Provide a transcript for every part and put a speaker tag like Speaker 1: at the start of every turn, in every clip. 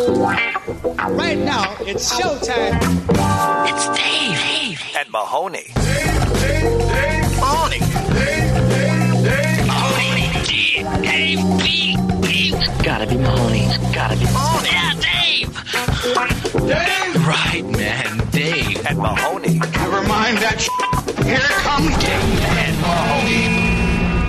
Speaker 1: Right now, it's showtime.
Speaker 2: It's Dave.
Speaker 3: and Mahoney.
Speaker 2: Mahoney. Mahoney. Dave. Dave. Dave. Gotta be Mahoney. Gotta be Mahoney. Yeah, Dave. Dave. Right, man. Dave.
Speaker 3: And Mahoney.
Speaker 4: Never mind that. Sh- Here comes Dave and Mahoney.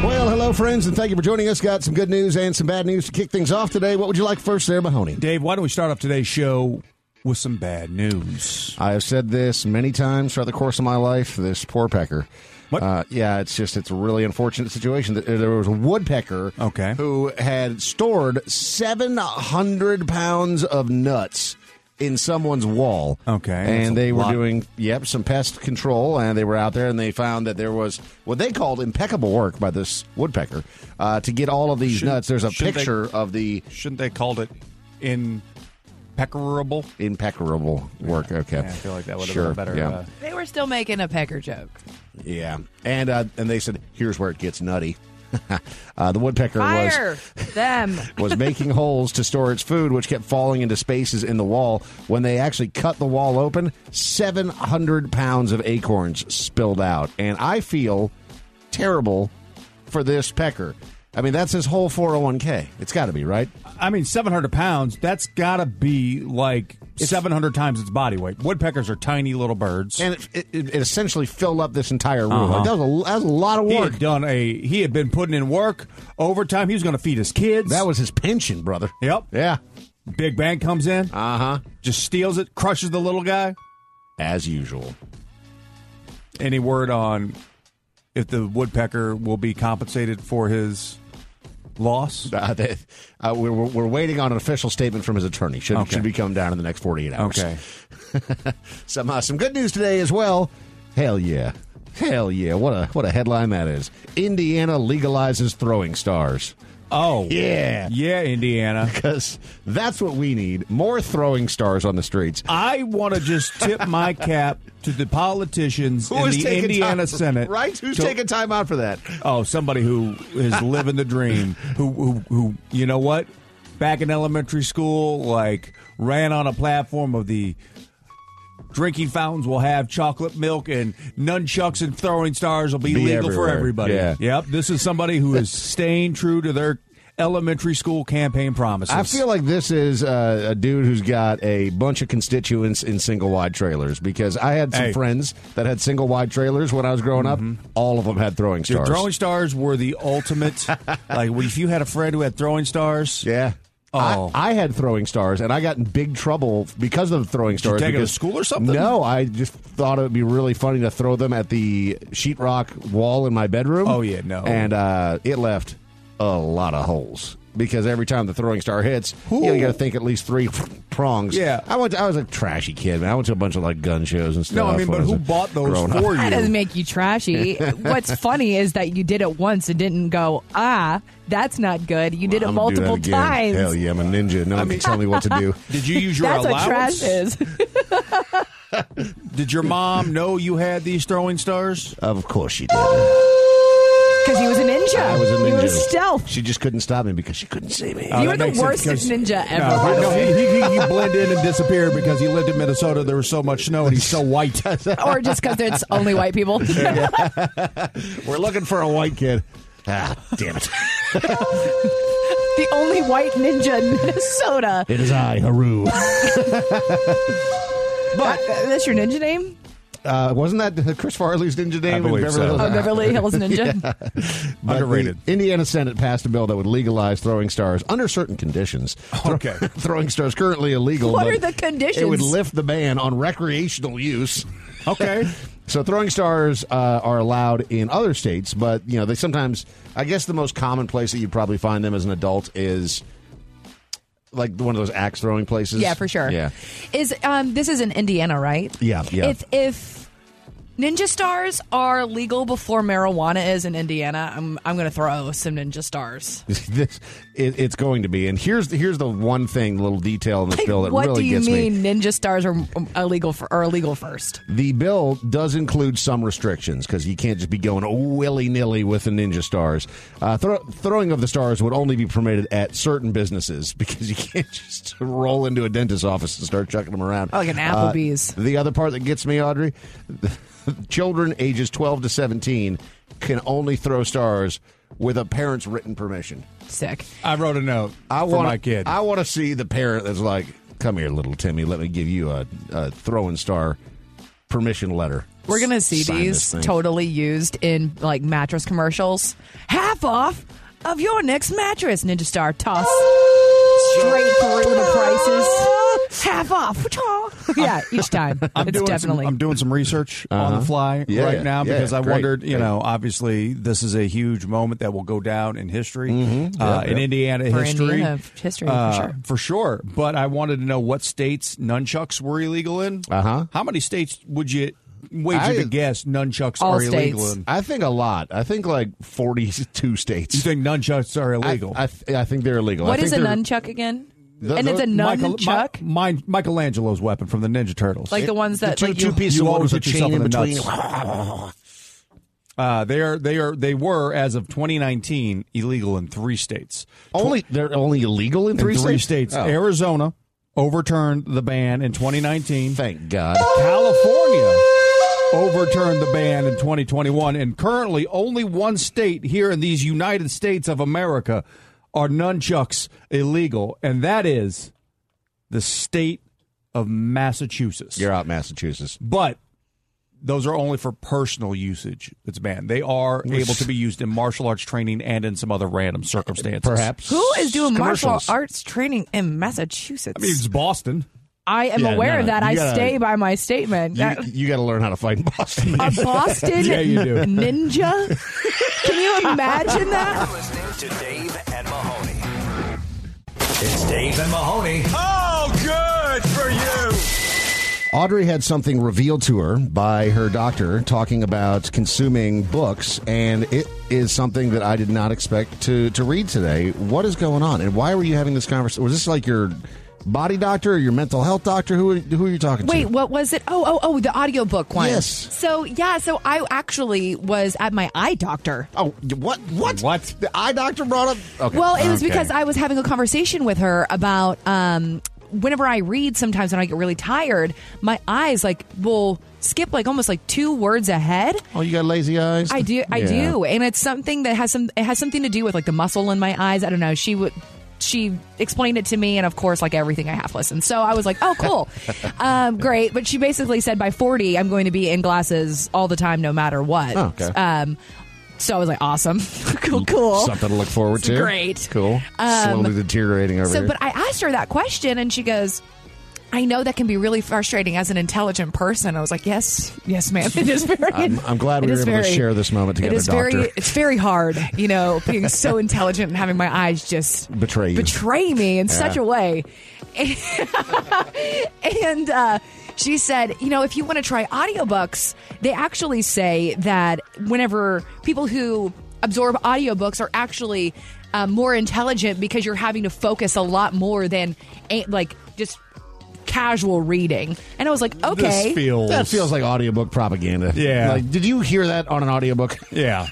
Speaker 5: Well, hello, friends, and thank you for joining us. Got some good news and some bad news to kick things off today. What would you like first, there, Mahoney?
Speaker 6: Dave, why don't we start off today's show with some bad news?
Speaker 5: I have said this many times throughout the course of my life. This poor pecker.
Speaker 6: What?
Speaker 5: Uh, yeah, it's just it's a really unfortunate situation. Th- There was a woodpecker
Speaker 6: Okay.
Speaker 5: who had stored seven hundred pounds of nuts in someone's wall.
Speaker 6: Okay, that's a
Speaker 5: and they were
Speaker 6: lot.
Speaker 5: doing yep some pest control, and they were out there and they found that there was what they called impeccable work by this woodpecker uh, to get all of these
Speaker 6: Shouldn't-
Speaker 5: nuts. There's a
Speaker 6: shouldn't they-
Speaker 5: picture of the
Speaker 6: Shouldn't they called it impeccable?
Speaker 5: impeccable work. Okay,
Speaker 6: yeah, I feel like that would've
Speaker 5: Sure,
Speaker 6: been better.
Speaker 5: Yeah,
Speaker 6: Uh,
Speaker 7: They were still making a pecker joke.
Speaker 5: yeah. and uh, and they said here's where it gets nutty. uh, the woodpecker was.
Speaker 7: Fire them.
Speaker 5: was making holes to store its food, which kept falling into spaces in the wall. When they actually cut the wall open, 700 pounds of acorns spilled out. And I feel terrible for this pecker. I mean, that's his whole 401k. It's got to be, right?
Speaker 6: I mean, 700 pounds, that's got to be like 700 times its body weight. Woodpeckers are tiny little birds.
Speaker 5: And it, it, it essentially filled up this entire room.
Speaker 6: Uh-huh.
Speaker 5: Like, that, was a, that was a lot of
Speaker 6: he
Speaker 5: work.
Speaker 6: had done a. He had been putting in work overtime. He was going to feed his kids.
Speaker 5: That was his pension, brother.
Speaker 6: Yep.
Speaker 5: Yeah.
Speaker 6: Big Bang comes in,
Speaker 5: Uh huh.
Speaker 6: just steals it, crushes the little guy.
Speaker 5: As usual.
Speaker 6: Any word on if the woodpecker will be compensated for his loss?
Speaker 5: Uh, that, uh, we're, we're we're waiting on an official statement from his attorney. Should
Speaker 6: Okay.
Speaker 5: should be coming down in the next forty eight hours.
Speaker 6: Okay.
Speaker 5: some uh, some good news today as well. Hell yeah, hell yeah! What a what a headline that is. Indiana legalizes throwing stars.
Speaker 6: Oh.
Speaker 5: Yeah,
Speaker 6: Yeah, Indiana.
Speaker 5: because that's what we need: more throwing stars on the streets.
Speaker 6: I want to just tip my cap to the politicians in
Speaker 5: is
Speaker 6: the
Speaker 5: taking time-
Speaker 6: Indiana Senate.
Speaker 5: Right? Who's
Speaker 6: to-
Speaker 5: taking time out for that?
Speaker 6: Oh, somebody who is living the dream. Who, who, who? You know what? Back in elementary school, like ran on a platform of the drinking fountains will have chocolate milk and nunchucks and throwing stars will be,
Speaker 5: Be
Speaker 6: legal
Speaker 5: everywhere.
Speaker 6: for everybody.
Speaker 5: Yeah.
Speaker 6: Yep. This is somebody who is staying true to their elementary school campaign promises.
Speaker 5: I feel like this is uh, a dude who's got a bunch of constituents in single wide trailers because I had some
Speaker 6: Hey. Mm-hmm.
Speaker 5: friends that had single wide trailers when I was growing up. All of them had throwing
Speaker 6: Dude,
Speaker 5: stars.
Speaker 6: throwing stars were the ultimate. like, if you had a friend who had throwing stars,
Speaker 5: Yeah.
Speaker 6: Oh.
Speaker 5: I, I had throwing stars, and I got in big trouble because of the throwing stars.
Speaker 6: take 'em to
Speaker 5: because-
Speaker 6: school or something?
Speaker 5: No, I just thought it would be really funny to throw them at the sheetrock wall in my bedroom.
Speaker 6: Oh, yeah, no.
Speaker 5: And uh, it left a lot of holes because every time the throwing star hits, you, know, you got to think at least three prongs.
Speaker 6: Yeah.
Speaker 5: I went. I was a trashy kid. Man. I went to a bunch of like gun shows and stuff.
Speaker 6: no, I mean,
Speaker 5: when
Speaker 6: but
Speaker 5: was
Speaker 6: who
Speaker 5: a-
Speaker 6: bought those
Speaker 5: growing up.
Speaker 6: for
Speaker 7: That
Speaker 6: you?
Speaker 7: doesn't make you trashy. What's funny is that you did it once and didn't go, ah, that's not good. You did it
Speaker 5: I'm gonna do that
Speaker 7: multiple
Speaker 5: again.
Speaker 7: times.
Speaker 5: Hell yeah, I'm a ninja. No one can tell me what to do.
Speaker 6: Did you use your
Speaker 7: That's what
Speaker 6: allowance?
Speaker 7: trash is.
Speaker 6: Did your mom know you had these throwing stars?
Speaker 5: Of course she did.
Speaker 7: Because he was a ninja.
Speaker 5: I was a
Speaker 7: He
Speaker 5: ninja. Uh,
Speaker 7: was stealth.
Speaker 5: She just couldn't stop me because she couldn't see me. Oh,
Speaker 7: you were
Speaker 6: that
Speaker 7: the
Speaker 6: makes sense
Speaker 7: worst
Speaker 6: 'cause-
Speaker 7: ninja ever.
Speaker 6: No, no, he, he, he, he blended in and disappeared because he lived in Minnesota. There was so much snow and he's so white.
Speaker 7: or just because it's only white people.
Speaker 5: We're looking for a white kid. Ah, damn it.
Speaker 7: the only white ninja in Minnesota.
Speaker 5: It is I, Haru.
Speaker 7: But that's uh, your ninja name?
Speaker 5: Uh, wasn't that Chris Farley's ninja name?
Speaker 6: I
Speaker 5: in
Speaker 6: believe
Speaker 5: Beverly
Speaker 6: so.
Speaker 5: Hills?
Speaker 7: Oh, Beverly Hills Ninja.
Speaker 5: But
Speaker 6: Underrated.
Speaker 5: the Indiana Senate passed a bill that would legalize throwing stars under certain conditions. Thro-
Speaker 6: Okay.
Speaker 5: throwing stars currently illegal.
Speaker 7: What
Speaker 5: but
Speaker 7: are the conditions?
Speaker 5: It would lift the ban on recreational use.
Speaker 6: Okay.
Speaker 5: So throwing stars uh, are allowed in other states, but you know they sometimes. I guess the most common place that you'd probably find them as an adult is like one of those axe throwing places.
Speaker 7: Yeah, for sure.
Speaker 5: Yeah,
Speaker 7: Is um this is in Indiana, right?
Speaker 5: Yeah, yeah.
Speaker 7: If if ninja stars are legal before marijuana is in Indiana, I'm I'm gonna throw some ninja stars.
Speaker 5: this It, it's going to be. And here's here's the one thing, little detail in this bill that
Speaker 7: what
Speaker 5: really
Speaker 7: do you
Speaker 5: gets me.
Speaker 7: mean ninja stars are um, illegal for, are illegal first?
Speaker 5: The bill does include some restrictions because you can't just be going willy nilly with the ninja stars. Uh, throw, throwing of the stars would only be permitted at certain businesses because you can't just roll into a dentist's office and start chucking them around.
Speaker 7: Like an
Speaker 5: Uh,
Speaker 7: Applebee's.
Speaker 5: the other part that gets me, Audrey, children ages 12 to 17 can only throw stars with a parent's written permission.
Speaker 7: Sick.
Speaker 6: I wrote a note
Speaker 5: I
Speaker 6: for
Speaker 5: want
Speaker 6: my kid.
Speaker 5: I want to see the parent that's like, "Come here, little Timmy. Let me give you a, a throwing star permission letter."
Speaker 7: We're gonna see
Speaker 5: Sign this
Speaker 7: these
Speaker 5: thing.
Speaker 7: totally used in like mattress commercials. Half off of your next mattress, Ninja Star toss
Speaker 5: Ah!
Speaker 7: straight through the prices. Half off. Yeah, each time.
Speaker 6: I'm
Speaker 7: it's
Speaker 6: doing
Speaker 7: definitely.
Speaker 6: Some, I'm doing some research on the fly
Speaker 5: Uh-huh. Yeah,
Speaker 6: right now
Speaker 5: yeah,
Speaker 6: because I
Speaker 5: great,
Speaker 6: wondered. You
Speaker 5: great.
Speaker 6: know, obviously this is a huge moment that will go down in history,
Speaker 5: Mm-hmm.
Speaker 6: uh, in Indiana
Speaker 7: For
Speaker 6: history, Uh,
Speaker 7: Indiana history, for sure.
Speaker 6: for sure. But I wanted to know what states nunchucks were illegal in.
Speaker 5: Uh-huh.
Speaker 6: How many states would you
Speaker 5: I-
Speaker 6: wager to guess nunchucks
Speaker 7: All
Speaker 6: are illegal
Speaker 7: states.
Speaker 6: in?
Speaker 5: I think a lot. I think like forty-two states.
Speaker 6: You think nunchucks are illegal?
Speaker 5: I, I, th- I think they're illegal.
Speaker 7: what
Speaker 5: I
Speaker 7: is a
Speaker 5: think they're-
Speaker 7: nunchuck again?
Speaker 5: The-
Speaker 7: and it's a
Speaker 5: the-
Speaker 6: Michael-
Speaker 7: nunchuck,
Speaker 6: Mi- Mi- Michelangelo's weapon from the Ninja Turtles.
Speaker 7: like the ones that
Speaker 5: two,
Speaker 7: like
Speaker 5: two
Speaker 7: you.
Speaker 5: pieces
Speaker 6: you
Speaker 5: of wood
Speaker 6: always
Speaker 5: with a
Speaker 6: hit yourself
Speaker 5: chain in
Speaker 6: in the
Speaker 5: between.
Speaker 6: uh, they are, they are, they were as of 2019 illegal in three states.
Speaker 5: only they're only illegal in three,
Speaker 6: in three
Speaker 5: states.
Speaker 6: states.
Speaker 5: Oh,
Speaker 6: Arizona overturned the ban in 2019.
Speaker 5: thank God.
Speaker 6: California overturned the ban in 2021, and currently only one state here in these United States of America are nunchucks illegal, and that is the state of Massachusetts.
Speaker 5: You're out, Massachusetts.
Speaker 6: But those are only for personal usage. It's banned. They are able to be used in martial arts training and in some other random circumstances.
Speaker 5: Perhaps
Speaker 7: Who is doing martial
Speaker 5: Commercials.
Speaker 7: arts training in Massachusetts?
Speaker 6: I mean, it's Boston.
Speaker 7: I am
Speaker 5: Yeah,
Speaker 7: aware
Speaker 5: no,
Speaker 7: of that.
Speaker 5: you
Speaker 7: I
Speaker 5: gotta-
Speaker 7: stay by my statement.
Speaker 5: You,
Speaker 7: That-
Speaker 5: you got to learn how to fight in Boston.
Speaker 7: a Boston
Speaker 6: Yeah, you do.
Speaker 7: ninja? Can you imagine that?
Speaker 3: listening to Dave and Mahoney. It's Dave and Mahoney. Oh, good for you.
Speaker 5: Audrey had something revealed to her by her doctor talking about consuming books, and it is something that I did not expect to, to read today. What is going on, and why were you having this conversation? Was this like your body doctor or your mental health doctor? Who, who are you talking
Speaker 7: Wait,
Speaker 5: to?
Speaker 7: what was it? Oh, oh, oh, the audiobook one.
Speaker 5: Yes.
Speaker 7: So, yeah, so I actually was at my eye doctor.
Speaker 5: Oh, y- what? What?
Speaker 6: What?
Speaker 5: The eye doctor brought up. Okay.
Speaker 7: Well, it was
Speaker 5: Okay.
Speaker 7: because I was having a conversation with her about um, whenever I read, sometimes when I get really tired, my eyes like will skip like almost like two words ahead.
Speaker 5: Oh, you got lazy eyes.
Speaker 7: I do, I
Speaker 5: Yeah.
Speaker 7: do, and it's something that has some. It has something to do with like the muscle in my eyes. I don't know. She would. She explained it to me, and of course, like everything, I half listened. So I was like, "Oh, cool, um, great." But she basically said, "By forty, I'm going to be in glasses all the time, no matter what."
Speaker 5: Oh, okay.
Speaker 7: Um, so I was like, "Awesome, cool, cool."
Speaker 5: Something to look forward to.
Speaker 7: Great. Um,
Speaker 5: Cool. Slowly deteriorating over
Speaker 7: So,
Speaker 5: here.
Speaker 7: but I asked her that question, and she goes, "I know that can be really frustrating as an intelligent person." I was like, "Yes, yes, ma'am. It is very."
Speaker 5: I'm- I'm glad we
Speaker 7: it
Speaker 5: were
Speaker 7: is
Speaker 5: able to share this moment together,
Speaker 7: It is very,
Speaker 5: Doctor.
Speaker 7: it's very hard, you know, being so intelligent and having my eyes just
Speaker 5: Betray you.
Speaker 7: betray me in such
Speaker 5: Yeah.
Speaker 7: a way. and uh, she said, you know, if you want to try audiobooks, they actually say that whenever people who absorb audiobooks are actually uh, more intelligent because you're having to focus a lot more than eh, like just casual reading. And I was like, okay.
Speaker 6: This feels
Speaker 5: that feels like audiobook propaganda.
Speaker 6: Yeah.
Speaker 5: Like, did you hear that on an audiobook?
Speaker 6: Yeah.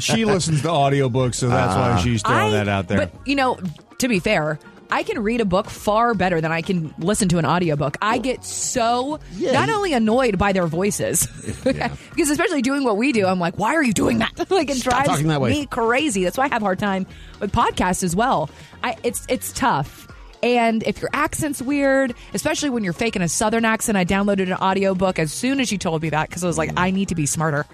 Speaker 6: she listens to audiobooks, so that's
Speaker 5: Ah.
Speaker 6: why she's throwing
Speaker 7: I-
Speaker 6: that out there.
Speaker 7: But you know, to be fair, I can read a book far better than I can listen to an audiobook. I get so
Speaker 5: Yeah,
Speaker 7: not
Speaker 5: you-
Speaker 7: only annoyed by their voices because especially doing what we do, I'm like, why are you doing that? like it drives
Speaker 5: talking that way.
Speaker 7: me crazy. That's why I have a hard time with podcasts as well. I it's it's tough. And if your accent's weird, especially when you're faking a southern accent, I downloaded an audiobook as soon as you told me that because I was
Speaker 5: Mm.
Speaker 7: like, I need to be smarter.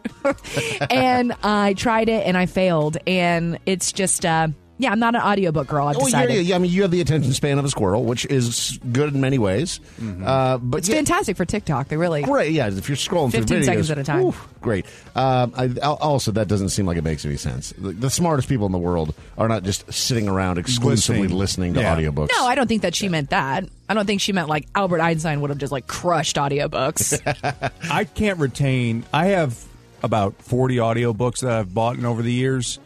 Speaker 7: and I tried it and I failed. And it's just, uh, yeah, I'm not an audiobook girl. I've
Speaker 5: Well, yeah,
Speaker 7: decided.
Speaker 5: yeah, yeah, I mean, you have Oh, the attention span of a squirrel, which is good in many ways.
Speaker 6: Mm-hmm.
Speaker 5: Uh, but
Speaker 7: It's
Speaker 5: yeah,
Speaker 7: fantastic for TikTok. They really.
Speaker 5: Right, yeah. If you're scrolling through
Speaker 7: 15
Speaker 5: videos,
Speaker 7: seconds at a time.
Speaker 5: whew, great. Um, I, al- also, that doesn't seem like it makes any sense. The, the smartest people in the world are not just sitting around exclusively
Speaker 6: Listening.
Speaker 5: listening, to
Speaker 6: Yeah.
Speaker 5: audiobooks.
Speaker 7: No, I don't think that she meant that. I don't think she meant like Albert Einstein would have just like crushed audiobooks.
Speaker 6: I can't retain. I have about 40 audiobooks that I've bought in over the years,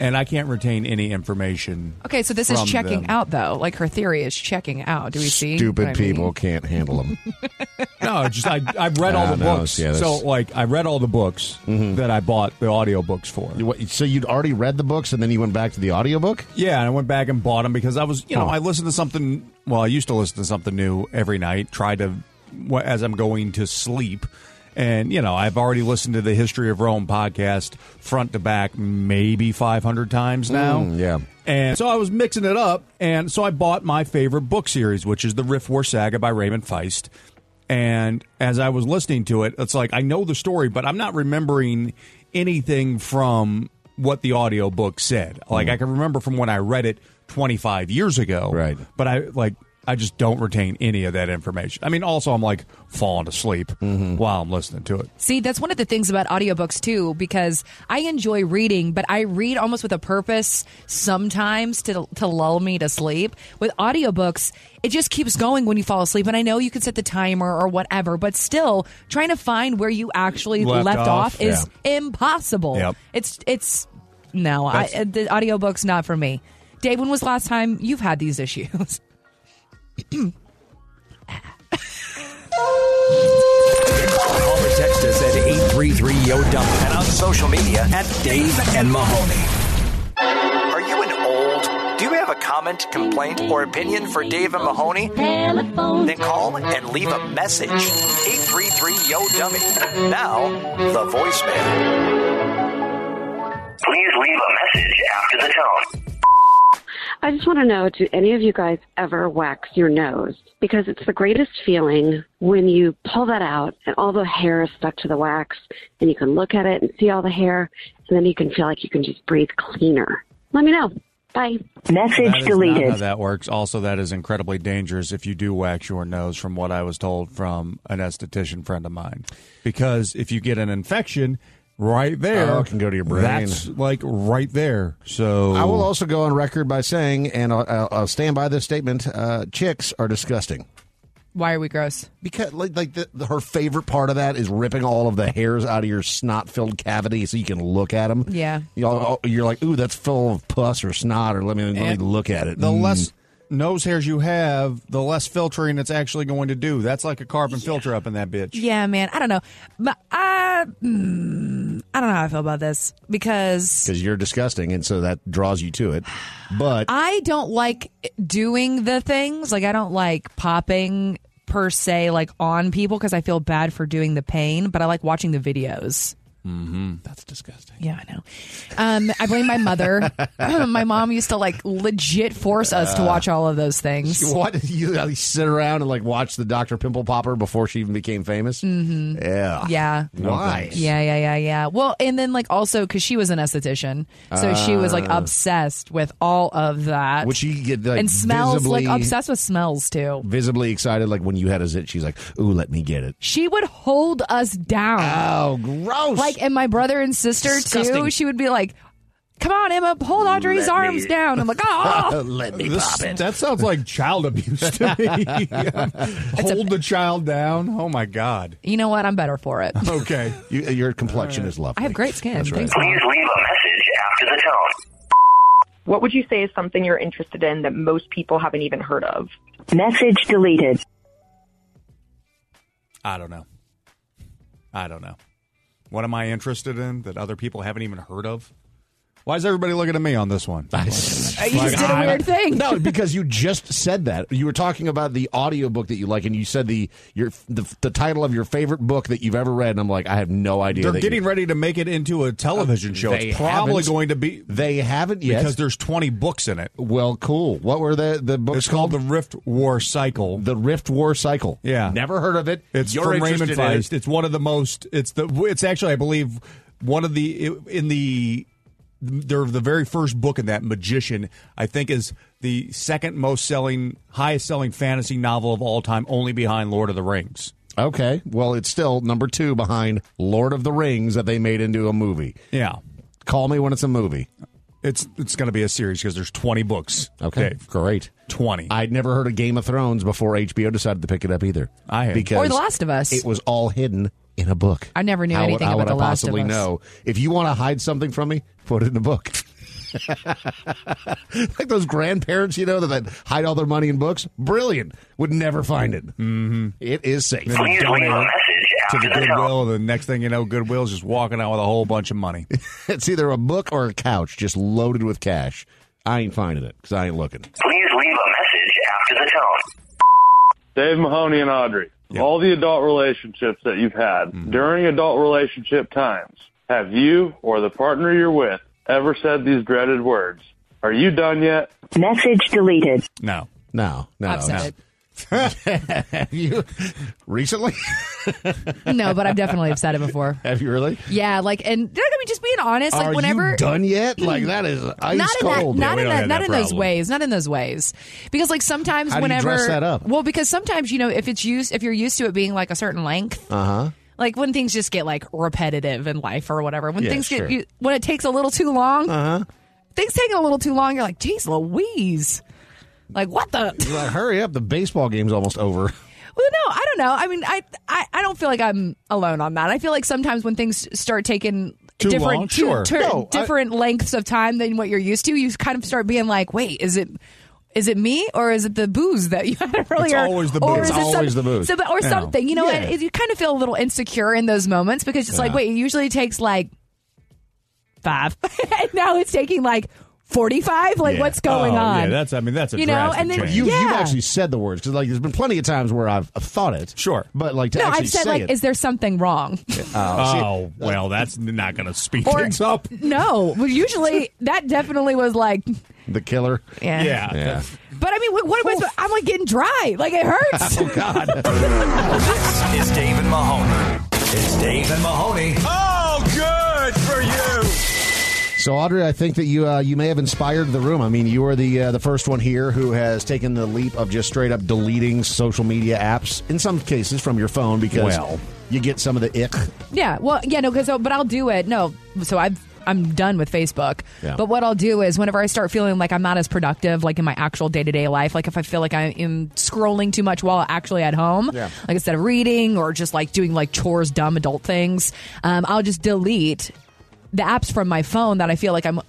Speaker 6: and I can't retain any information.
Speaker 7: Okay, so this is
Speaker 6: from
Speaker 7: checking
Speaker 6: them.
Speaker 7: out, though. Like her theory is checking out. Do we see
Speaker 5: Stupid
Speaker 7: what I mean?
Speaker 5: people can't handle them.
Speaker 6: No, it's just I, I've read all
Speaker 5: Ah,
Speaker 6: the
Speaker 5: no,
Speaker 6: books.
Speaker 5: yeah,
Speaker 6: so
Speaker 5: that's-
Speaker 6: like I read all the books that I bought the audiobooks for.
Speaker 5: Mm-hmm. What, so you'd already read the books and then you went back to the audiobook?
Speaker 6: Yeah, and I went back and bought them because I was, you know,
Speaker 5: Huh.
Speaker 6: I listened to something. Well, I used to listen to something new every night. Try to wh- as I'm going to sleep, and you know, I've already listened to the History of Rome podcast front to back maybe 500 times now.
Speaker 5: Mm, yeah.
Speaker 6: And so I was mixing it up, and so I bought my favorite book series, which is the Riff War Saga by Raymond Feist. And as I was listening to it, it's like I know the story, but I'm not remembering anything from what the audiobook said. Like I can remember from when I read it 25 years ago,
Speaker 5: Mm-hmm. Right.
Speaker 6: But I like I just don't retain any of that information. I mean, also I'm like falling asleep
Speaker 5: Mm-hmm.
Speaker 6: while I'm listening to it.
Speaker 7: See, that's one of the things about audiobooks too, because I enjoy reading, but I read almost with a purpose sometimes to, to lull me to sleep. With audiobooks, it just keeps going when you fall asleep. And I know you can set the timer or whatever, but still trying to find where you actually
Speaker 6: Left
Speaker 7: left,
Speaker 6: off,
Speaker 7: off, is impossible.
Speaker 6: Yep.
Speaker 7: It's, it's, no, I,
Speaker 6: That's-
Speaker 7: the audiobook's not for me. Dave, when was the last time you've had these issues?
Speaker 3: Call or text us at 833-YO-DUMP and on social media at Dave and Mahoney. Are you an old? Do you have a comment, complaint, or opinion for Dave and Mahoney? Then call and leave a message. 833-YO-DUMMY. Now, the voicemail.
Speaker 4: Please leave a message after the tone.
Speaker 8: I just want to know do any of you guys ever wax your nose? Because it's the greatest feeling when you pull that out and all the hair is stuck to the wax and you can look at it and see all the hair and then you can feel like you can just breathe cleaner. Let me know. Bye.
Speaker 6: That is Not how that works. Also, that is incredibly dangerous if you do wax your nose, from what I was told from an esthetician friend of mine. Because if you get an infection right there,
Speaker 5: Oh, it can go to your brain.
Speaker 6: That's like right there. So
Speaker 5: I will also go on record by saying, and I'll, I'll, I'll stand by this statement: uh, chicks are disgusting.
Speaker 7: Why are we gross?
Speaker 5: Because like, like the, the, her favorite part of that is ripping all of the hairs out of your snot-filled cavity so you can look at them.
Speaker 7: Yeah.
Speaker 5: you know, oh, you're like, ooh, that's full of pus or snot, or let me let me
Speaker 6: And
Speaker 5: look at it.
Speaker 6: the
Speaker 5: Mm.
Speaker 6: less nose hairs you have, the less filtering it's actually going to do. That's like a carbon filter up in that bitch.
Speaker 7: Yeah, man. I don't know. But I, mm, I don't know how I feel about this because
Speaker 5: because you're disgusting, and so that draws you to it. But
Speaker 7: I don't like doing the things. Like, I don't like popping per se, like on people because I feel bad for doing the pain, but I like watching the videos.
Speaker 5: that's disgusting.
Speaker 7: Yeah, I know. Um, I blame my mother. my mom used to like legit force us to watch all of those things.
Speaker 5: What you like, sit around and like watch the Doctor Pimple Popper before she even became famous? Mm-hmm. Yeah,
Speaker 7: Yeah.
Speaker 5: Why?
Speaker 7: Yeah, yeah, yeah, yeah. Well, and then like also because she was an esthetician, so she was like obsessed with all of that.
Speaker 5: Which you get like
Speaker 7: and smells
Speaker 5: visibly,
Speaker 7: like obsessed with smells too.
Speaker 5: visibly excited. Like when you had a zit, she's like, "Ooh, let me get it."
Speaker 7: She would hold us down.
Speaker 5: Oh, gross!
Speaker 7: like and my brother and sister
Speaker 5: Disgusting.
Speaker 7: too. She would be like, "Come on, Emma, hold Audrey's arms down." I'm like, "Oh,
Speaker 5: let me
Speaker 6: This-
Speaker 5: pop it.
Speaker 6: that sounds like child abuse to me. Hold the child down. Oh my god.
Speaker 7: you know what? I'm better for it.
Speaker 6: Okay.
Speaker 5: You, your complexion is lovely.
Speaker 7: I have great skin.
Speaker 5: That's right.
Speaker 7: Thanks, Mom.
Speaker 4: Please leave a message after the tone.
Speaker 9: What would you say is something you're interested in that most people haven't even heard of?
Speaker 10: Message deleted.
Speaker 6: I don't know. I don't know. What am I interested in that other people haven't even heard of? Why is everybody looking at me on this one?
Speaker 7: You just did a weird thing.
Speaker 5: No, because you just said that. You were talking about the audiobook that you like, and you said the your the, the title of your favorite book that you've ever read. And I'm like, I have no idea.
Speaker 6: They're
Speaker 5: that
Speaker 6: getting
Speaker 5: you, Uh,
Speaker 6: ready to make it into a television show.
Speaker 5: They
Speaker 6: It's probably
Speaker 5: haven't.
Speaker 6: going to be
Speaker 5: They haven't yet.
Speaker 6: because there's 20 books in it.
Speaker 5: well, cool. What were the the books
Speaker 6: It's called The Rift War Cycle.
Speaker 5: The Rift War Cycle.
Speaker 6: Yeah.
Speaker 5: never heard of it.
Speaker 6: It's
Speaker 5: You're
Speaker 6: from Raymond
Speaker 5: interested in it.
Speaker 6: Feist. It's one of the most. It's the. It's actually, I believe, one of the in the. They're the very first book in that magician. I think is the second most selling, highest selling fantasy novel of all time, only behind Lord of the Rings.
Speaker 5: Okay, well, it's still number two behind Lord of the Rings that they made into a movie.
Speaker 6: Yeah,
Speaker 5: Call me when it's a movie.
Speaker 6: it's it's going to be a series because there's 20 books.
Speaker 5: Okay,
Speaker 6: Dave.
Speaker 5: great.
Speaker 6: 20.
Speaker 5: I'd never heard of Game of Thrones before HBO decided to pick it up either.
Speaker 6: I had.
Speaker 5: because
Speaker 7: Or The Last of Us.
Speaker 5: It was all hidden in a book.
Speaker 7: I never knew
Speaker 5: how, would-
Speaker 7: anything
Speaker 5: how
Speaker 7: about
Speaker 5: would
Speaker 7: The
Speaker 5: I
Speaker 7: Last of
Speaker 5: possibly
Speaker 7: Us.
Speaker 5: know? If you want to hide something from me, put it in a book. like those grandparents, you know, that, that hide all their money in books. Brilliant. Would never find it. Mm-hmm. is safe.
Speaker 6: Then you donate it to the
Speaker 5: after the show.
Speaker 6: Goodwill, and the next thing you know, Goodwill's just walking out with a whole bunch of money.
Speaker 5: it's either a book or a couch just loaded with cash. I ain't finding it because I ain't looking.
Speaker 11: Please leave a message after the tone.
Speaker 12: Dave Mahoney and Audrey, all the adult relationships that you've had during adult relationship times, have you or the partner you're with ever said these dreaded words? Are you done yet?
Speaker 10: Message deleted.
Speaker 6: No.
Speaker 5: No. No.
Speaker 7: I've said it.
Speaker 5: it. Have you recently?
Speaker 7: No, but I've definitely have said it before.
Speaker 5: Have you really?
Speaker 7: Yeah, like, and I mean, just being honest, like,
Speaker 5: Are you
Speaker 7: whenever
Speaker 5: done yet? Like, that is ice
Speaker 7: not in
Speaker 5: cold.
Speaker 7: That,
Speaker 5: Yeah,
Speaker 7: not
Speaker 5: we
Speaker 7: in,
Speaker 5: don't
Speaker 7: that,
Speaker 5: have
Speaker 7: not
Speaker 5: that
Speaker 7: in those
Speaker 5: problem.
Speaker 7: ways. Not in those ways. Because like sometimes,
Speaker 5: How do you dress
Speaker 7: whenever
Speaker 5: that up?
Speaker 7: well, because sometimes you know if it's used, if you're used to it being like a certain length,
Speaker 5: Uh huh.
Speaker 7: like when things just get like repetitive in life or whatever, when
Speaker 5: Yeah,
Speaker 7: things
Speaker 5: sure.
Speaker 7: get you, when it takes a little too long,
Speaker 5: uh-huh.
Speaker 7: things taking a little too long, you're like, geez, Louise, like what the.
Speaker 5: You're like, hurry up. The baseball game's almost over.
Speaker 7: Well, no, I don't know. I mean, I, I I don't feel like I'm alone on that. I feel like sometimes when things start taking
Speaker 5: Too
Speaker 7: different
Speaker 5: long?
Speaker 7: two-
Speaker 5: Sure.
Speaker 7: tur-
Speaker 5: No, I-
Speaker 7: different lengths of time than what you're used to, you kind of start being like, wait, is it? Is it me or is it the booze that you had earlier?
Speaker 5: always the
Speaker 7: Or
Speaker 5: booze.
Speaker 7: is
Speaker 5: It's
Speaker 7: it some-
Speaker 5: always the booze.
Speaker 7: so- or
Speaker 5: Yeah.
Speaker 7: something. You know
Speaker 5: Yeah.
Speaker 7: what? It- You kind of feel a little insecure in those moments because it's like,
Speaker 5: Yeah.
Speaker 7: wait, it usually takes like five. and now it's taking like 45. Like, what's going
Speaker 6: Oh,
Speaker 7: on?
Speaker 6: Yeah, that's. I mean, that's a
Speaker 7: You know,
Speaker 6: drastic
Speaker 7: and then-
Speaker 6: change.
Speaker 5: You, You've
Speaker 7: Yeah.
Speaker 5: actually said the words because like there's been plenty of times where I've, I've thought it. Sure, but like to
Speaker 7: no,
Speaker 5: actually
Speaker 7: I've said,
Speaker 5: say
Speaker 7: like,
Speaker 5: it.
Speaker 7: is there something wrong?
Speaker 6: Oh, well, that's not going to speed
Speaker 7: Or-
Speaker 6: things up.
Speaker 7: No, well, usually that definitely was like,
Speaker 5: the killer.
Speaker 7: Yeah.
Speaker 6: Yeah.
Speaker 7: but I mean, what, what am I? supposed- I'm like getting dry, like it hurts.
Speaker 3: Oh, God. this is Dave and Mahoney. It's Dave and Mahoney. Oh, good for you.
Speaker 5: So Audrey, I think that you uh, you may have inspired the room. I mean, you are the uh, the first one here who has taken the leap of just straight up deleting social media apps in some cases from your phone because
Speaker 7: Well.
Speaker 5: you get some of the ick.
Speaker 7: yeah, well, yeah, no, because but I'll do it. No, so I've I'm done with Facebook.
Speaker 5: Yeah.
Speaker 7: But what I'll do is whenever I start feeling like I'm not as productive, like in my actual day to day life, like if I feel like I am scrolling too much while actually at home,
Speaker 13: Yeah.
Speaker 7: like instead of reading or just like doing like chores, dumb adult things, um, I'll just delete the apps from my phone that I feel like I'm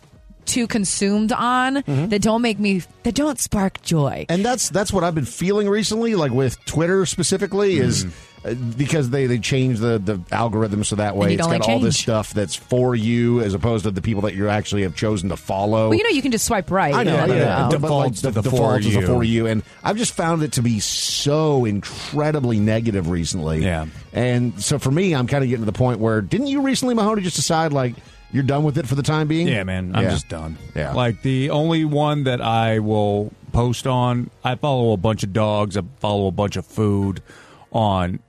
Speaker 7: too consumed on
Speaker 5: Mm-hmm.
Speaker 7: that don't make me that don't spark joy.
Speaker 5: And that's that's what I've been feeling recently, like with Twitter specifically,
Speaker 6: Mm.
Speaker 5: is uh, because they they change the the algorithm so that
Speaker 7: And
Speaker 5: way
Speaker 7: you
Speaker 5: it's
Speaker 7: don't
Speaker 5: got
Speaker 7: like
Speaker 5: all this
Speaker 7: change.
Speaker 5: stuff that's for you as opposed to the people that you actually have chosen to follow.
Speaker 7: Well, you know, you can just swipe right.
Speaker 5: Oh. I know,
Speaker 7: Yeah,
Speaker 5: I know.
Speaker 7: yeah.
Speaker 5: But, like,
Speaker 6: Defaults to the
Speaker 5: defaults
Speaker 6: for
Speaker 5: is a
Speaker 6: you.
Speaker 5: for you, and I've just found it to be so incredibly negative recently. Yeah, and so for me, I'm kind of getting to the point where didn't you recently, Mahoney, just decide like you're done with it for the time being?
Speaker 6: Yeah, man, I'm just done.
Speaker 5: Yeah.
Speaker 6: Like the only one that I will post on, I follow a bunch of dogs, I follow a bunch of food on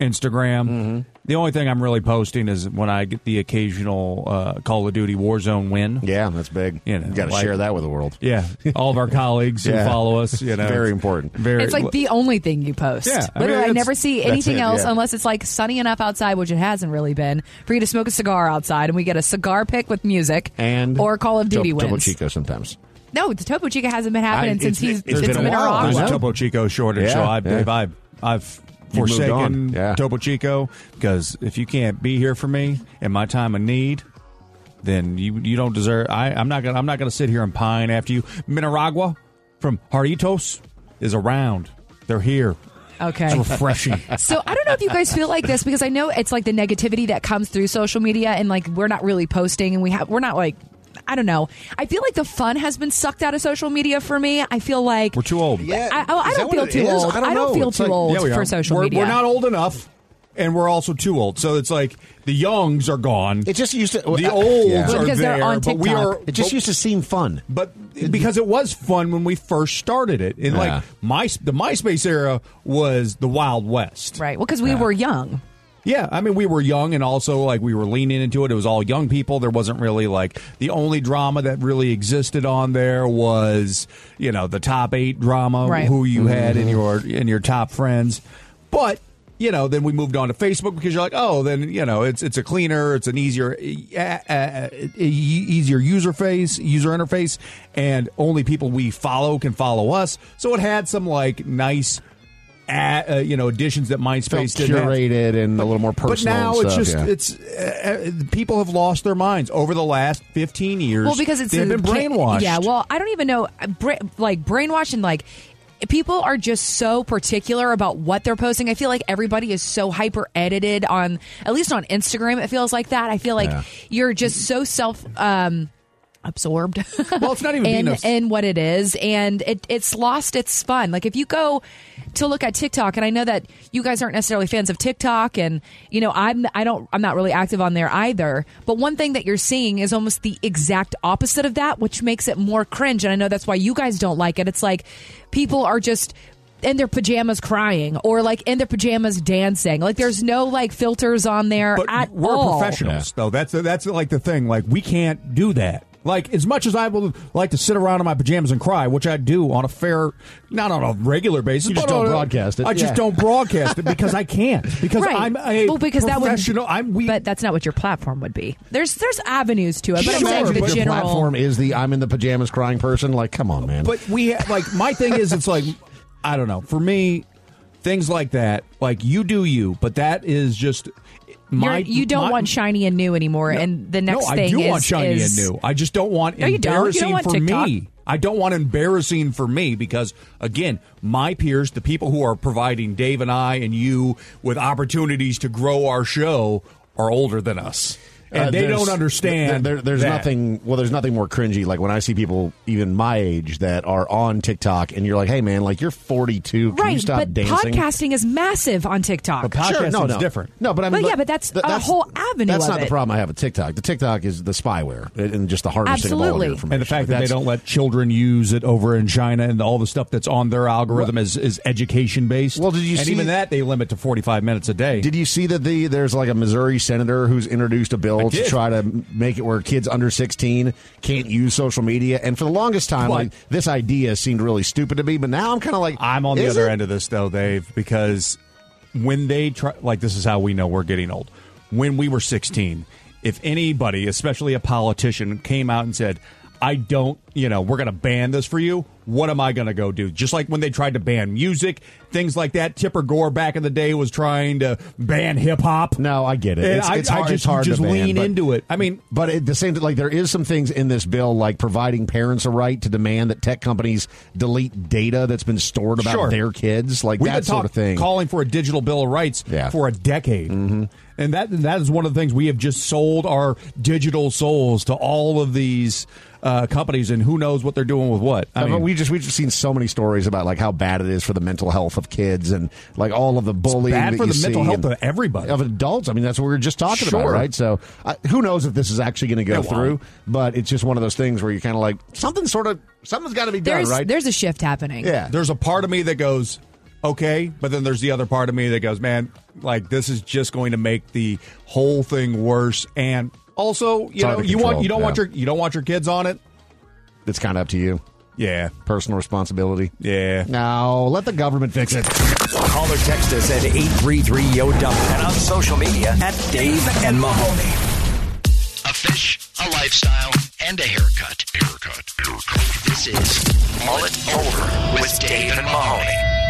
Speaker 6: Instagram.
Speaker 5: Mm-hmm.
Speaker 6: The only thing I'm really posting is when I get the occasional uh, Call of Duty Warzone win.
Speaker 5: Yeah, that's big.
Speaker 6: You, know,
Speaker 5: You gotta
Speaker 6: like-
Speaker 5: share that with the world.
Speaker 6: Yeah, all of our colleagues
Speaker 5: Yeah.
Speaker 6: who follow us. You know,
Speaker 5: Very
Speaker 6: it's
Speaker 5: important.
Speaker 6: Very.
Speaker 7: It's like the only thing you post.
Speaker 6: Yeah, I mean,
Speaker 7: Literally, I,
Speaker 6: it's-
Speaker 7: never see
Speaker 6: that's
Speaker 7: anything
Speaker 6: it,
Speaker 7: else
Speaker 6: yeah.
Speaker 7: unless it's like sunny enough outside, which it hasn't really been, for you to smoke a cigar outside, and we get a cigar pick with music
Speaker 5: and
Speaker 7: or Call of Duty
Speaker 5: Topo
Speaker 7: wins.
Speaker 5: Chico sometimes.
Speaker 7: No, the Topo Chica hasn't been happening
Speaker 6: I-
Speaker 7: since he's
Speaker 6: it's
Speaker 7: it's
Speaker 6: been a while.
Speaker 7: Nicaragua.
Speaker 6: There's a Topo Chico shortage, so
Speaker 5: Yeah,
Speaker 6: I,
Speaker 5: yeah.
Speaker 6: Dave, I've I've
Speaker 5: You moved
Speaker 6: forsaken
Speaker 5: on, yeah.
Speaker 6: Topo Chico because if you can't be here for me in my time of need, then you you don't deserve. I I'm not gonna I'm not gonna sit here and pine after you. Minaragua from Haritos is around. They're here.
Speaker 7: Okay.
Speaker 6: It's refreshing.
Speaker 7: So I don't know if you guys feel like this because I know it's like the negativity that comes through social media and like we're not really posting and we have we're not like I don't know. I feel like the fun has been sucked out of social media for me. I feel like
Speaker 6: We're too old.
Speaker 7: Yeah. I- I- I Is don't that feel what it too is? old. I don't I don't know. feel It's too like- old
Speaker 6: we
Speaker 7: for
Speaker 6: are.
Speaker 7: social
Speaker 6: We're-
Speaker 7: media.
Speaker 6: We're not old enough, and we're also too old. So it's like the youngs are gone. It
Speaker 5: just used to uh,
Speaker 6: the olds
Speaker 5: Yeah.
Speaker 6: are there, but we are.
Speaker 5: It just
Speaker 6: but-
Speaker 5: used to seem fun.
Speaker 6: but because it was fun when we first started it, and
Speaker 5: Yeah.
Speaker 6: like my the MySpace era was the Wild West,
Speaker 7: right? Well, because we
Speaker 6: Yeah.
Speaker 7: were young.
Speaker 6: Yeah, I mean, we were young and also like we were leaning into it. It was all young people. There wasn't really like the only drama that really existed on there was you know the top eight drama,
Speaker 14: Right.
Speaker 6: who you had in
Speaker 14: Mhm.
Speaker 6: your in your top friends, but. You know, then we moved on to Facebook because you're like, oh, then you know, it's it's a cleaner, it's an easier, uh, uh, e- easier user face, user interface, and only people we follow can follow us. So it had some like nice a- uh, you know additions that MySpace did.
Speaker 5: curated and a little more personal.
Speaker 6: But now
Speaker 5: and
Speaker 6: it's
Speaker 5: stuff,
Speaker 6: just
Speaker 5: yeah.
Speaker 6: it's uh, uh, people have lost their minds over the last fifteen years.
Speaker 7: Well, because it's
Speaker 6: they've been
Speaker 7: ca-
Speaker 6: brainwashed.
Speaker 7: Yeah, well, I don't even know, uh, bra- like brainwashed and like people are just so particular about what they're posting. I feel like everybody is so hyper edited on, at least on Instagram. It feels like that. I feel like
Speaker 13: Yeah.
Speaker 7: you're just so self. Um, absorbed well
Speaker 6: it's not even being
Speaker 7: in,
Speaker 6: abs-
Speaker 7: in what it is and it, it's lost its fun like if you go to look at tiktok and i know that you guys aren't necessarily fans of tiktok and you know i'm i don't i'm not really active on there either but one thing that you're seeing is almost the exact opposite of that which makes it more cringe and i know that's why you guys don't like it it's like people are just in their pajamas crying or like in their pajamas dancing like there's no like filters on there
Speaker 6: but
Speaker 7: at
Speaker 6: we're
Speaker 7: all
Speaker 6: professionals though. That's that's like the thing. Like we can't do that. Like as much as I would like to sit around in my pajamas and cry, which I do on a fair, not on a regular basis.
Speaker 5: You just
Speaker 6: but on
Speaker 5: don't
Speaker 6: a-
Speaker 5: broadcast it.
Speaker 6: I just
Speaker 5: Yeah.
Speaker 6: don't broadcast it because I can't. Because
Speaker 7: right.
Speaker 6: I'm a
Speaker 7: well, because that would,
Speaker 6: professional. I'm we,
Speaker 7: but that's not what your platform would be. There's there's avenues to it, but I'm
Speaker 5: Sure,
Speaker 7: saying the
Speaker 5: but your
Speaker 7: general.
Speaker 5: platform is the I'm in the pajamas crying person. Like, come on, man.
Speaker 6: But we ha- like my thing is it's like I don't know. For me, things like that, like you do you, but that is just my
Speaker 7: you're- you don't
Speaker 6: my-
Speaker 7: want shiny and new anymore, and the next
Speaker 6: no,
Speaker 7: thing
Speaker 6: I do
Speaker 7: is,
Speaker 6: want shiny
Speaker 7: is-
Speaker 6: and new. I just don't want
Speaker 7: No, you don't. You don't
Speaker 6: embarrassing
Speaker 7: want
Speaker 6: for
Speaker 7: TikTok.
Speaker 6: me. I don't want embarrassing for me because again, my peers, the people who are providing Dave and I and you with opportunities to grow our show, are older than us, and
Speaker 5: Uh,
Speaker 6: they
Speaker 5: there's-
Speaker 6: don't understand.
Speaker 5: there- there- there's
Speaker 6: that.
Speaker 5: nothing. Well, there's nothing more cringy. Like when I see people even my age that are on TikTok, and you're like, "Hey, man, like you're 42. Can
Speaker 7: Right,
Speaker 5: you stop
Speaker 7: but
Speaker 5: dancing?"
Speaker 7: podcasting is massive on TikTok.
Speaker 5: Sure, no, no. No, but I
Speaker 7: well,
Speaker 5: mean,
Speaker 7: yeah,
Speaker 5: look,
Speaker 7: but that's
Speaker 5: th-
Speaker 7: a whole avenue.
Speaker 5: That's
Speaker 7: of
Speaker 5: not
Speaker 7: it.
Speaker 5: the problem I have with TikTok. The TikTok is the spyware and and just the harvesting of all of
Speaker 7: Absolutely.
Speaker 5: your
Speaker 7: And
Speaker 5: information.
Speaker 6: And the
Speaker 5: Like,
Speaker 6: fact that they
Speaker 5: that's-
Speaker 6: don't let children use it over in China and all the stuff that's on their algorithm is, is education based. Well, did
Speaker 5: you
Speaker 6: and
Speaker 5: see-
Speaker 6: even that they limit to forty five minutes a day?
Speaker 5: Did you see that the there's like a Missouri senator who's introduced a bill to
Speaker 6: did.
Speaker 5: try to make it where kids under 16 can't use social media? And for the longest time,
Speaker 6: But-
Speaker 5: like this idea seemed really stupid to me. But now I'm kind of like
Speaker 6: I'm on the
Speaker 5: is
Speaker 6: other
Speaker 5: it?
Speaker 6: end of this though, Dave, because when they try, like this is how we know we're getting old. When we were 16, if anybody, especially a politician, came out and said, "I don't," you know, we're going to ban this for you. What am I going to go do? Just like when they tried to ban music, things like that. Tipper Gore back in the day was trying to ban hip hop.
Speaker 5: No, I get it.
Speaker 6: And
Speaker 5: It's,
Speaker 6: I-
Speaker 5: it's
Speaker 6: I
Speaker 5: hard,
Speaker 6: just-
Speaker 5: it's hard to
Speaker 6: just
Speaker 5: ban,
Speaker 6: lean
Speaker 5: but-
Speaker 6: into it. I mean,
Speaker 5: but at the same time, like there is some things in this bill, like providing parents a right to demand that tech companies delete data that's been stored about
Speaker 6: Sure.
Speaker 5: their kids, like
Speaker 6: We've
Speaker 5: that
Speaker 6: been
Speaker 5: sort
Speaker 6: talk-
Speaker 5: of thing. Mm-hmm.
Speaker 6: calling for a digital bill of rights for a decade, and that that is one of the things we have just sold our digital souls to all of these uh, companies, and who knows what they're doing with what.
Speaker 5: I
Speaker 6: I mean,
Speaker 5: we just we've just seen so many stories about like how bad it is for the mental health of kids and like all of the bullying.
Speaker 6: bad
Speaker 5: that
Speaker 6: for
Speaker 5: you
Speaker 6: the mental
Speaker 5: see
Speaker 6: health
Speaker 5: and-
Speaker 6: of everybody.
Speaker 5: of adults. I mean, that's what we were just talking about,
Speaker 6: Sure.
Speaker 5: right? So, I, who knows if this is actually going to go
Speaker 6: It won't.
Speaker 5: through? But it's just one of those things where you're kind of like something sort of something's got to be
Speaker 7: There's
Speaker 5: done, right?
Speaker 7: there's a shift happening.
Speaker 6: there's a part of me that goes okay, but then there's the other part of me that goes, man, like this is just going to make the whole thing worse, and also you
Speaker 5: It's hard
Speaker 6: know
Speaker 5: to
Speaker 6: you want
Speaker 5: control,
Speaker 6: you don't want
Speaker 5: yeah.
Speaker 6: your you don't want your kids on it.
Speaker 5: It's kind of up to you.
Speaker 6: Yeah,
Speaker 5: personal responsibility.
Speaker 6: Yeah.
Speaker 5: Now let the government fix it.
Speaker 3: Call or text us at 833 yo dump and on social media at Dave and Mahoney.
Speaker 2: A fish, a lifestyle, and a haircut. Haircut. Haircut. This is Mullet Over with Dave and Mahoney.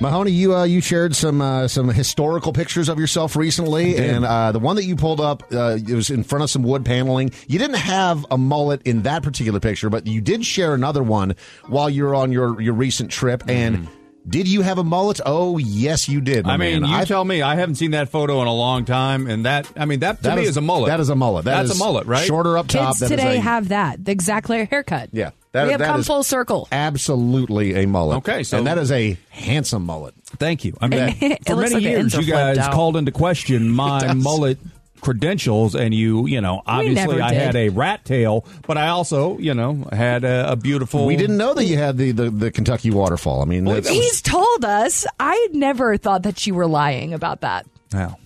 Speaker 5: Mahoney, you uh, you shared some uh, some historical pictures of yourself recently, and uh, the one that you pulled up uh, it was in front of some wood paneling. You didn't have a mullet in that particular picture, but you did share another one while you were on your your recent trip. And did you have a mullet? Oh, yes, you did. my
Speaker 6: Mm. I mean,
Speaker 5: man.
Speaker 6: you
Speaker 5: I
Speaker 6: tell me. I haven't seen that photo in a long time, and that I mean that to
Speaker 5: That
Speaker 6: me
Speaker 5: is-
Speaker 6: is, a mullet.
Speaker 5: that is a mullet. That
Speaker 6: That's
Speaker 5: is
Speaker 6: a mullet, right?
Speaker 5: shorter up top.
Speaker 7: Kids
Speaker 5: that is
Speaker 7: today
Speaker 5: a-
Speaker 7: have that the exact layer haircut.
Speaker 5: yeah, that,
Speaker 7: we have
Speaker 5: that
Speaker 7: come
Speaker 5: is
Speaker 7: full circle.
Speaker 5: absolutely a mullet.
Speaker 6: Okay, so-
Speaker 5: and that is a handsome mullet.
Speaker 6: Thank you. I mean,
Speaker 5: It
Speaker 6: for
Speaker 5: looks like
Speaker 6: many
Speaker 5: the
Speaker 6: years,
Speaker 5: ends are
Speaker 6: you guys
Speaker 5: flipped out.
Speaker 6: called into question my mullet credentials, and you, you know, obviously
Speaker 5: never
Speaker 6: I had a
Speaker 5: did.
Speaker 6: rat tail, but I also, you know, had a, a beautiful.
Speaker 5: We didn't know that you had the, the, the Kentucky waterfall. I mean, that's,
Speaker 7: He's told us. I never thought that you were lying about that.
Speaker 6: No,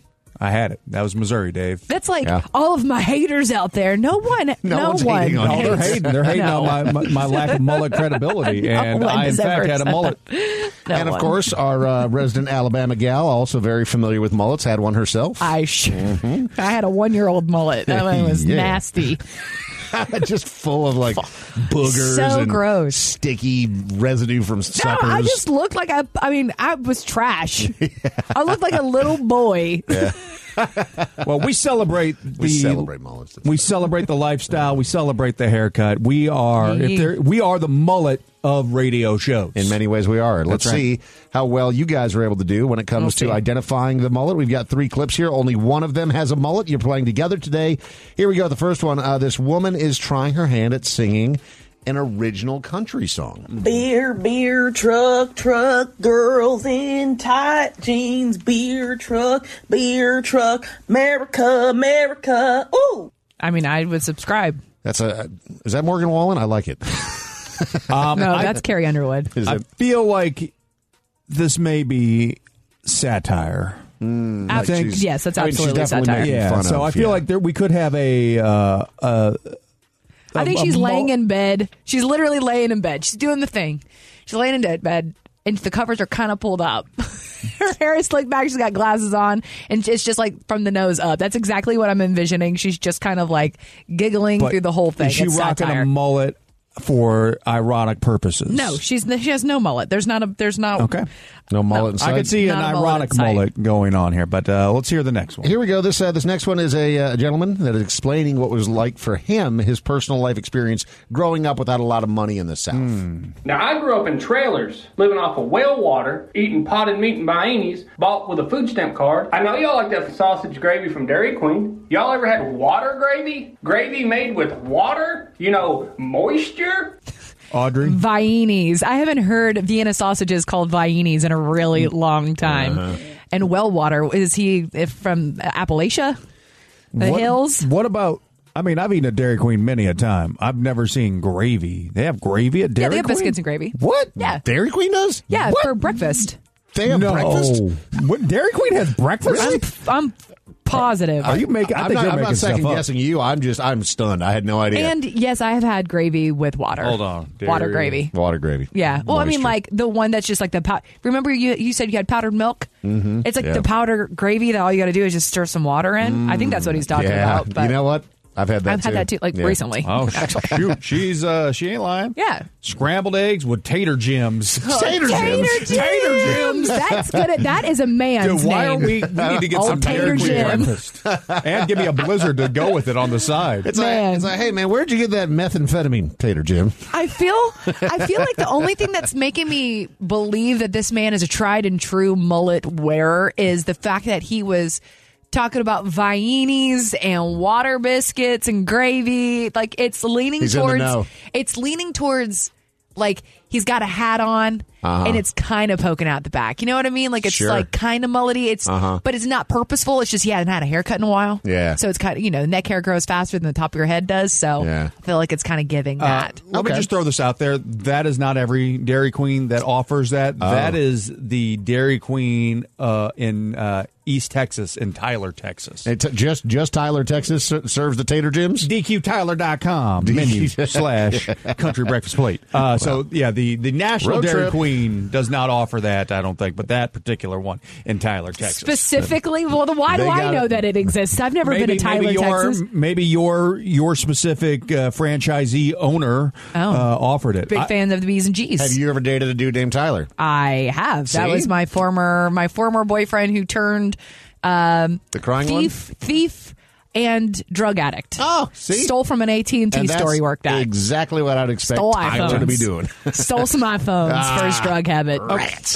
Speaker 6: I had it. That was Missouri, Dave.
Speaker 7: That's like all of my haters out there. No one, no, one.
Speaker 6: No, they're
Speaker 7: hates-
Speaker 6: hating. They're hating
Speaker 7: No.
Speaker 6: on my, my, my lack of mullet credibility,
Speaker 7: No
Speaker 6: and
Speaker 7: one
Speaker 6: I in
Speaker 7: has
Speaker 6: fact
Speaker 7: ever
Speaker 6: had a
Speaker 7: said
Speaker 6: mullet.
Speaker 5: and of
Speaker 7: one.
Speaker 5: course, our uh, resident Alabama gal, also very familiar with mullets, had one herself.
Speaker 7: Mm-hmm. I sh- I had a one year old mullet. That one was
Speaker 5: Yeah.
Speaker 7: nasty.
Speaker 5: just full of like boogers
Speaker 7: So
Speaker 5: and
Speaker 7: gross.
Speaker 5: sticky residue from
Speaker 7: No,
Speaker 5: suckers.
Speaker 7: I just looked like I. I mean, I was trash. I looked like a little boy.
Speaker 5: Yeah.
Speaker 6: well, we celebrate the
Speaker 5: We celebrate mullets.
Speaker 6: We celebrate the lifestyle. We celebrate the haircut. We are
Speaker 5: Yeah.
Speaker 6: if there, we are the mullet of radio shows.
Speaker 5: In many ways, we are. Let's
Speaker 6: That's right.
Speaker 5: see how well you guys are able to do when it comes to identifying the mullet. We've got three clips here. Only one of them has a mullet. You're playing together today. Here we go. The first one. Uh, this woman is trying her hand at singing an original country song.
Speaker 13: Beer, beer, truck, truck, girls in tight jeans. Beer, truck, beer, truck, America, America. Ooh.
Speaker 7: I mean, I would subscribe.
Speaker 5: That's a. Is that Morgan Wallen? I like it.
Speaker 6: Um,
Speaker 7: no,
Speaker 6: I-
Speaker 7: that's Carrie Underwood.
Speaker 5: Is
Speaker 6: I
Speaker 5: it-
Speaker 6: feel like this may be satire.
Speaker 7: Ab- yes, that's I mean, she's absolutely definitely satire. making
Speaker 6: Yeah,
Speaker 7: fun
Speaker 6: so
Speaker 7: of,
Speaker 6: I feel
Speaker 7: yeah.
Speaker 6: like there, we could have a. Uh, uh,
Speaker 7: I think
Speaker 6: a- a
Speaker 7: she's
Speaker 6: mul-
Speaker 7: laying in bed. She's literally laying in bed. She's doing the thing. She's laying in dead bed, and the covers are kind of pulled up. Her hair is slicked back. She's got glasses on, and it's just like from the nose up. That's exactly what I'm envisioning. She's just kind of like giggling
Speaker 6: but
Speaker 7: through the whole thing.
Speaker 6: Is she
Speaker 7: it's
Speaker 6: rocking
Speaker 7: satire.
Speaker 6: a mullet for ironic purposes?
Speaker 7: no, she's she has no mullet. There's not a there's not
Speaker 6: Okay.
Speaker 5: No mullet.
Speaker 6: I could see an
Speaker 7: Not a mullet
Speaker 6: ironic
Speaker 7: in sight.
Speaker 6: mullet going on here, but uh, let's hear the next one.
Speaker 5: Here we go. This uh, this next one is a uh, gentleman that is explaining what was like for him his personal life experience growing up without a lot of money in the South.
Speaker 6: Hmm.
Speaker 14: Now, I grew up in trailers, living off of well water, eating potted meat and biennies, bought with a food stamp card. I know y'all like that sausage gravy from Dairy Queen. Y'all ever had water gravy? Gravy made with water? You know, moisture?
Speaker 6: Audrey.
Speaker 7: Viennese. I haven't heard Vienna sausages called Viennese in a really
Speaker 6: Mm.
Speaker 7: long time.
Speaker 6: Uh-huh.
Speaker 7: And well water is he if from Appalachia? The
Speaker 6: What-
Speaker 7: hills.
Speaker 6: What about? I mean, I've eaten at Dairy Queen many a time. I've never seen gravy. They have gravy at Dairy
Speaker 7: yeah, they have
Speaker 6: Queen.
Speaker 7: biscuits and gravy.
Speaker 6: What?
Speaker 7: Yeah.
Speaker 5: Dairy Queen does?
Speaker 7: Yeah, for breakfast.
Speaker 5: They have
Speaker 6: no.
Speaker 5: breakfast?
Speaker 6: What, Dairy Queen has breakfast?
Speaker 7: I'm, I'm positive.
Speaker 6: Oh, Are you making? I
Speaker 5: I'm
Speaker 6: think
Speaker 5: not,
Speaker 6: you're
Speaker 5: I'm
Speaker 6: making
Speaker 5: not second
Speaker 6: stuff up.
Speaker 5: guessing you. I'm just I'm stunned. I had no idea.
Speaker 7: And yes, I have had gravy with water. water gravy.
Speaker 5: Water gravy.
Speaker 7: Yeah. Well, I mean,
Speaker 5: Moisture.
Speaker 7: like the one that's just like the pow- Remember, you you said you had powdered milk.
Speaker 5: Mhm.
Speaker 7: It's like
Speaker 5: Yeah.
Speaker 7: the powder gravy that all you got to do is just stir some water in. I think that's what he's talking
Speaker 5: Mm, yeah.
Speaker 7: about. But
Speaker 5: you know what? I've had that.
Speaker 7: I've
Speaker 5: too.
Speaker 7: had that too, like,
Speaker 5: Yeah.
Speaker 7: recently.
Speaker 6: Oh shoot, she's uh, she ain't lying.
Speaker 7: Yeah.
Speaker 6: Scrambled eggs with tater jims.
Speaker 7: Oh,
Speaker 6: jims. Tater jims.
Speaker 7: That's good. That is a man's
Speaker 6: Dude, why are
Speaker 7: name.
Speaker 6: we? We need to get
Speaker 7: Oh,
Speaker 6: some
Speaker 7: Tater
Speaker 6: Dairy Queen
Speaker 7: Jim.
Speaker 6: breakfast, and give me a blizzard to go with it on the side.
Speaker 5: It's like, it's like, hey man, where'd you get that methamphetamine, Tater Jim?
Speaker 7: I feel I feel like the only thing that's making me believe that this man is a tried and true mullet wearer is the fact that he was talking about viennese and water biscuits and gravy. Like it's leaning
Speaker 5: He's in the
Speaker 7: towards
Speaker 5: know.
Speaker 7: it's leaning towards like he's got a hat on
Speaker 5: Uh-huh.
Speaker 7: and it's kind of poking out the back. You know what I mean? Like it's
Speaker 5: Sure.
Speaker 7: like kind of mullety. It's
Speaker 5: Uh-huh.
Speaker 7: but it's not purposeful. It's just he hadn't had a haircut in a while.
Speaker 5: Yeah.
Speaker 7: So it's kind of you know neck hair grows faster than the top of your head does. So
Speaker 6: Yeah.
Speaker 7: I feel like it's kind of giving that.
Speaker 6: Uh, let me just throw this out there. That is not every Dairy Queen that offers that.
Speaker 5: Oh.
Speaker 6: That is the Dairy Queen uh, in uh, East Texas, in Tyler, Texas.
Speaker 5: It t- just just Tyler, Texas ser- serves the Tater Jims.
Speaker 6: DQTyler.com menu slash country breakfast plate. Uh, so yeah, the, the National
Speaker 5: Road
Speaker 6: Dairy
Speaker 5: trip.
Speaker 6: Queen does not offer that, I don't think, but that particular one in Tyler, Texas.
Speaker 7: Specifically, well, then why do
Speaker 6: They
Speaker 7: I
Speaker 6: got
Speaker 7: know
Speaker 6: it.
Speaker 7: that it exists? I've never been to Tyler,
Speaker 6: maybe your,
Speaker 7: Texas.
Speaker 6: Maybe your your specific uh, franchisee owner uh, offered it.
Speaker 7: Oh. Big
Speaker 6: I-
Speaker 7: fan of the bees and G's.
Speaker 5: Have you ever dated a dude named Tyler?
Speaker 7: I have. That
Speaker 5: See?
Speaker 7: was my former my former boyfriend who turned um,
Speaker 5: The crying one?
Speaker 7: thief, thief, and drug addict.
Speaker 5: Oh, see?
Speaker 7: stole from an AT and T
Speaker 5: And that's
Speaker 7: store he worked at.
Speaker 5: Exactly what I'd expect
Speaker 7: Stole
Speaker 5: Tyler to
Speaker 7: iPhones.
Speaker 5: be doing.
Speaker 7: Stole some iPhones for his
Speaker 5: Ah,
Speaker 7: drug habit.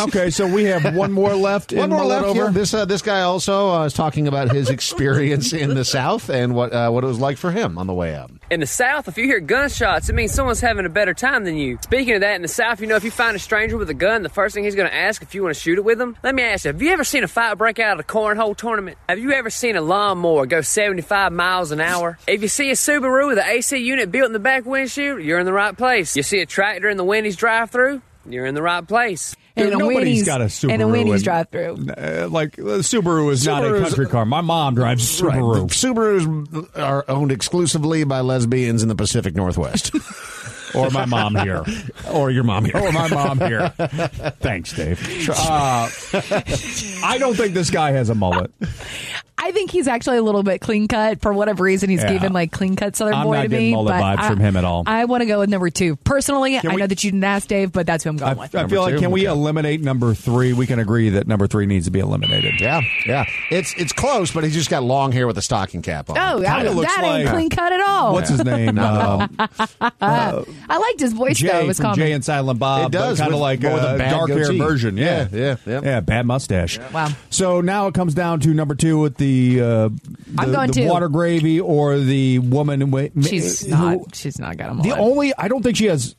Speaker 6: Okay, so we have one more left.
Speaker 5: One
Speaker 6: in
Speaker 5: more
Speaker 6: Mullet
Speaker 5: left.
Speaker 6: Over.
Speaker 5: Yeah, this uh, this guy also uh, is talking about his experience in the South and what uh, what it was like for him on the way up.
Speaker 15: In the South, if you hear gunshots, it means someone's having a better time than you. Speaking of that, in the South, you know, if you find a stranger with a gun, the first thing he's going to ask if you want to shoot it with him. Let me ask you, have you ever seen a fight break out at a cornhole tournament? Have you ever seen a lawnmower go 75 miles an hour? If you see a Subaru with an AC unit built in the back windshield, you're in the right place. You see a tractor in the Wendy's drive through you're in the right place.
Speaker 6: Dude, nobody's got a Subaru.
Speaker 7: and a Wendy's drive-thru.
Speaker 6: Uh, like, uh, Subaru is not a
Speaker 5: Subaru's-
Speaker 6: country car. My mom drives a
Speaker 5: Right.
Speaker 6: Subaru.
Speaker 5: The Subarus are owned exclusively by lesbians in the Pacific Northwest.
Speaker 6: Or my mom here.
Speaker 5: Or your mom here.
Speaker 6: Or Oh, my mom here.
Speaker 7: Oh,
Speaker 6: Thanks, Dave. Uh, I don't think this guy has a mullet.
Speaker 7: I I think he's actually a little bit clean cut for whatever reason. He's
Speaker 6: Yeah.
Speaker 7: given like clean cut Southern
Speaker 6: I'm
Speaker 7: boy
Speaker 6: not
Speaker 7: to
Speaker 6: getting
Speaker 7: me.
Speaker 6: all the
Speaker 7: but
Speaker 6: vibes
Speaker 7: I,
Speaker 6: from him at all.
Speaker 7: I want to go with number two personally.
Speaker 6: Can
Speaker 7: I
Speaker 6: we-
Speaker 7: know that you didn't ask Dave, but that's who I'm going
Speaker 6: I
Speaker 7: with.
Speaker 6: feel like can we eliminate number three? We can agree that number three needs to be eliminated.
Speaker 5: Yeah, yeah. It's it's close, but he's just got long hair with a stocking cap on.
Speaker 7: Oh, that,
Speaker 5: Kinda looks
Speaker 7: that ain't
Speaker 5: like-
Speaker 7: clean cut at all.
Speaker 5: What's his name?
Speaker 7: Not at all.
Speaker 6: Uh,
Speaker 7: I liked his voice
Speaker 6: Jay
Speaker 7: though. It was
Speaker 6: from
Speaker 7: calm.
Speaker 6: Jay and Silent Bob.
Speaker 5: It does,
Speaker 6: kind of
Speaker 5: with-
Speaker 6: like
Speaker 5: but with
Speaker 6: uh,
Speaker 5: a bad
Speaker 6: dark hair
Speaker 5: goatee.
Speaker 6: version. Yeah,
Speaker 5: Yeah, yeah, yeah.
Speaker 6: Bad mustache.
Speaker 7: Wow.
Speaker 6: So now it comes down to number two with the uh, the,
Speaker 7: I'm going
Speaker 6: the
Speaker 7: two.
Speaker 6: water gravy or the woman. Who,
Speaker 7: She's not. She's not got him.
Speaker 6: The only I don't think she has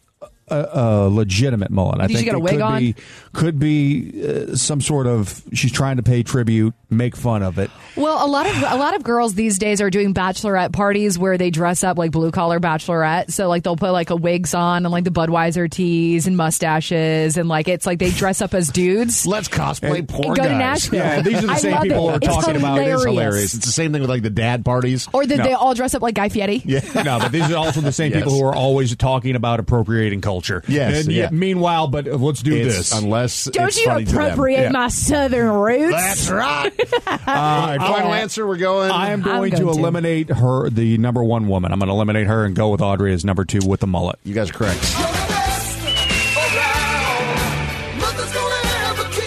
Speaker 6: a, a legitimate mullet. I
Speaker 7: Did she
Speaker 6: think
Speaker 7: get a
Speaker 6: it
Speaker 7: wig
Speaker 6: could
Speaker 7: on?
Speaker 6: be could be uh, some sort of she's trying to pay tribute, make fun of it.
Speaker 7: Well, a lot of a lot of girls these days are doing bachelorette parties where they dress up like blue collar bachelorette. So like they'll put like a wigs on and like the Budweiser tees and mustaches and like it's like they dress up as dudes.
Speaker 5: Let's cosplay poor
Speaker 7: and go to
Speaker 5: guys.
Speaker 7: Nashville.
Speaker 5: Yeah, these are the
Speaker 7: I
Speaker 5: same
Speaker 7: love
Speaker 5: people
Speaker 7: it.
Speaker 5: we're
Speaker 7: It's
Speaker 5: talking about. It is
Speaker 7: hilarious.
Speaker 5: hilarious. It's the same thing with like the dad parties.
Speaker 7: Or that
Speaker 5: No.
Speaker 7: they all dress up like Guy Fieri.
Speaker 5: Yeah.
Speaker 6: no, but these are also the same people
Speaker 5: Yes.
Speaker 6: who are always talking about appropriating culture.
Speaker 5: Yes,
Speaker 6: And yet-
Speaker 5: yeah.
Speaker 6: meanwhile, but uh, let's do
Speaker 5: It's-
Speaker 6: this.
Speaker 5: unless
Speaker 7: Don't you appropriate my southern roots?
Speaker 5: That's right.
Speaker 6: I
Speaker 5: Final
Speaker 6: love it.
Speaker 5: answer. We're going.
Speaker 6: I am Uh, going to eliminate her, the number one woman. I'm going to eliminate her and go with Audrey as number two with the mullet.
Speaker 5: You guys are correct.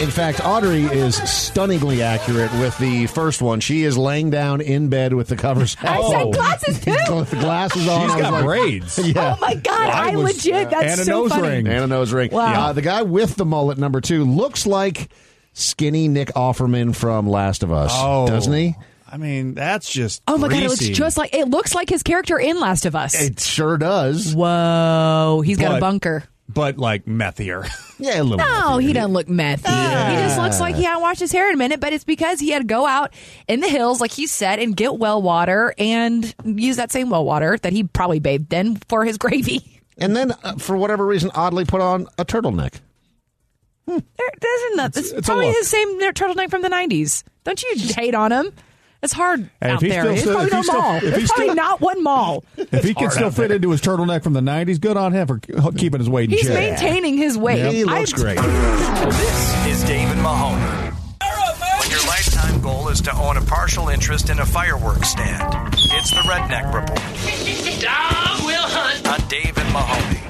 Speaker 5: In fact, Audrey is stunningly accurate with the first one. She is laying down in bed with the covers.
Speaker 7: I
Speaker 5: off.
Speaker 7: said glasses too.
Speaker 5: With the glasses on.
Speaker 6: She's
Speaker 5: I was
Speaker 6: got
Speaker 5: like-
Speaker 6: braids.
Speaker 5: Yeah.
Speaker 7: Oh my god! I, legit. That's
Speaker 5: and a
Speaker 7: so
Speaker 5: nose
Speaker 7: funny.
Speaker 5: ring. And a nose ring.
Speaker 7: Wow.
Speaker 5: Uh, the guy with the mullet, number two, looks like skinny Nick Offerman from Last of Us,
Speaker 6: Oh.
Speaker 5: doesn't he?
Speaker 6: I mean, that's just.
Speaker 7: Oh my god! It looks
Speaker 6: greasy.
Speaker 7: just like it looks like his character in Last of Us.
Speaker 5: It sure does.
Speaker 7: Whoa, he's got a
Speaker 6: But-
Speaker 7: bunker.
Speaker 6: But like methier.
Speaker 5: Yeah, a little.
Speaker 7: No, he doesn't look methy. He just looks like he hadn't washed his hair in a minute, but it's because he had to go out in the hills, like he said, and get well water and use that same well water that he probably bathed in for his gravy.
Speaker 5: And then, uh, for whatever reason, oddly put on a turtleneck.
Speaker 7: There, isn't that? It's,
Speaker 5: it's a
Speaker 7: probably
Speaker 5: look.
Speaker 7: the same turtleneck from the 90s. Don't you hate on him? It's hard
Speaker 6: And
Speaker 7: out
Speaker 6: if he's
Speaker 7: there.
Speaker 6: still-
Speaker 7: It's
Speaker 6: if
Speaker 7: probably
Speaker 6: he's
Speaker 7: no
Speaker 6: still-
Speaker 7: mall.
Speaker 6: if
Speaker 7: It's
Speaker 6: he's
Speaker 7: probably
Speaker 6: still-
Speaker 7: not one mall.
Speaker 6: If he can
Speaker 5: hard
Speaker 6: still
Speaker 5: out
Speaker 6: fit into his turtleneck from the 90s, good on him for uh, keeping his weight in
Speaker 7: He's
Speaker 6: check.
Speaker 7: maintaining his weight.
Speaker 6: Yeah, he
Speaker 7: I-
Speaker 6: looks great.
Speaker 3: This is David Mahoney. When your lifetime goal is to own a partial interest in a fireworks stand, it's the Redneck Report
Speaker 2: Dog will hunt.
Speaker 3: on Dave and Mahoney.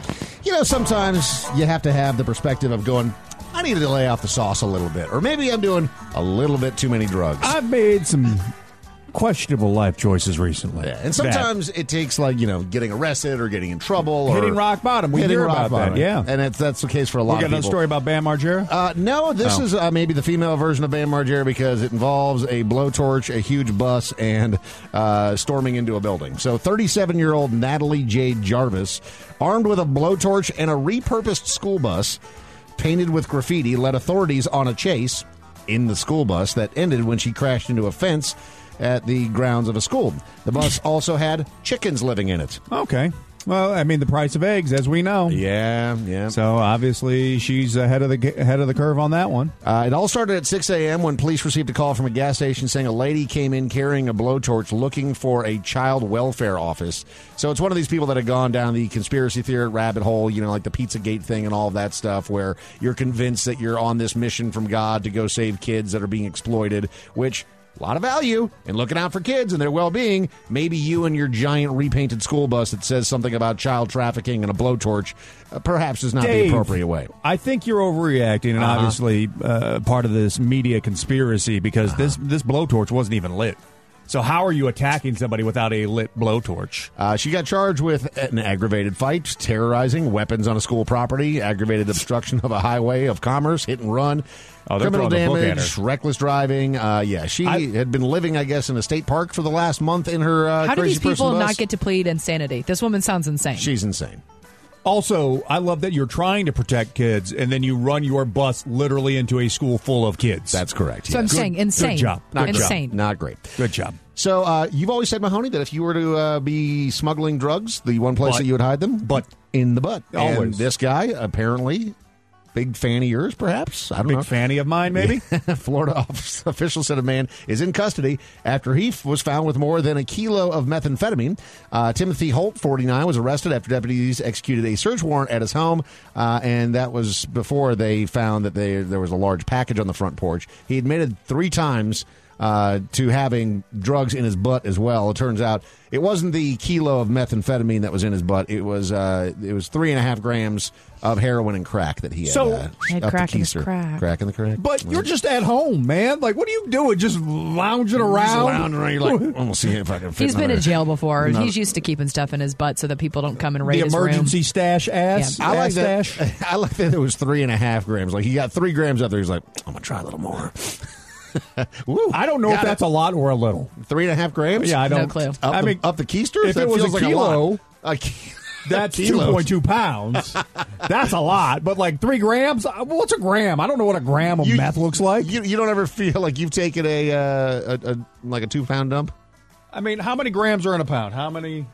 Speaker 5: You know, sometimes you have to have the perspective of going, I need to lay off the sauce a little bit. Or maybe I'm doing a little bit too many drugs.
Speaker 6: I've made some questionable life choices recently.
Speaker 5: and sometimes it takes like you know getting arrested or getting in trouble,
Speaker 6: Hitting
Speaker 5: or
Speaker 6: rock bottom. We
Speaker 5: hitting
Speaker 6: hear
Speaker 5: rock
Speaker 6: about that,
Speaker 5: bottom.
Speaker 6: yeah.
Speaker 5: and it's, that's the case for a
Speaker 6: we
Speaker 5: lot
Speaker 6: got
Speaker 5: of
Speaker 6: another
Speaker 5: people.
Speaker 6: story about Bam Margera.
Speaker 5: Uh, no, this
Speaker 6: Oh.
Speaker 5: is uh, maybe the female version of Bam Margera because it involves a blowtorch, a huge bus, and uh, storming into a building. So, 37 year old Natalie Jade Jarvis, armed with a blowtorch and a repurposed school bus painted with graffiti, led authorities on a chase in the school bus that ended when she crashed into a fence at the grounds of a school. The bus also had chickens living in it.
Speaker 6: okay. Well, I mean, the price of eggs, as we know.
Speaker 5: Yeah, yeah.
Speaker 6: So obviously, she's ahead of the ahead of the curve on that one.
Speaker 5: Uh, it all started at 6 a.m. when police received a call from a gas station saying a lady came in carrying a blowtorch looking for a child welfare office. So it's one of these people that had gone down the conspiracy theory rabbit hole, you know, like the Pizzagate thing and all of that stuff, where you're convinced that you're on this mission from God to go save kids that are being exploited, which. A lot of value in looking out for kids and their well being. Maybe you and your giant repainted school bus that says something about child trafficking and a blowtorch uh, perhaps is not
Speaker 6: Dave,
Speaker 5: the appropriate way.
Speaker 6: I think you're overreacting, and
Speaker 5: Uh-huh.
Speaker 6: obviously uh, part of this media conspiracy because
Speaker 5: Uh-huh.
Speaker 6: this this blowtorch wasn't even lit. So how are you attacking somebody without a lit blowtorch?
Speaker 5: Uh, she got charged with an aggravated fight, terrorizing, weapons on a school property, aggravated obstruction of a highway of commerce, hit and run,
Speaker 6: Oh, they're
Speaker 5: criminal
Speaker 6: throwing the book at
Speaker 5: damage, reckless driving. Uh, yeah, she
Speaker 6: I-
Speaker 5: had been living, I guess, in a state park for the last month in her uh,
Speaker 7: How do
Speaker 5: crazy
Speaker 7: these people
Speaker 5: person bus.
Speaker 7: not get to plead insanity? This woman sounds insane.
Speaker 5: She's insane.
Speaker 6: Also, I love that you're trying to protect kids, and then you run your bus literally into a school full of kids.
Speaker 5: That's correct.
Speaker 7: So I'm
Speaker 5: yes.
Speaker 7: saying insane.
Speaker 6: Good job.
Speaker 5: Not
Speaker 6: Good
Speaker 5: great.
Speaker 7: Insane.
Speaker 5: Not great.
Speaker 6: Good job.
Speaker 5: So uh, you've always said, Mahoney, that if you were to uh, be smuggling drugs, the one place
Speaker 6: But-
Speaker 5: that you would hide them,
Speaker 6: but-
Speaker 5: in the butt.
Speaker 6: Always.
Speaker 5: And this guy apparently. Big fan of yours, perhaps? I don't
Speaker 6: Big
Speaker 5: know.
Speaker 6: fanny of mine, maybe.
Speaker 5: Florida office- official said a man is in custody after he f- was found with more than a kilo of methamphetamine. Uh, Timothy Holt, 49, was arrested after deputies executed a search warrant at his home, uh, and that was before they found that they, there was a large package on the front porch. He admitted three times. uh, to having drugs in his butt as well. It turns out it wasn't the kilo of methamphetamine that was in his butt. It was uh, it was three and a half grams of heroin and crack that he had.
Speaker 6: So-
Speaker 5: uh,
Speaker 6: Had
Speaker 5: up
Speaker 6: crack
Speaker 5: the
Speaker 6: in his
Speaker 5: keister.
Speaker 6: crack.
Speaker 5: Crack in the crack.
Speaker 6: But you're just at home, man. Like, what are you doing? Just
Speaker 5: Just
Speaker 6: lounging around?
Speaker 5: lounging around. You're like, I'm gonna see if I can. Fit
Speaker 7: He's been
Speaker 5: another-
Speaker 7: in jail before.
Speaker 5: another-
Speaker 7: He's used to keeping stuff in his butt so that people don't come and raid
Speaker 6: the
Speaker 7: his
Speaker 6: emergency
Speaker 7: room.
Speaker 6: stash ass.
Speaker 7: Yeah.
Speaker 5: I like
Speaker 6: ass
Speaker 5: that.
Speaker 6: stash.
Speaker 5: I like that it was three and a half grams. Like he got three grams up there. He's like, I'm gonna try a little more. Woo,
Speaker 6: I don't know if
Speaker 5: got
Speaker 6: that's
Speaker 5: it.
Speaker 6: a lot or a little.
Speaker 5: three and a half grams.
Speaker 6: Yeah, I don't.
Speaker 5: Up,
Speaker 6: I
Speaker 5: the,
Speaker 6: mean,
Speaker 5: up the keister.
Speaker 6: if
Speaker 5: That
Speaker 6: it was
Speaker 5: feels
Speaker 6: a
Speaker 5: like
Speaker 6: kilo,
Speaker 5: lot. A ki-
Speaker 6: that's two
Speaker 5: kilos.
Speaker 6: point two pounds. that's a lot. But like three grams. uh, What's a gram? I don't know what a gram of meth looks like.
Speaker 5: You you don't ever feel like you've taken a uh, a, a like a two pound dump.
Speaker 6: I mean, how many grams are in a pound? How many?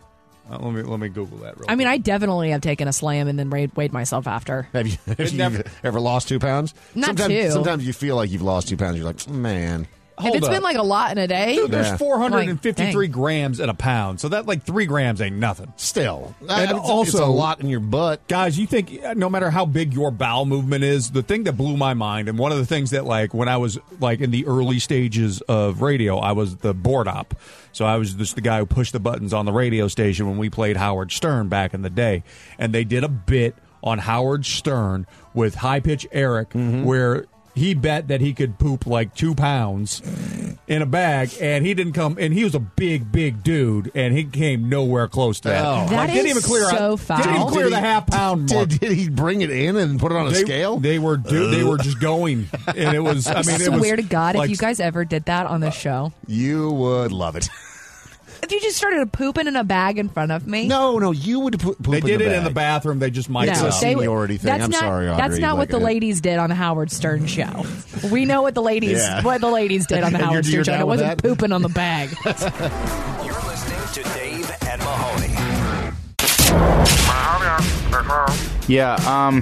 Speaker 6: Uh, let me let me Google that. Real
Speaker 7: I mean, I definitely have taken a slam and then raid, weighed myself after.
Speaker 5: Have you, have you
Speaker 7: never-
Speaker 5: ever lost two pounds?
Speaker 7: Not
Speaker 5: sometimes,
Speaker 7: two.
Speaker 5: Sometimes you feel like you've lost two pounds. You're like, man.
Speaker 7: if it's been like a lot in a day,
Speaker 6: Dude, there's
Speaker 5: Yeah.
Speaker 6: 453
Speaker 7: Like, dang.
Speaker 6: grams in a pound, so that like three grams ain't nothing.
Speaker 5: Still,
Speaker 6: and
Speaker 5: I- it's- it's
Speaker 6: also
Speaker 5: a lot in your butt,
Speaker 6: guys. You think uh, no matter how big your bowel movement is, the thing that blew my mind, and one of the things that like when I was like in the early stages of radio, I was the board op, so I was just the guy who pushed the buttons on the radio station when we played Howard Stern back in the day, and they did a bit on Howard Stern with high pitch Eric
Speaker 5: Mm-hmm.
Speaker 6: where he bet that he could poop like two pounds in a bag, and he didn't come. And he was a big, big dude, and he came nowhere close to that.
Speaker 5: Oh. That
Speaker 6: like, didn't
Speaker 7: is
Speaker 6: even clear
Speaker 7: so
Speaker 6: out, Didn't even
Speaker 7: foul.
Speaker 6: clear
Speaker 5: Did
Speaker 6: the
Speaker 5: he-
Speaker 6: half pound mark.
Speaker 5: Did, did he bring it in and put it on a
Speaker 6: They-
Speaker 5: scale?
Speaker 6: They were do, they were just going, and it was. I mean,
Speaker 7: I
Speaker 6: it was.
Speaker 7: swear to God,
Speaker 6: like,
Speaker 7: if you guys ever did that on this show,
Speaker 5: You would love it.
Speaker 7: if you just started pooping in a bag in front of me,
Speaker 5: No, no, you would po- poop.
Speaker 6: they
Speaker 5: in
Speaker 6: did
Speaker 5: the
Speaker 6: it
Speaker 5: bag.
Speaker 6: in the bathroom. They just mic
Speaker 7: No,
Speaker 5: It's a
Speaker 6: up.
Speaker 7: they would-
Speaker 5: seniority thing.
Speaker 7: That's
Speaker 5: I'm
Speaker 7: not,
Speaker 5: sorry, Audrey.
Speaker 7: That's not what
Speaker 5: Like,
Speaker 7: the
Speaker 5: uh,
Speaker 7: ladies did on the Howard Stern show. We know what the ladies
Speaker 5: Yeah.
Speaker 7: what the ladies did on the
Speaker 5: You're-
Speaker 7: Howard Stern
Speaker 5: you're
Speaker 7: show.
Speaker 5: down
Speaker 7: It
Speaker 5: with
Speaker 7: wasn't
Speaker 5: that?
Speaker 7: pooping on the bag.
Speaker 3: You're listening to Dave and Mahoney.
Speaker 16: Yeah, um,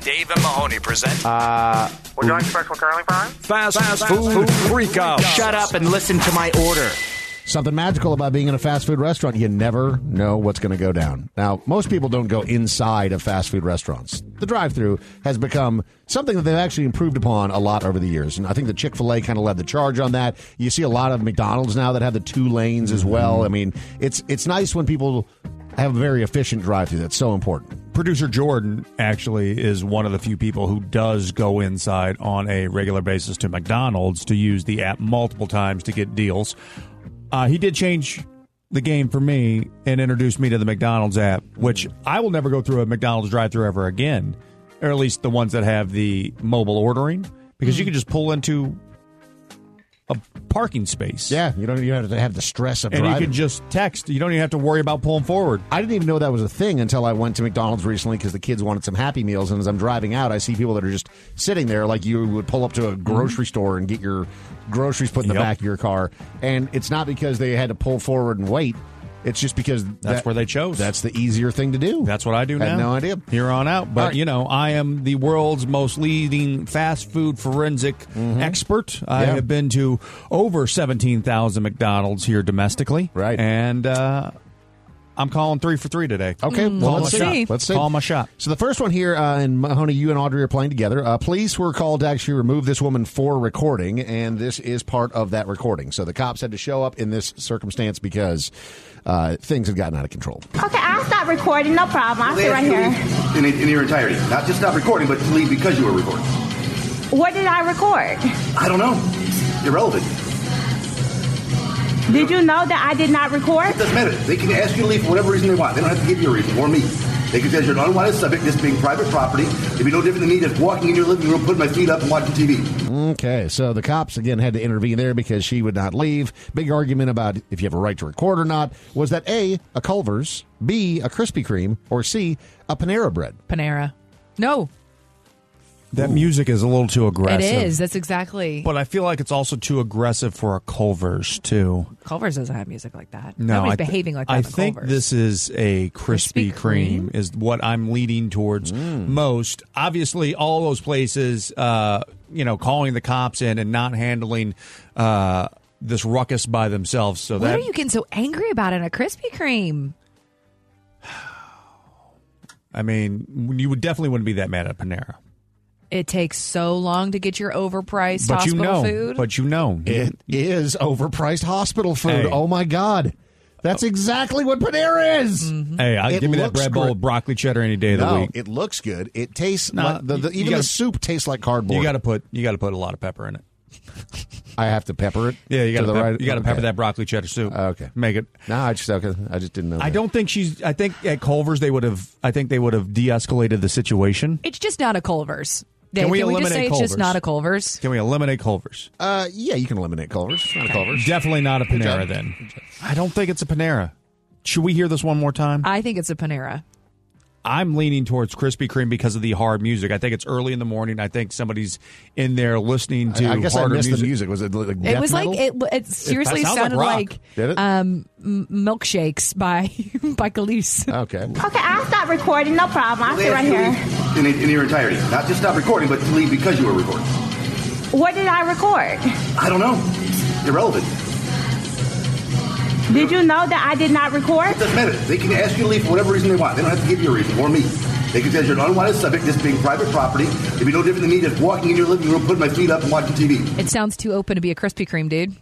Speaker 3: Dave and Mahoney present
Speaker 16: uh,
Speaker 11: Would you like special curly fries?
Speaker 16: fast, food, freak out. Shut up and listen to my order.
Speaker 5: Something magical about being in a fast food restaurant. You never know what's going to go down. Now, most people don't go inside of fast food restaurants. The drive through has become something that they've actually improved upon a lot over the years. And I think the Chick fil A kind of led the charge on that. You see a lot of McDonald's now that have the two lanes as well. I mean, it's, it's nice when people have a very efficient drive through. That's so important.
Speaker 6: Producer Jordan actually is one of the few people who does go inside on a regular basis to McDonald's to use the app multiple times to get deals. Uh, he did change the game for me and introduced me to the McDonald's app, which I will never go through a McDonald's drive-through ever again, or at least the ones that have the mobile ordering, because
Speaker 5: Hmm.
Speaker 6: you can just pull into a parking space.
Speaker 5: Yeah, you don't you don't have to have the stress of
Speaker 6: And you
Speaker 5: driving.
Speaker 6: can just text. You don't even have to worry about pulling forward.
Speaker 5: I didn't even know that was a thing until I went to McDonald's recently because the kids wanted some Happy Meals. And as I'm driving out, I see people that are just sitting there, like you would pull up to a grocery store and get your groceries put in the
Speaker 6: Mm-hmm. Yep.
Speaker 5: back of your car. And it's not because they had to pull forward and wait. It's just because
Speaker 6: That's
Speaker 5: that-
Speaker 6: where they chose.
Speaker 5: That's the easier thing to do.
Speaker 6: That's what I do
Speaker 5: Had
Speaker 6: now.
Speaker 5: no idea.
Speaker 6: Here on out.
Speaker 5: All
Speaker 6: But,
Speaker 5: right.
Speaker 6: you know, I am the world's most leading fast food forensic expert. I
Speaker 5: Mm-hmm. Yeah.
Speaker 6: have been to over 17,000 McDonald's here domestically.
Speaker 5: Right.
Speaker 6: And uh, I'm calling three for three today.
Speaker 5: Okay,
Speaker 6: Mm. Call
Speaker 5: well,
Speaker 6: my
Speaker 5: let's
Speaker 6: shot.
Speaker 5: see. Let's see.
Speaker 6: Call my shot.
Speaker 5: So the first one here, uh, and Mahoney, you and Audrey are playing together. Uh, police were called to actually remove this woman for recording, and this is part of that recording. So the cops had to show up in this circumstance because uh, things had gotten out of control.
Speaker 17: Okay, I'll stop recording. No problem. I'll sit right here.
Speaker 18: In, in your entirety. Not just not recording, but to leave because you were recording.
Speaker 17: What did I record?
Speaker 18: I don't know. Irrelevant.
Speaker 17: Did you know that I did not record?
Speaker 18: Doesn't matter. They can ask you to leave for whatever reason they want. They don't have to give you a reason or me. They can say you're an unwanted subject, this being private property. It'd be no different than me just walking in your living room, putting my feet up, and watching TV.
Speaker 5: Okay, so the cops again had to intervene there because she would not leave. Big argument about if you have a right to record or not was that A, a Culver's, B, a Krispy Kreme, or C, a Panera bread.
Speaker 7: Panera. No,
Speaker 6: That music is a little too
Speaker 7: it
Speaker 6: aggressive.
Speaker 7: is. That's exactly.
Speaker 6: But I feel like it's also too aggressive for a Culver's, too.
Speaker 7: Culver's doesn't have music like that.
Speaker 6: No,
Speaker 7: Nobody's
Speaker 6: I th-
Speaker 7: behaving like that.
Speaker 6: I
Speaker 7: in
Speaker 6: think
Speaker 7: Culver's.
Speaker 6: this is a Krispy,
Speaker 7: Krispy
Speaker 6: Kreme, is what I'm leading towards
Speaker 5: Mm.
Speaker 6: most. Obviously, all those places, uh, you know, calling the cops in and not handling uh, this ruckus by themselves. So
Speaker 7: What
Speaker 6: that
Speaker 7: are you getting so angry about in a Krispy Kreme?
Speaker 6: I mean, you would definitely wouldn't be that mad at Panera.
Speaker 7: It takes so long to get your overpriced
Speaker 6: but you
Speaker 7: hospital
Speaker 6: know,
Speaker 7: food.
Speaker 6: Oh, but you know,
Speaker 5: it is overpriced hospital food.
Speaker 6: Hey.
Speaker 5: Oh my god, that's exactly what Panera is.
Speaker 7: Mm-hmm.
Speaker 6: Hey, I,
Speaker 5: It
Speaker 6: give me that
Speaker 5: looks
Speaker 6: bread bowl
Speaker 5: great.
Speaker 6: of broccoli cheddar any day of the
Speaker 5: no,
Speaker 6: week.
Speaker 5: it looks good. It tastes
Speaker 6: No,
Speaker 5: like the, the,
Speaker 6: you- you
Speaker 5: even
Speaker 6: gotta-
Speaker 5: the soup tastes like cardboard.
Speaker 6: You got to put you got to put a lot of pepper in it.
Speaker 5: I have to pepper it.
Speaker 6: Yeah, you got
Speaker 5: to
Speaker 6: to
Speaker 5: the right.
Speaker 6: you got to pepper
Speaker 5: okay.
Speaker 6: that broccoli cheddar soup.
Speaker 5: Okay,
Speaker 6: make it.
Speaker 5: No, I just okay. I just didn't know.
Speaker 6: I don't think she's. I think at Culver's they would have. I think they would have de-escalated the situation.
Speaker 7: it's just not a Culver's. Dave,
Speaker 6: Can we
Speaker 7: just
Speaker 6: eliminate
Speaker 7: say it's
Speaker 6: Culver's?
Speaker 7: just not a Culver's?
Speaker 6: Can we eliminate Culver's?
Speaker 5: Uh, yeah, you can eliminate Culver's. Not a Culver's.
Speaker 6: Definitely not a
Speaker 5: Good job.
Speaker 6: Panera. Then I don't think it's a Panera. Should we hear this one more time?
Speaker 7: I think it's a Panera.
Speaker 6: I'm leaning towards Krispy Kreme because of the hard music. I think it's early in the morning. I think somebody's in there listening to
Speaker 5: I, I guess I
Speaker 6: harder
Speaker 5: missed
Speaker 6: music.
Speaker 5: the music. Was it like
Speaker 7: It
Speaker 5: death
Speaker 7: was
Speaker 5: metal?
Speaker 7: like it. It seriously
Speaker 5: sounds like
Speaker 7: sounded
Speaker 5: rock.
Speaker 7: like,
Speaker 5: Did it?
Speaker 7: um m- milkshakes by by Khalees.
Speaker 6: Uh,
Speaker 5: Okay.
Speaker 17: Okay, I'll stop recording. No problem. I'll sit right here.
Speaker 18: in, in your entirety. Not just stop recording, but to leave because you were recording.
Speaker 17: What did I record?
Speaker 18: I don't know. Irrelevant.
Speaker 17: Did you know that I did not record?
Speaker 18: Doesn't matter. They can ask you to leave for whatever reason they want. They don't have to give you a reason or me. They can say you're an unwanted subject, this being private property. It'd be no different than me just walking in your living room, putting my feet up, and watching TV.
Speaker 7: It sounds too open to be a Krispy Kreme, dude.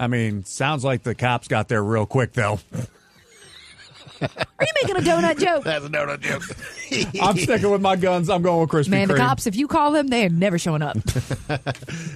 Speaker 6: I mean, sounds like the cops got there real quick though.
Speaker 7: Are you making a donut joke?
Speaker 5: That's a donut joke.
Speaker 6: I'm sticking with my guns. I'm going with Krispy
Speaker 7: Man,
Speaker 6: Kreme.
Speaker 7: the cops, if you call them, they are never showing up.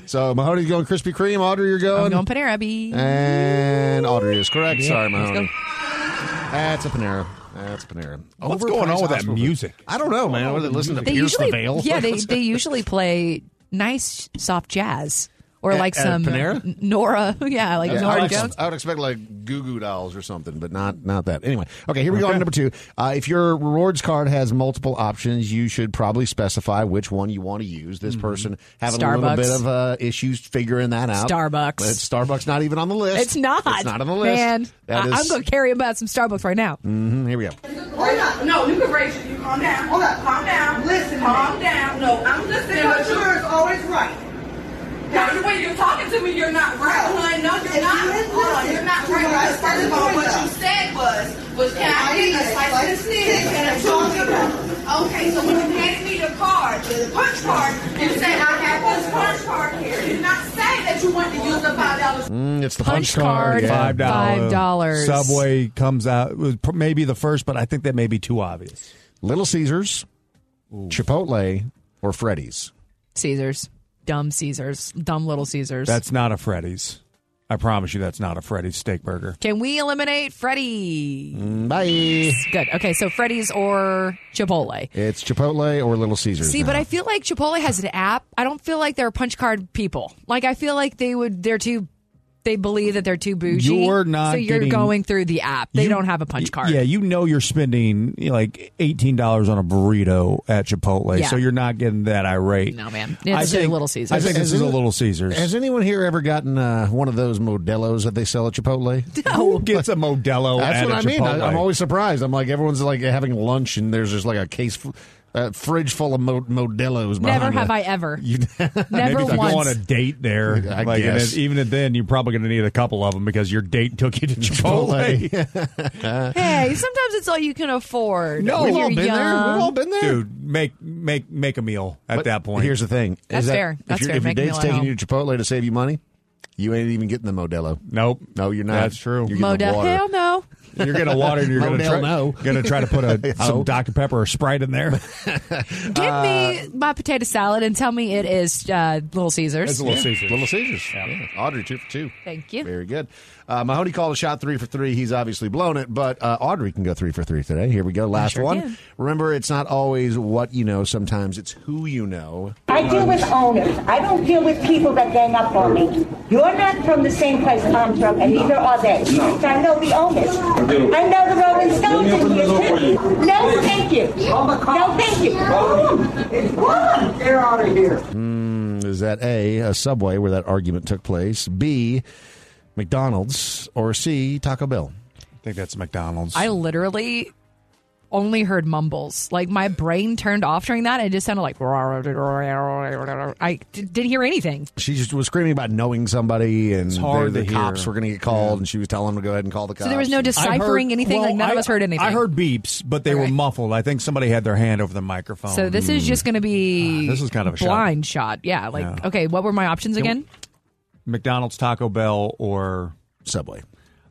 Speaker 5: So Mahoney's going Krispy Kreme. Audrey, you're going.
Speaker 7: I'm going Panera, B.
Speaker 5: And Audrey is correct.
Speaker 7: Yeah,
Speaker 5: Sorry,
Speaker 7: let's
Speaker 5: Mahoney.
Speaker 7: go.
Speaker 5: That's a Panera. That's a Panera.
Speaker 6: What's going on
Speaker 5: Overpriced
Speaker 6: with that
Speaker 5: hospital
Speaker 6: music?
Speaker 5: food. I don't know, man. What they
Speaker 6: What's going on with
Speaker 5: listen to
Speaker 6: the
Speaker 7: They
Speaker 5: Pierce
Speaker 7: usually,
Speaker 5: the Veil?
Speaker 7: yeah, they they usually play nice soft jazz or
Speaker 5: At-
Speaker 7: like
Speaker 5: at
Speaker 7: some
Speaker 5: Panera?
Speaker 7: N- Nora, yeah, like
Speaker 5: Yeah, I,
Speaker 7: Nora
Speaker 5: would
Speaker 7: Jones.
Speaker 5: ex- I would expect like Goo Goo Dolls or something, but not not that. Anyway, okay, here we go on to number two. Uh, if your rewards card has multiple options, you should probably specify which one you want to use. This person having a
Speaker 7: Mm-hmm. Starbucks.
Speaker 5: little bit of uh, issues figuring that out.
Speaker 7: Starbucks.
Speaker 5: But Starbucks not even on the list.
Speaker 7: It's not.
Speaker 5: It's not on the list.
Speaker 7: Man,
Speaker 5: That
Speaker 7: I-
Speaker 5: is-
Speaker 7: I'm going to carry about some Starbucks right now.
Speaker 5: Mhm, here we go.
Speaker 19: Hold up. No, you can raise it. You calm down. Hold up. Calm down. Listen. Calm down. No, I'm listening. But you're is always right. Now, the way you're talking to me, you're not right, hon. No, you're not. Hold on. You're not right. Because first of all, what you said was, was can I get a slice of snickers? And I'm talking about. Okay, so when you handed me the card, the punch card, you said I have this punch card here. You did not say that you wanted to use the five dollars.
Speaker 5: Mm, it's the
Speaker 7: Punch
Speaker 5: punch, card.
Speaker 7: card.
Speaker 5: yeah.
Speaker 6: Five dollars.
Speaker 7: Five dollars.
Speaker 6: Subway comes out. It was pr- maybe the first, but I think that may be too obvious.
Speaker 5: Little Caesars, Chipotle, or Freddy's.
Speaker 7: Caesars, dumb Caesars, dumb little Caesars.
Speaker 6: That's not a Freddy's. I promise you, that's not a Freddy's steak burger.
Speaker 7: Can we eliminate Freddy?
Speaker 5: Bye.
Speaker 7: Good. Okay, so Freddy's or Chipotle.
Speaker 5: It's Chipotle or Little Caesars.
Speaker 7: See,
Speaker 5: now.
Speaker 7: but I feel like Chipotle has an app. I don't feel like they're punch card people. Like I feel like they would. They're too. They believe that they're too bougie.
Speaker 6: You're not
Speaker 7: So you're
Speaker 6: getting-
Speaker 7: going through the app. They
Speaker 6: You-
Speaker 7: don't have a punch card.
Speaker 6: Yeah, you know you're spending you know, like eighteen dollars on a burrito at Chipotle,
Speaker 7: Yeah.
Speaker 6: so you're not getting that irate.
Speaker 7: No, Oh, man.
Speaker 6: I
Speaker 7: It's a
Speaker 6: think-
Speaker 7: Little Caesars.
Speaker 6: I think
Speaker 5: Has
Speaker 6: this is a
Speaker 5: any-
Speaker 6: Little Caesars.
Speaker 5: Has anyone here ever gotten uh, one of those Modelo's that they sell at Chipotle?
Speaker 6: Who gets a Modelo?
Speaker 5: That's
Speaker 6: at
Speaker 5: what
Speaker 6: a
Speaker 5: I mean.
Speaker 6: Chipotle?
Speaker 5: I, am always surprised. I'm like everyone's like having lunch and there's just like a case, f- uh, fridge full of Mo- Modelo's.
Speaker 7: Never
Speaker 5: behind
Speaker 7: have
Speaker 5: you.
Speaker 7: I ever.
Speaker 5: You-
Speaker 7: Never
Speaker 6: Maybe if you
Speaker 7: once.
Speaker 6: go on a date there,
Speaker 5: I
Speaker 6: like, and
Speaker 5: guess.
Speaker 6: then- even then, you're probably going to need a couple of them because your date took you to Chipotle.
Speaker 7: hey, sometimes it's all you can afford.
Speaker 5: No,
Speaker 7: when
Speaker 5: we've all
Speaker 7: you're
Speaker 5: been there.
Speaker 7: young.
Speaker 5: We've all been there.
Speaker 6: Dude, make make make a meal at
Speaker 5: But
Speaker 6: that point.
Speaker 5: Here's the thing.
Speaker 7: That's
Speaker 5: is that
Speaker 7: fair.
Speaker 5: If,
Speaker 7: That's
Speaker 5: your-
Speaker 7: fair.
Speaker 5: if your
Speaker 7: Make a
Speaker 5: date's
Speaker 7: meal at
Speaker 5: taking
Speaker 7: home.
Speaker 5: you to Chipotle to save you money, you ain't even getting the Modelo.
Speaker 6: nope.
Speaker 5: No, you're not.
Speaker 6: That's true.
Speaker 5: You're getting the
Speaker 7: Modelo.
Speaker 5: water.
Speaker 7: Hell no.
Speaker 6: You're gonna water and you're gonna
Speaker 5: Modelo,
Speaker 6: try,
Speaker 5: no.
Speaker 6: gonna try to put a some
Speaker 5: Oh.
Speaker 6: Dr Pepper or Sprite in there.
Speaker 7: Give
Speaker 5: Uh,
Speaker 7: me my potato salad and tell me it is uh, Little Caesars.
Speaker 6: It's a Little Caesars.
Speaker 5: Little Caesars. Yeah. Audrey, two for two.
Speaker 7: Thank you.
Speaker 5: Very good. Uh, Mahoney called a shot three for three. He's obviously blown it, but uh, Audrey can go three for three today. Here we go. Last
Speaker 7: sure
Speaker 5: one.
Speaker 7: can.
Speaker 5: Remember, it's not always what you know. Sometimes it's who you know.
Speaker 10: I deal with owners. I don't deal with people that gang up on me. You're not from the same place I'm from, and neither are they.
Speaker 18: No.
Speaker 10: So I know the owners.
Speaker 18: do.
Speaker 10: I know the Rolling Stones in here too. No, thank you. No, thank you. They're out of here.
Speaker 5: Mm, is that A, a subway where that argument took place? B, McDonald's? Or C, Taco Bell?
Speaker 6: I think that's McDonald's.
Speaker 7: I literally only heard mumbles. Like my brain turned off during that. And it just sounded like I d- didn't hear anything.
Speaker 5: She just was screaming about knowing somebody, and
Speaker 6: hard
Speaker 5: the,
Speaker 6: to
Speaker 5: the
Speaker 6: hear.
Speaker 5: cops were going to get called, and she was telling them to go ahead and call the cops.
Speaker 7: So there was no deciphering anything? Like, none of
Speaker 6: I-
Speaker 7: us heard anything?
Speaker 6: I heard beeps, but they were muffled. I think somebody had their hand over the microphone.
Speaker 7: So this is just going to be
Speaker 6: Hmm. Ah, This is kind of a shock.
Speaker 7: blind shot. Yeah. Like
Speaker 6: Yeah.
Speaker 7: okay, what were my options
Speaker 6: Can we-
Speaker 7: again?
Speaker 6: Hmm. McDonald's, Taco Bell, or
Speaker 5: Subway.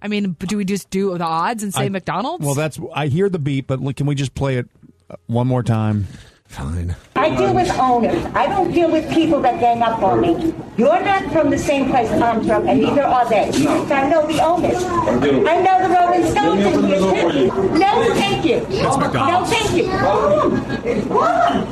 Speaker 7: I mean, but do we just do the odds and say
Speaker 6: I-
Speaker 7: McDonald's?
Speaker 6: Well, that's I hear the beep, but look, can we just play it uh, one more time?
Speaker 5: Fine.
Speaker 10: I deal with owners. I don't deal with people that gang up on me. You're not from the same place I'm from, and neither are they.
Speaker 18: No.
Speaker 10: I know the owners. I know the Rolling Stones in here too. No, thank you. No,
Speaker 6: McDonald's.
Speaker 10: thank you. It's Woodland.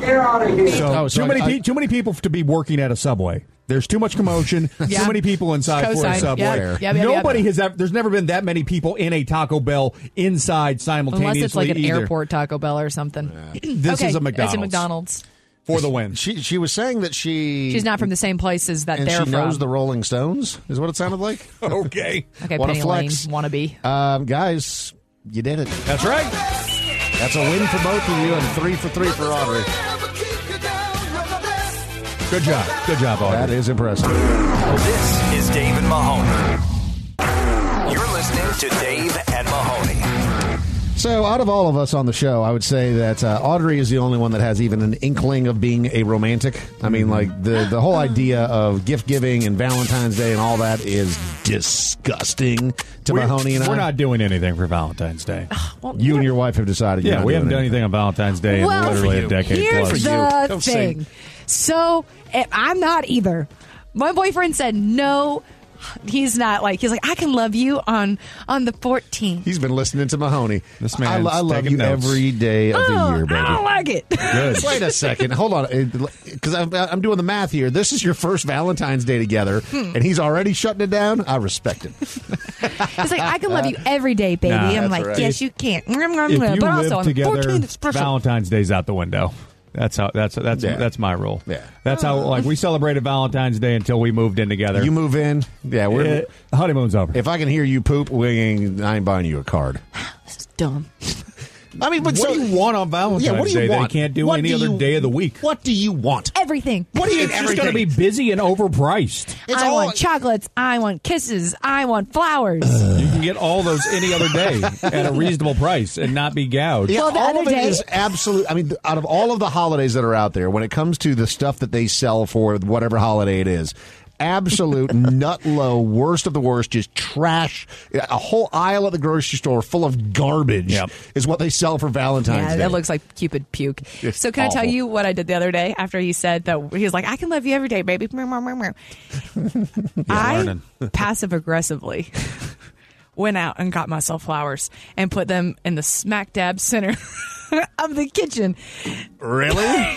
Speaker 10: Get out of here.
Speaker 6: So,
Speaker 5: Oh, so
Speaker 6: too many
Speaker 5: I- I-
Speaker 6: pe- too many people to be working at a subway. There's too much commotion.
Speaker 7: Yeah.
Speaker 6: Too many people inside for
Speaker 7: Cosine.
Speaker 6: a subway.
Speaker 7: Yeah. Yep, yep, yep.
Speaker 6: Nobody has ever. There's never been that many people in a Taco Bell inside simultaneously.
Speaker 7: Unless it's like an
Speaker 6: either.
Speaker 7: airport Taco Bell or something.
Speaker 6: This
Speaker 7: okay,
Speaker 6: is a
Speaker 7: It's
Speaker 6: McDonald's.
Speaker 7: a McDonald's.
Speaker 6: for the win.
Speaker 5: She she was saying that she
Speaker 7: She's not from the same places that
Speaker 5: and
Speaker 7: they're
Speaker 5: she
Speaker 7: from.
Speaker 5: knows the Rolling Stones is what it sounded like.
Speaker 6: okay,
Speaker 7: okay,
Speaker 5: What a
Speaker 7: Penny
Speaker 5: flex.
Speaker 7: Lane wannabe.
Speaker 5: Um, guys, you did it.
Speaker 6: That's right.
Speaker 5: That's a win for both of you and three for three for Audrey.
Speaker 6: Good job. Good job, Audrey.
Speaker 5: That is impressive.
Speaker 3: This is Dave and Mahoney. You're listening to Dave and Mahoney.
Speaker 5: So, out of all of us on the show, I would say that uh, Audrey is the only one that has even an inkling of being a romantic. I mean, like the the whole idea of gift giving and Valentine's Day and all that is disgusting to
Speaker 6: We're-
Speaker 5: Mahoney and I.
Speaker 6: we're not doing anything for Valentine's Day.
Speaker 5: you and your wife have decided. you're
Speaker 6: yeah,
Speaker 5: not
Speaker 6: we
Speaker 5: doing
Speaker 6: haven't done
Speaker 5: it.
Speaker 6: anything on Valentine's Day
Speaker 7: Well,
Speaker 6: in literally
Speaker 7: for
Speaker 6: a decade
Speaker 7: Here's
Speaker 6: plus.
Speaker 7: the
Speaker 6: Don't say-
Speaker 7: thing. So eh, I'm not either. My boyfriend said no. He's not like he's like I can love you on on the 14th.
Speaker 5: He's been listening to Mahoney. This I,
Speaker 6: man's
Speaker 5: I love
Speaker 6: taking
Speaker 5: you
Speaker 6: notes.
Speaker 5: every day of
Speaker 7: Oh,
Speaker 5: the year, baby.
Speaker 7: I
Speaker 16: ah,
Speaker 7: don't like it.
Speaker 5: Good. Wait a second. Hold on. Because I'm, I'm doing the math here. This is your first Valentine's Day together,
Speaker 7: Hmm.
Speaker 5: and he's already shutting it down. I respect it.
Speaker 7: He's like I can love you every day, baby.
Speaker 6: Nah,
Speaker 7: I'm
Speaker 6: that's
Speaker 7: like
Speaker 6: right.
Speaker 7: yes, you can.
Speaker 6: If you
Speaker 7: but
Speaker 6: live
Speaker 7: also on the
Speaker 6: together,
Speaker 7: 14th, it's special.
Speaker 6: Valentine's Day's out the window. That's how. That's that's
Speaker 5: Yeah.
Speaker 6: that's my rule.
Speaker 5: Yeah.
Speaker 6: That's how. Like we celebrated Valentine's Day until we moved in together.
Speaker 5: You move in. Yeah, we're.
Speaker 6: Eh, honeymoon's over.
Speaker 5: If I can hear you poop, we ain't, I ain't buying you a card.
Speaker 7: It's dumb.
Speaker 5: I mean, but
Speaker 6: what
Speaker 5: so,
Speaker 6: do you want on Valentine's
Speaker 5: yeah, what do you
Speaker 6: Day? that
Speaker 5: want?
Speaker 6: They can't do
Speaker 5: What
Speaker 6: any
Speaker 5: do
Speaker 6: other
Speaker 5: you-
Speaker 6: day of the week.
Speaker 5: What do you want?
Speaker 7: Everything.
Speaker 5: What do you?
Speaker 6: It's just going to be
Speaker 5: everything.
Speaker 6: busy and overpriced.
Speaker 5: It's
Speaker 7: I
Speaker 5: all-
Speaker 7: want chocolates. I want kisses. I want flowers.
Speaker 6: You can get all those any other day at a reasonable price and not be gouged.
Speaker 5: Yeah,
Speaker 7: Well, the
Speaker 5: all
Speaker 7: other
Speaker 5: of it
Speaker 7: day-
Speaker 5: is absolute. I mean, th- out of all of the holidays that are out there, when it comes to the stuff that they sell for whatever holiday it is, absolute nut low, worst of the worst, just trash. A whole aisle at the grocery store full of garbage
Speaker 6: Yep.
Speaker 5: is what they sell for Valentine's
Speaker 7: Yeah,
Speaker 5: Day.
Speaker 7: that looks like Cupid puke.
Speaker 5: It's
Speaker 7: so can I tell
Speaker 5: awful.
Speaker 7: you what I did the other day after he said that he was like, "I can love you every day, baby." Meow, meow, meow, meow. I
Speaker 6: learning.
Speaker 7: passive aggressively went out and got myself flowers and put them in the smack dab center of the kitchen.
Speaker 5: really?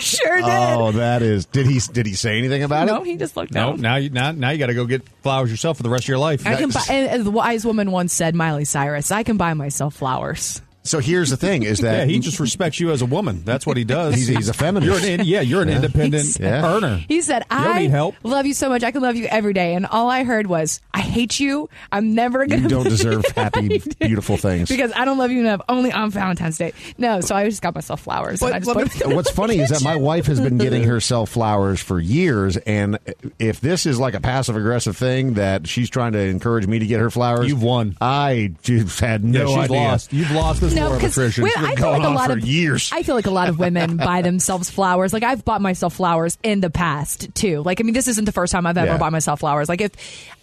Speaker 7: Sure did.
Speaker 5: Oh, that is. Did he? Did he say anything about
Speaker 7: no,
Speaker 5: it?
Speaker 7: he just looked
Speaker 6: No,
Speaker 7: down.
Speaker 6: now you now, now you got to go get flowers yourself for the rest of your life.
Speaker 7: I can buy, and, and the wise woman once said, Miley Cyrus, I can buy myself flowers.
Speaker 5: So here's the thing: is
Speaker 6: yeah,
Speaker 5: that
Speaker 6: he just respects you as a woman. That's what he does.
Speaker 5: He's- he's a feminist.
Speaker 6: You're an in- yeah, you're an
Speaker 5: Yeah.
Speaker 6: independent
Speaker 5: Yeah.
Speaker 6: earner.
Speaker 7: He said,
Speaker 6: You don't
Speaker 7: I
Speaker 6: need help.
Speaker 7: love you so much. I can love you every day. And all I heard was, I hate you. I'm never going
Speaker 5: you
Speaker 7: to
Speaker 5: don't deserve happy, beautiful things.
Speaker 7: because I don't love you enough only on Valentine's Day. No, so I just got myself flowers. and I just put them in
Speaker 5: What's
Speaker 7: the
Speaker 5: funny is that my
Speaker 7: kitchen.
Speaker 5: wife has been getting herself flowers for years, and if this is like a passive aggressive thing that she's trying to encourage me to get her flowers,
Speaker 6: You've won.
Speaker 5: I just had no
Speaker 6: yeah, she's
Speaker 5: idea.
Speaker 6: lost. You've lost this
Speaker 7: No,
Speaker 6: war of
Speaker 7: because
Speaker 6: attrition.
Speaker 7: well,
Speaker 5: been
Speaker 7: I feel like
Speaker 5: going
Speaker 7: a
Speaker 5: on
Speaker 7: lot
Speaker 5: for
Speaker 7: of
Speaker 5: years.
Speaker 7: I feel like a lot of women buy themselves flowers. Like I've bought myself flowers in the past too. Like I mean, this isn't the first time I've ever
Speaker 5: Yeah.
Speaker 7: bought myself flowers. Like if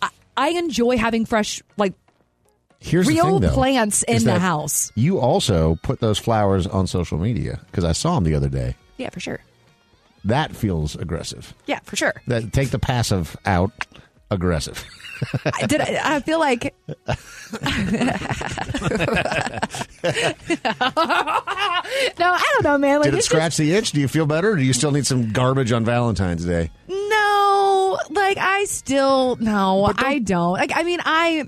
Speaker 7: I, I enjoy having fresh, like
Speaker 5: Here's the
Speaker 7: real
Speaker 5: thing, though,
Speaker 7: plants in
Speaker 5: is
Speaker 7: the
Speaker 5: that
Speaker 7: house.
Speaker 5: You also put those flowers on social media because I saw them the other day.
Speaker 7: Yeah, for sure.
Speaker 5: That feels aggressive.
Speaker 7: Yeah, for sure.
Speaker 5: That take the passive out, aggressive.
Speaker 7: I, did I, I feel like no, I don't know, man. Like
Speaker 5: Did it
Speaker 7: it's just-
Speaker 5: scratch the itch? Do you feel better? Or do you still need some garbage on Valentine's Day?
Speaker 7: No, like I still no, I don't. Like I mean, I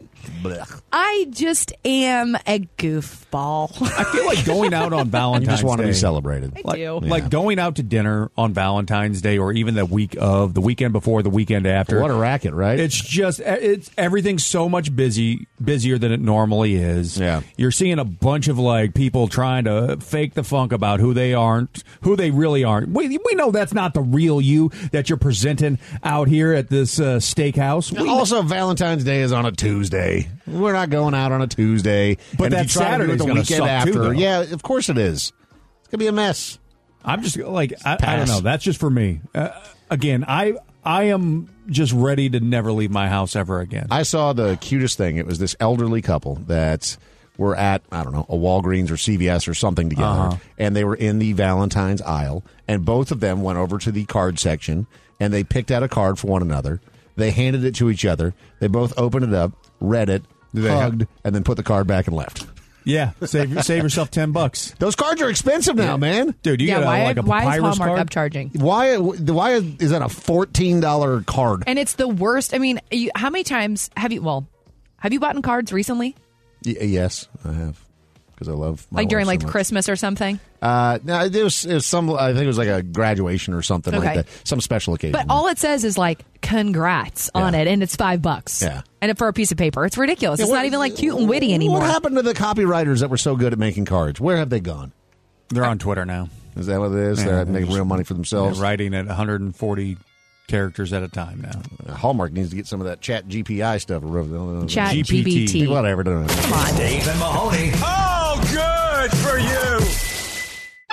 Speaker 7: I just am a goofball.
Speaker 6: I feel like going out on Valentine's
Speaker 5: You just want to be
Speaker 6: Day-
Speaker 5: celebrated.
Speaker 6: Like,
Speaker 7: do.
Speaker 6: like going out to dinner on Valentine's Day or even the week of, the weekend before, the weekend after.
Speaker 5: What a racket, right?
Speaker 6: It's just e, it's everything's so much busy busier than it normally is. Yeah. You're seeing a bunch of like people trying to fake the funk about who they aren't, who they really aren't. We we know that's not the real you that you're presenting out here at this uh, steakhouse. We
Speaker 5: also, Valentine's Day is on a Tuesday. We're not going out on a Tuesday.
Speaker 6: But
Speaker 5: And if
Speaker 6: that
Speaker 5: you try to do it
Speaker 6: Saturday's gonna suck too, though.
Speaker 5: yeah, of course it is. It's gonna be a mess.
Speaker 6: I'm just like I, I don't
Speaker 5: Pass.
Speaker 6: know. That's just for me. Uh, again, I I am just ready to never leave my house ever again.
Speaker 5: I saw the cutest thing. It was this elderly couple that were at I don't know a Walgreens or CVS or something together,
Speaker 6: Uh-huh.
Speaker 5: and they were in the Valentine's aisle, and both of them went over to the card section and they picked out a card for one another. They handed it to each other. They both opened it up, read it, hugged, and then put the card back and left.
Speaker 6: Yeah, save save yourself ten bucks.
Speaker 5: Those cards are expensive now, man.
Speaker 6: Dude, you
Speaker 7: yeah,
Speaker 6: got
Speaker 7: why,
Speaker 6: like a
Speaker 7: why is
Speaker 6: papyrus
Speaker 7: Hallmark
Speaker 6: card.
Speaker 7: upcharging?
Speaker 5: Why? Why is that a fourteen dollar card?
Speaker 7: And it's the worst. I mean, you, how many times have you? Well, have you bought cards recently?
Speaker 5: Y- yes, I have because I love my
Speaker 7: like during
Speaker 5: wife
Speaker 7: like
Speaker 5: so much.
Speaker 7: Christmas or something.
Speaker 5: Uh, no, it was, it was some. I think it was like a graduation or something
Speaker 7: Okay.
Speaker 5: like that. Some special occasion.
Speaker 7: But all it says is like "congrats" on it, and it's five bucks.
Speaker 5: Yeah.
Speaker 7: and for a piece of paper, it's ridiculous.
Speaker 5: Yeah,
Speaker 7: it's
Speaker 5: what-
Speaker 7: not even like cute and witty anymore.
Speaker 5: What happened to the copywriters that were so good at making cards? Where have they gone?
Speaker 6: They're on Twitter now.
Speaker 5: Is that what it is?
Speaker 6: Yeah,
Speaker 5: They're
Speaker 6: they're
Speaker 5: making
Speaker 6: just-
Speaker 5: real money for themselves.
Speaker 6: They're writing at 140 characters at a time now.
Speaker 5: Hallmark needs to get some of that Chat GPI stuff.
Speaker 6: Chat GPT. GPT.
Speaker 5: Whatever. Don't know.
Speaker 3: Dave and Mahoney. Oh, good for you.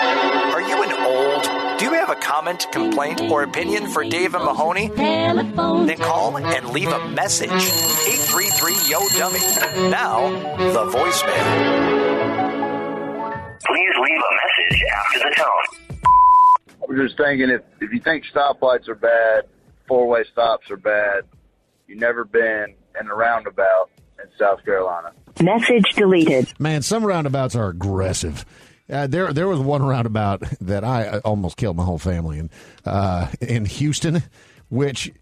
Speaker 16: Are you an old? Do you have a comment, complaint, or opinion for Dave and Mahoney? Then call and leave a message. 833 Yo Dummy. Now, the voicemail.
Speaker 4: Please leave a message after the tone.
Speaker 20: I'm just thinking if, if you think stoplights are bad, four way stops are bad, you've never been in a roundabout in South Carolina.
Speaker 5: Message deleted. Man, some roundabouts are aggressive. Uh, there, there was one roundabout that I uh, almost killed my whole family in uh, in Houston, which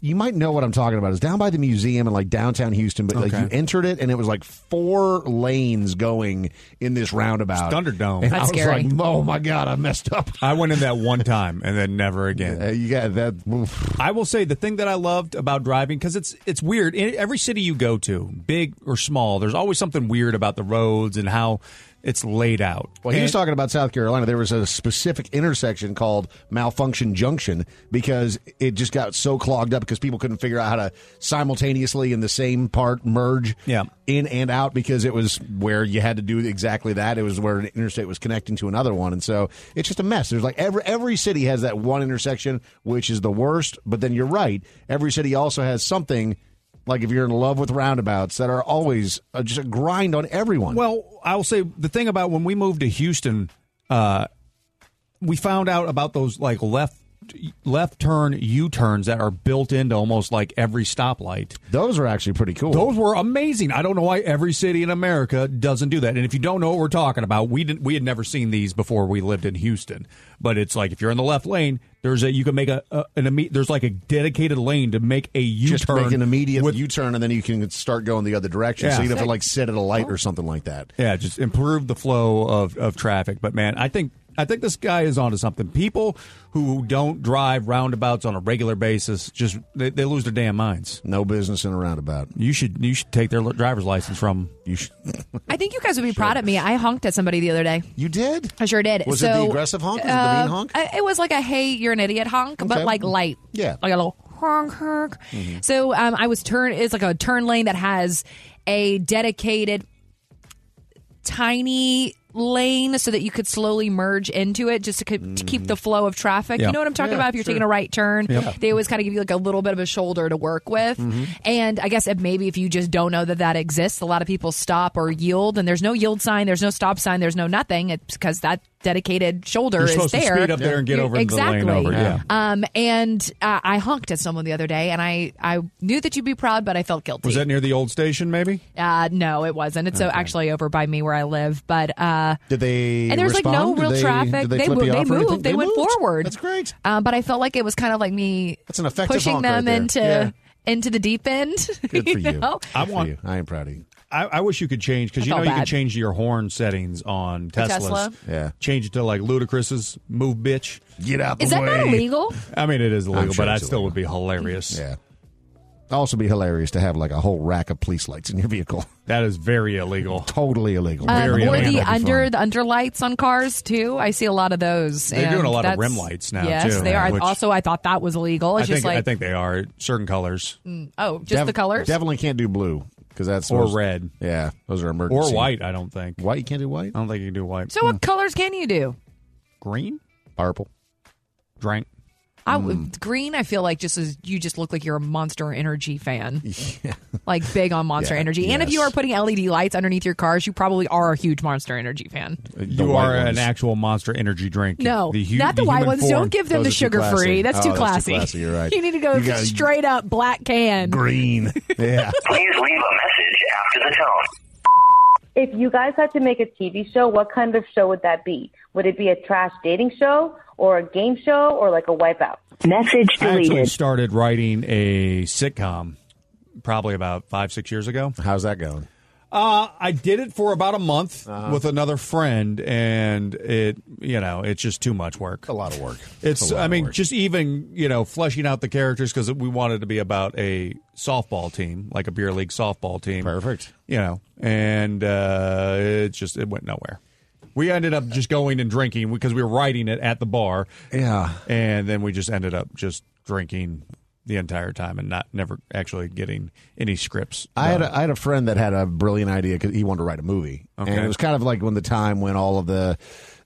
Speaker 5: you might know what I'm talking about. It's down by the museum in like downtown Houston, but
Speaker 6: Okay.
Speaker 5: like you entered it and it was like four lanes going in this roundabout.
Speaker 6: Thunderdome.
Speaker 5: And I was like, oh my god, I messed up.
Speaker 6: I went in that one time and then never again.
Speaker 5: you got that.
Speaker 6: I will say the thing that I loved about driving because it's it's weird. In every city you go to, big or small, there's always something weird about the roads and how it's laid out.
Speaker 5: Well, he was
Speaker 6: And-
Speaker 5: talking about South Carolina. There was a specific intersection called Malfunction Junction because it just got so clogged up because people couldn't figure out how to simultaneously in the same part merge
Speaker 6: Yeah.
Speaker 5: in and out because it was where you had to do exactly that. It was where an interstate was connecting to another one. And so it's just a mess. There's like every every city has that one intersection which is the worst, but then you're right. Every city also has something like if you're in love with roundabouts that are always uh, just a grind on everyone.
Speaker 6: Well, I will say the thing about when we moved to Houston, uh, we found out about those like left left turn U turns that are built into almost like every stoplight.
Speaker 5: Those are actually pretty cool.
Speaker 6: Those were amazing. I don't know why every city in America doesn't do that. And if you don't know what we're talking about, we didn't we had never seen these before we lived in Houston. But it's like if you're in the left lane, there's a you can make a, a an imme- there's like a dedicated lane to make a U
Speaker 5: just
Speaker 6: turn
Speaker 5: make an immediate U-turn, and then you can start going the other direction.
Speaker 6: Yeah.
Speaker 5: So you don't have to like sit at a light or something like that.
Speaker 6: Yeah, just improve the flow of, of traffic. But man, I think I think this guy is onto something. People who don't drive roundabouts on a regular basis just they, they lose their damn minds.
Speaker 5: No business in a roundabout.
Speaker 6: You should you should take their li- driver's license from
Speaker 5: you. Should.
Speaker 7: I think you guys would be proud of me. I honked at somebody the other day.
Speaker 5: You did?
Speaker 7: I sure did.
Speaker 5: Was it
Speaker 7: so,
Speaker 5: the aggressive honk? Was it the
Speaker 7: uh,
Speaker 5: mean honk?
Speaker 7: I- it was like a hey, you're an idiot honk,
Speaker 5: Okay.
Speaker 7: but like light.
Speaker 5: Yeah.
Speaker 7: Like a little honk honk.
Speaker 6: Mm-hmm.
Speaker 7: So um, I was turn. It's like a turn lane that has a dedicated tiny lane so that you could slowly merge into it just to, keep to keep
Speaker 6: Mm.
Speaker 7: the flow of traffic.
Speaker 21: Yeah.
Speaker 7: You know what I'm talking
Speaker 21: Yeah,
Speaker 7: about? If you're
Speaker 21: sure.
Speaker 7: taking a right turn,
Speaker 21: Yeah.
Speaker 7: they always kind of give you like a little bit of a shoulder to work with.
Speaker 6: Mm-hmm.
Speaker 21: Mhm.
Speaker 7: And I guess if maybe if you just don't know that that exists, a lot of people stop or yield, and there's no yield sign, there's no stop sign, there's no nothing. It's because that dedicated shoulder
Speaker 6: You're
Speaker 7: is
Speaker 6: supposed to
Speaker 7: there.
Speaker 6: speed up there and get
Speaker 7: You-
Speaker 6: over into the lane
Speaker 7: exactly.
Speaker 6: over, yeah.
Speaker 7: Um, and uh, I honked at someone the other day, and I I knew that you'd be proud, but I felt guilty.
Speaker 6: Was that near the old station maybe?
Speaker 7: Uh, no, it wasn't. It's uh, actually over by me where I live, but uh,
Speaker 5: Did they?
Speaker 7: and there's like no
Speaker 5: respond? Did
Speaker 7: real
Speaker 5: they-
Speaker 7: traffic.
Speaker 5: Did they, flip
Speaker 7: mo-
Speaker 5: you
Speaker 7: they
Speaker 5: off or anything?
Speaker 7: moved. They, went
Speaker 5: moved?
Speaker 7: forward. That's
Speaker 5: great.
Speaker 7: Um, but I felt like it was kind of like me
Speaker 5: That's an effective
Speaker 7: pushing
Speaker 5: honk
Speaker 7: them
Speaker 5: right there.
Speaker 7: into
Speaker 5: Yeah.
Speaker 7: into the deep end.
Speaker 5: Good for you.
Speaker 7: know?
Speaker 5: Good for you. I am proud of you.
Speaker 6: I, I wish you could change because
Speaker 7: I
Speaker 6: you know
Speaker 7: felt
Speaker 6: you can
Speaker 7: bad.
Speaker 6: change your horn settings on Teslas.
Speaker 7: Tesla?
Speaker 5: Yeah,
Speaker 6: change it to like Ludacris's "Move, bitch,
Speaker 5: get out."
Speaker 7: Is that not illegal?
Speaker 6: I mean, it is illegal,
Speaker 5: sure
Speaker 6: but I
Speaker 5: it's
Speaker 6: still would be hilarious.
Speaker 5: Yeah. Also, be hilarious to have like a whole rack of police lights in your vehicle.
Speaker 6: That is very illegal.
Speaker 5: Totally illegal.
Speaker 7: Um, or the
Speaker 5: That'd be fun.
Speaker 7: under the under lights on cars too. I see a lot of those.
Speaker 6: They're doing
Speaker 7: and
Speaker 6: a lot
Speaker 7: that's-
Speaker 6: of rim lights now,
Speaker 7: Yes,
Speaker 6: too,
Speaker 7: they are.
Speaker 6: which-
Speaker 7: also, I thought that was illegal.
Speaker 6: I
Speaker 7: It's
Speaker 6: think
Speaker 7: just like
Speaker 6: I think they are certain colors
Speaker 7: mm, oh, just
Speaker 5: Dev-
Speaker 7: the colors.
Speaker 5: Definitely can't do blue because that's
Speaker 6: Or
Speaker 5: those-
Speaker 6: red.
Speaker 5: Yeah, those are emergency
Speaker 6: or white. I don't think
Speaker 5: white. You can't do white.
Speaker 6: I don't think you can do white. Hmm.
Speaker 7: so, what colors can you do?
Speaker 6: green,
Speaker 5: purple,
Speaker 6: drank.
Speaker 7: I w green. I feel like just as you just look like you're a Monster Energy fan, like big on Monster
Speaker 5: Yeah,
Speaker 7: Energy. And if you
Speaker 5: yes.
Speaker 7: are putting LED lights underneath your cars, you probably are a huge Monster Energy fan.
Speaker 6: You
Speaker 5: white
Speaker 6: are
Speaker 5: ones.
Speaker 6: an actual Monster Energy drink.
Speaker 7: No,
Speaker 6: hu-
Speaker 7: not the, white
Speaker 6: human
Speaker 7: ones.
Speaker 6: form-
Speaker 7: Don't give them the
Speaker 6: Those are too
Speaker 7: sugar free.
Speaker 6: classy.
Speaker 7: That's,
Speaker 6: Oh,
Speaker 7: too classy.
Speaker 6: You're right.
Speaker 7: You need to go
Speaker 6: You gotta-
Speaker 7: straight up black can.
Speaker 5: Green. Yeah.
Speaker 10: Please leave a message after the tone.
Speaker 21: If you guys had to make a TV show, what kind of show would that be? Would it be a trash dating show or a game show or like a wipeout?
Speaker 10: Message
Speaker 6: I actually started writing a sitcom probably about five, six years ago.
Speaker 5: How's that going?
Speaker 6: Uh, I did it for about a month
Speaker 5: Uh-huh. Uh,
Speaker 6: with another friend, and it, you know, it's just too much work. A
Speaker 5: lot of work.
Speaker 6: It's,
Speaker 5: It's a lot
Speaker 6: I
Speaker 5: of
Speaker 6: mean,
Speaker 5: work.
Speaker 6: just even, you know, fleshing out the characters because we wanted to be about a softball team, like a beer league softball team.
Speaker 5: Perfect.
Speaker 6: You know, and uh, it just, it went nowhere. We ended up just going and drinking because we were writing it at the bar.
Speaker 5: Yeah.
Speaker 6: And then we just ended up just drinking the entire time and not never actually getting any scripts.
Speaker 5: I had a, I had a friend that had a brilliant idea because he wanted to write a movie, and
Speaker 6: Okay.
Speaker 5: it was kind of like when the time when all of the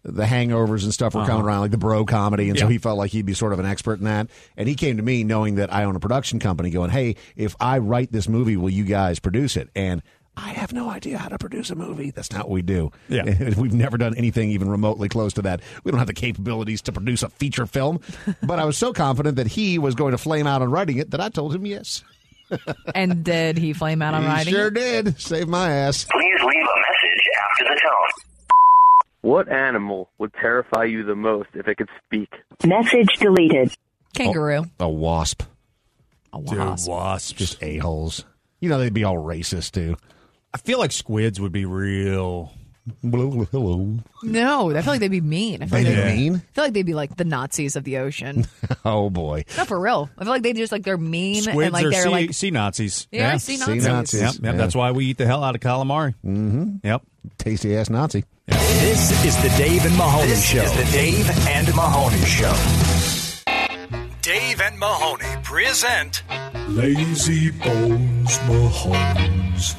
Speaker 5: the hangovers and stuff were
Speaker 6: Uh-huh.
Speaker 5: coming around, like the bro comedy, and so
Speaker 6: Yeah.
Speaker 5: he felt like he'd be sort of an expert in that. And he came to me knowing that I own a production company, going, "Hey, if I write this movie, will you guys produce it?" And I have no idea how to produce a movie. That's not what we do. Yeah. We've never done anything even remotely close to that. We don't have the capabilities to produce a feature film. but I was so confident that he was going to flame out on writing it that I told him yes.
Speaker 7: and did he flame out on
Speaker 5: He
Speaker 7: riding?
Speaker 5: sure did. Save my ass.
Speaker 10: Please leave a message after the tone.
Speaker 22: What animal would terrify you the most if it could speak?
Speaker 10: Message deleted.
Speaker 7: Kangaroo.
Speaker 5: A wasp.
Speaker 7: A
Speaker 5: wasp. Just a holes. You know they'd be all racist too.
Speaker 6: I feel like squids would be real.
Speaker 5: Hello.
Speaker 7: No, I feel like they'd be mean. I feel
Speaker 5: They'd
Speaker 7: like
Speaker 5: be mean?
Speaker 7: I feel like they'd be like the Nazis of the ocean.
Speaker 5: Oh boy.
Speaker 7: no, for real. I feel like they just like they're mean
Speaker 6: Squids
Speaker 7: and like
Speaker 6: are
Speaker 7: they're
Speaker 6: sea,
Speaker 7: like
Speaker 6: sea Nazis.
Speaker 7: They are sea Sea Nazis. Nazis,
Speaker 6: Yep, yep,
Speaker 5: yeah.
Speaker 6: That's why we eat the hell out of calamari.
Speaker 5: Mm-hmm.
Speaker 6: Yep.
Speaker 5: Tasty ass Nazi.
Speaker 3: This is the Dave and Mahoney Show. Is the Dave and Mahoney Show.
Speaker 16: Dave and Mahoney present
Speaker 5: Lazy Bones Mahomes.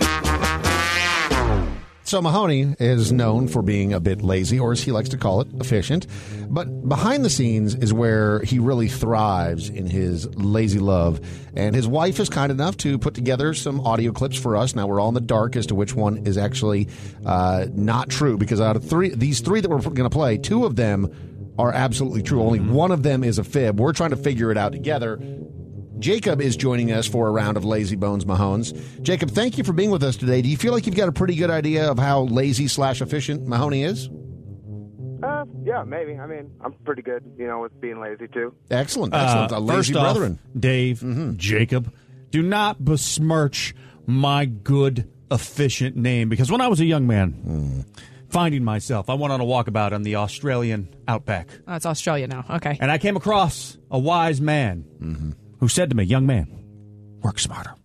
Speaker 5: So Mahoney is known for being a bit lazy, or as he likes to call it, efficient. But behind the scenes is where he really thrives in his lazy love. And his wife is kind enough to put together some audio clips for us. Now we're all in the dark as to which one is actually uh, not true, because out of three, these three that we're going to play, two of them are absolutely true. Only one of them is a fib. We're trying to figure it out together. Jacob is joining us for a round of Lazy Bones Mahones. Jacob, thank you for being with us today. Do you feel like you've got a pretty good idea of how lazy slash efficient Mahoney is?
Speaker 23: Uh, yeah, maybe. I mean, I'm pretty good, you know, with being lazy too.
Speaker 5: Excellent, excellent.
Speaker 6: Uh,
Speaker 5: a lazy
Speaker 6: first off,
Speaker 5: brethren. Mm-hmm.
Speaker 6: Dave, Jacob, do not besmirch my good, efficient name because when I was a young man,
Speaker 5: Mm.
Speaker 6: finding myself, I went on a walkabout on the Australian outback.
Speaker 7: Oh, it's Australia now. Okay.
Speaker 6: And I came across a wise man
Speaker 5: Mm-hmm.
Speaker 6: who said to me, Young man, work smarter,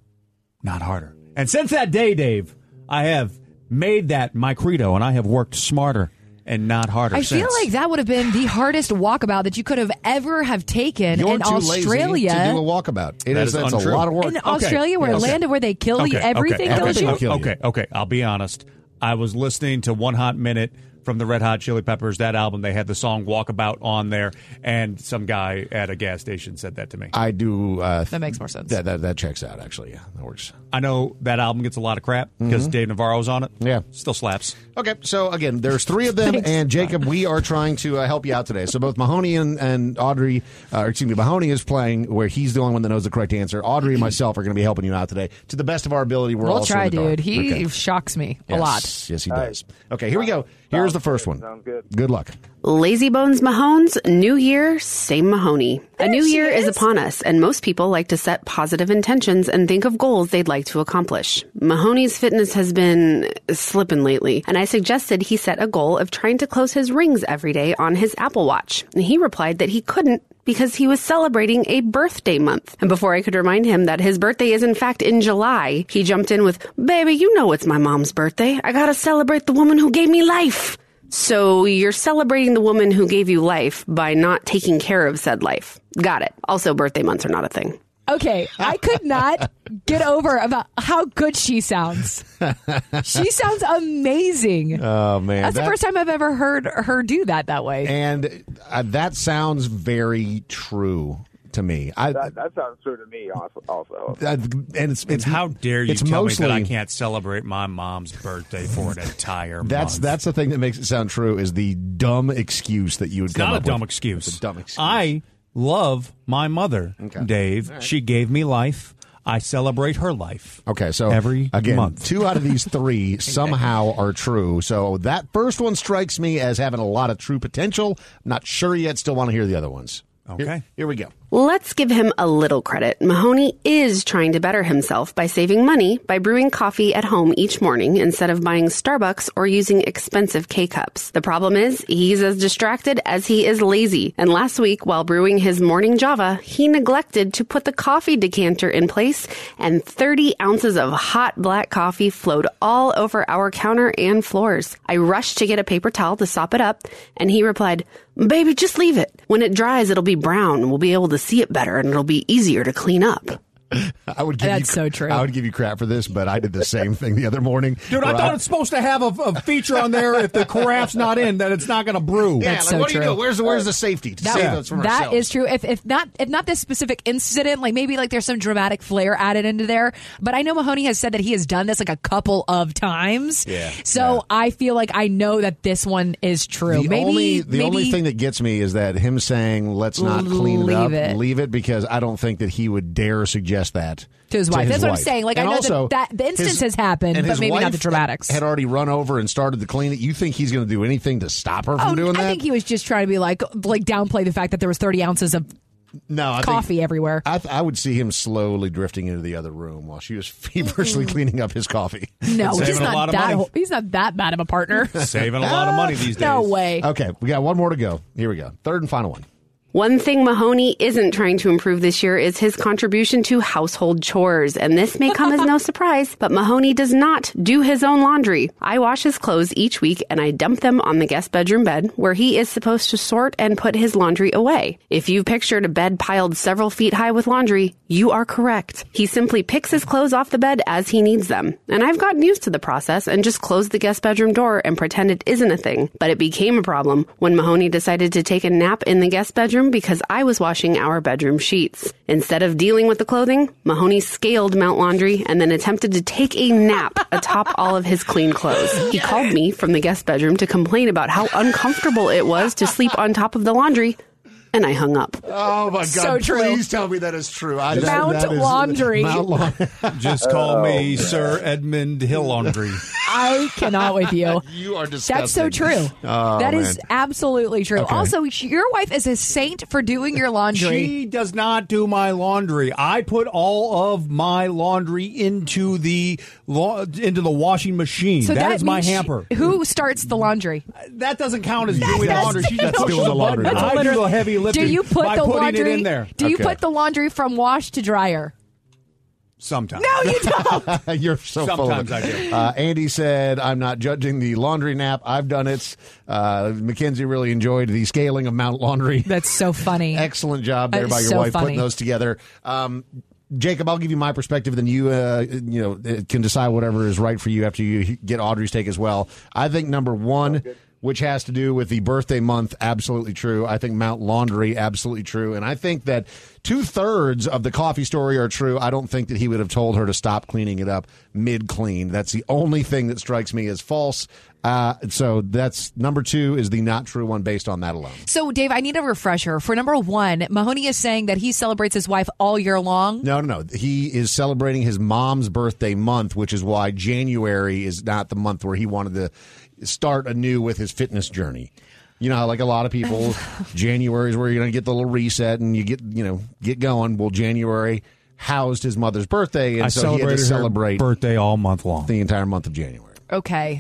Speaker 6: not harder. And since that day, Dave, I have made that my credo and I have worked smarter and not harder.
Speaker 7: I
Speaker 6: since.
Speaker 7: feel like that would have been the hardest walkabout that you could have ever have taken
Speaker 5: You're
Speaker 7: in
Speaker 5: too
Speaker 7: Australia.
Speaker 5: lazy to do a walkabout. It
Speaker 6: That
Speaker 5: is,
Speaker 6: is
Speaker 5: that's
Speaker 6: untrue.
Speaker 5: a lot of work.
Speaker 7: In Australia, where a land where they kill you, everything
Speaker 6: okay,
Speaker 7: kills you.
Speaker 6: okay, okay, okay. I'll be honest. I was listening to One Hot Minute from the Red Hot Chili Peppers, that album. They had the song Walkabout on there, and some guy at a gas station said that to me.
Speaker 5: I do. Uh, that
Speaker 7: makes more sense.
Speaker 5: That, that, that checks out, actually. Yeah, that works.
Speaker 6: I know that album gets a lot of crap because
Speaker 5: Mhm.
Speaker 6: Dave Navarro's on it.
Speaker 5: Yeah.
Speaker 6: Still slaps.
Speaker 5: Okay, so again, there's three of them, and Jacob, we are trying to uh, help you out today. So both Mahoney and, and Audrey, uh, or excuse me, Mahoney is playing where he's the only one that knows the correct answer. Audrey and myself are going to be helping you out today to the best of our ability. We're
Speaker 7: we'll
Speaker 5: also
Speaker 7: try,
Speaker 5: in the dark.
Speaker 7: dude. He
Speaker 5: Okay.
Speaker 7: shocks me a
Speaker 5: Yes.
Speaker 7: lot.
Speaker 5: Yes, he does. Okay, here we go. Here's the first one. Sounds good. Good luck.
Speaker 24: Lazy Bones Mahones, New Year, same Mahoney.
Speaker 1: A new year is. upon us, and most people like to set positive intentions and think of goals they'd like to accomplish. Mahoney's fitness has been slipping lately, and I suggested he set a goal of trying to close his rings every day on his Apple Watch. And he replied that he couldn't because he was celebrating a birthday month. And before I could remind him that his birthday is in fact in July, he jumped in with, Baby, you know it's my mom's birthday. I gotta celebrate the woman who gave me life. So you're celebrating the woman who gave you life by not taking care of said life. Got it. Also, birthday months are not a thing.
Speaker 7: Okay, I could not get over about how good she sounds. She sounds amazing.
Speaker 5: Oh man,
Speaker 7: That's the
Speaker 5: that-
Speaker 7: first time I've ever heard her do that that way.
Speaker 5: and uh, that sounds very true to me. I,
Speaker 23: that, that sounds true to me. Also, also.
Speaker 5: I- and it's, it's
Speaker 8: how dare you
Speaker 5: It's
Speaker 8: tell
Speaker 5: mostly
Speaker 8: me that I can't celebrate my mom's birthday for an entire
Speaker 5: that's
Speaker 8: month.
Speaker 5: that's the thing that makes it sound true is the dumb excuse that you would
Speaker 8: It's
Speaker 5: come
Speaker 8: not a
Speaker 5: up
Speaker 8: dumb
Speaker 5: with.
Speaker 8: excuse.
Speaker 5: It's a dumb excuse.
Speaker 8: I love my mother, Dave.
Speaker 5: All right.
Speaker 8: She gave me life. I celebrate her life.
Speaker 5: Okay, so
Speaker 8: Every
Speaker 5: again,
Speaker 8: month.
Speaker 5: two out of these three somehow are true. So that first one strikes me as having a lot of true potential. Not sure yet. Still want to hear the other ones. Okay, here, here we go.
Speaker 1: Let's give him a little credit. Mahoney is trying to better himself by saving money by brewing coffee at home each morning instead of buying Starbucks or using expensive K cups. The problem is he's as distracted as he is lazy. And last week, while brewing his morning Java, he neglected to put the coffee decanter in place and 30 ounces of hot black coffee flowed all over our counter and floors. I rushed to get a paper towel to sop it up and he replied, Baby, just leave it. When it dries, it'll be brown and we'll be able to see it better and it'll be easier to clean up.
Speaker 5: I would give
Speaker 1: That's
Speaker 5: you, so true. I would give you crap for this, but I did the same thing the other morning.
Speaker 6: Dude, I
Speaker 5: where
Speaker 6: thought it's supposed to have a, a feature on there if the caraffe's not in that it's not going to brew.
Speaker 5: Yeah, like, what do you do? Where's the where's the safety? To save us from
Speaker 7: That
Speaker 5: ourselves?
Speaker 7: is true. If if not if not this specific incident, like maybe like there's some dramatic flair added into there. But I know Mahoney has said that he has done this like a couple of times.
Speaker 5: Yeah.
Speaker 7: So I feel like I know that this one is true.
Speaker 5: The
Speaker 7: maybe
Speaker 5: only the
Speaker 7: maybe
Speaker 5: only thing that gets me is that him saying let's not clean it
Speaker 7: Leave
Speaker 5: up,
Speaker 7: it.
Speaker 5: leave it, because I don't think that he would dare suggest that
Speaker 7: to his wife. That's what I'm saying. Like
Speaker 5: And
Speaker 7: I know
Speaker 5: also,
Speaker 7: that, that the
Speaker 5: his-
Speaker 7: instance has happened,
Speaker 5: and
Speaker 7: but
Speaker 5: his
Speaker 7: maybe not
Speaker 5: wife uh,
Speaker 7: the dramatics.
Speaker 5: Had already run over and started to clean it. You think he's going to do anything to stop her from
Speaker 7: Oh,
Speaker 5: doing
Speaker 7: I
Speaker 5: that?
Speaker 7: think he was just trying to be like like downplay the fact that there was 30 ounces of
Speaker 5: no, I think-
Speaker 7: coffee everywhere.
Speaker 5: I, th- I would see him slowly drifting into the other room while she was feverishly cleaning up his coffee.
Speaker 7: No,
Speaker 5: It's
Speaker 7: he's
Speaker 5: saving a lot
Speaker 7: not
Speaker 5: of
Speaker 7: that
Speaker 5: money.
Speaker 7: ho- he's not that bad of a partner.
Speaker 5: Saving a lot of money these
Speaker 7: No
Speaker 5: days.
Speaker 7: way.
Speaker 5: Okay, we got one more to go. Here we go. Third and final one.
Speaker 1: One thing Mahoney isn't trying to improve this year is his contribution to household chores. And this may come as no surprise, but Mahoney does not do his own laundry. I wash his clothes each week and I dump them on the guest bedroom bed where he is supposed to sort and put his laundry away. If you've pictured a bed piled several feet high with laundry, you are correct. He simply picks his clothes off the bed as he needs them. And I've gotten used to the process and just closed the guest bedroom door and pretend it isn't a thing. But it became a problem when Mahoney decided to take a nap in the guest bedroom because I was washing our bedroom sheets. Instead of dealing with the clothing, Mahoney scaled Mount Laundry and then attempted to take a nap atop all of his clean clothes. He called me from the guest bedroom to complain about how uncomfortable it was to sleep on top of the laundry, and I hung up.
Speaker 5: Oh my god!
Speaker 1: So true.
Speaker 5: Please tell me that is true. I just-
Speaker 1: Mount
Speaker 5: that is-
Speaker 1: laundry.
Speaker 5: Mount laundry.
Speaker 8: Just call
Speaker 5: Oh,
Speaker 8: me
Speaker 5: man.
Speaker 8: Sir Edmund Hill Laundry.
Speaker 7: I cannot with you.
Speaker 5: you are disgusting.
Speaker 7: That's so true.
Speaker 8: Oh,
Speaker 7: that is
Speaker 8: man.
Speaker 7: absolutely true.
Speaker 8: Okay.
Speaker 7: Also, she- your wife is a saint for doing your laundry.
Speaker 8: She does not do my laundry. I put all of my laundry into the la- into the washing machine.
Speaker 7: so
Speaker 8: that is my
Speaker 7: means she-
Speaker 8: hamper.
Speaker 7: who starts the laundry?
Speaker 8: That doesn't count as doing laundry. She just
Speaker 6: That's
Speaker 8: pushes
Speaker 6: doing the
Speaker 8: the button.
Speaker 6: laundry.
Speaker 8: I do the
Speaker 6: Literally.
Speaker 8: heavy lifting.
Speaker 7: Do you put
Speaker 8: by
Speaker 7: the
Speaker 8: putting
Speaker 7: laundry
Speaker 8: it in there?
Speaker 7: Do you put the laundry from wash to dryer?
Speaker 8: sometimes?
Speaker 7: No, you don't.
Speaker 5: You're so full of
Speaker 8: Sometimes
Speaker 5: it.
Speaker 8: I do.
Speaker 5: Uh, Andy said, "I'm not judging the laundry nap. I've done it." Uh, Mackenzie really enjoyed the scaling of Mount Laundry.
Speaker 7: That's so funny.
Speaker 5: Excellent job
Speaker 7: That
Speaker 5: there
Speaker 7: is
Speaker 5: by your
Speaker 7: so
Speaker 5: wife
Speaker 7: funny.
Speaker 5: putting those together. Um, Jacob, I'll give you my perspective, then you uh, you know it can decide whatever is right for you after you get Audrey's take as well. I think number one. Which has to do with the birthday month, absolutely true. I think Mount Laundry, absolutely true. And I think that two thirds of the coffee story are true. I don't think that he would have told her to stop cleaning it up mid clean. That's the only thing that strikes me as false. Uh, so that's number two is the not true one based on that alone.
Speaker 7: So, Dave, I need a refresher. For number one, Mahoney is saying that he celebrates his wife all year long.
Speaker 5: No, no, no. He is celebrating his mom's birthday month, which is why January is not the month where he wanted to start anew with his fitness journey. You know how like a lot of people, January is where you're gonna get the little reset and you get you know get going. Well, January housed his mother's birthday, and
Speaker 6: I
Speaker 5: so he had to
Speaker 6: celebrated her
Speaker 5: celebrate
Speaker 6: birthday all month long,
Speaker 5: the entire month of January.
Speaker 7: Okay.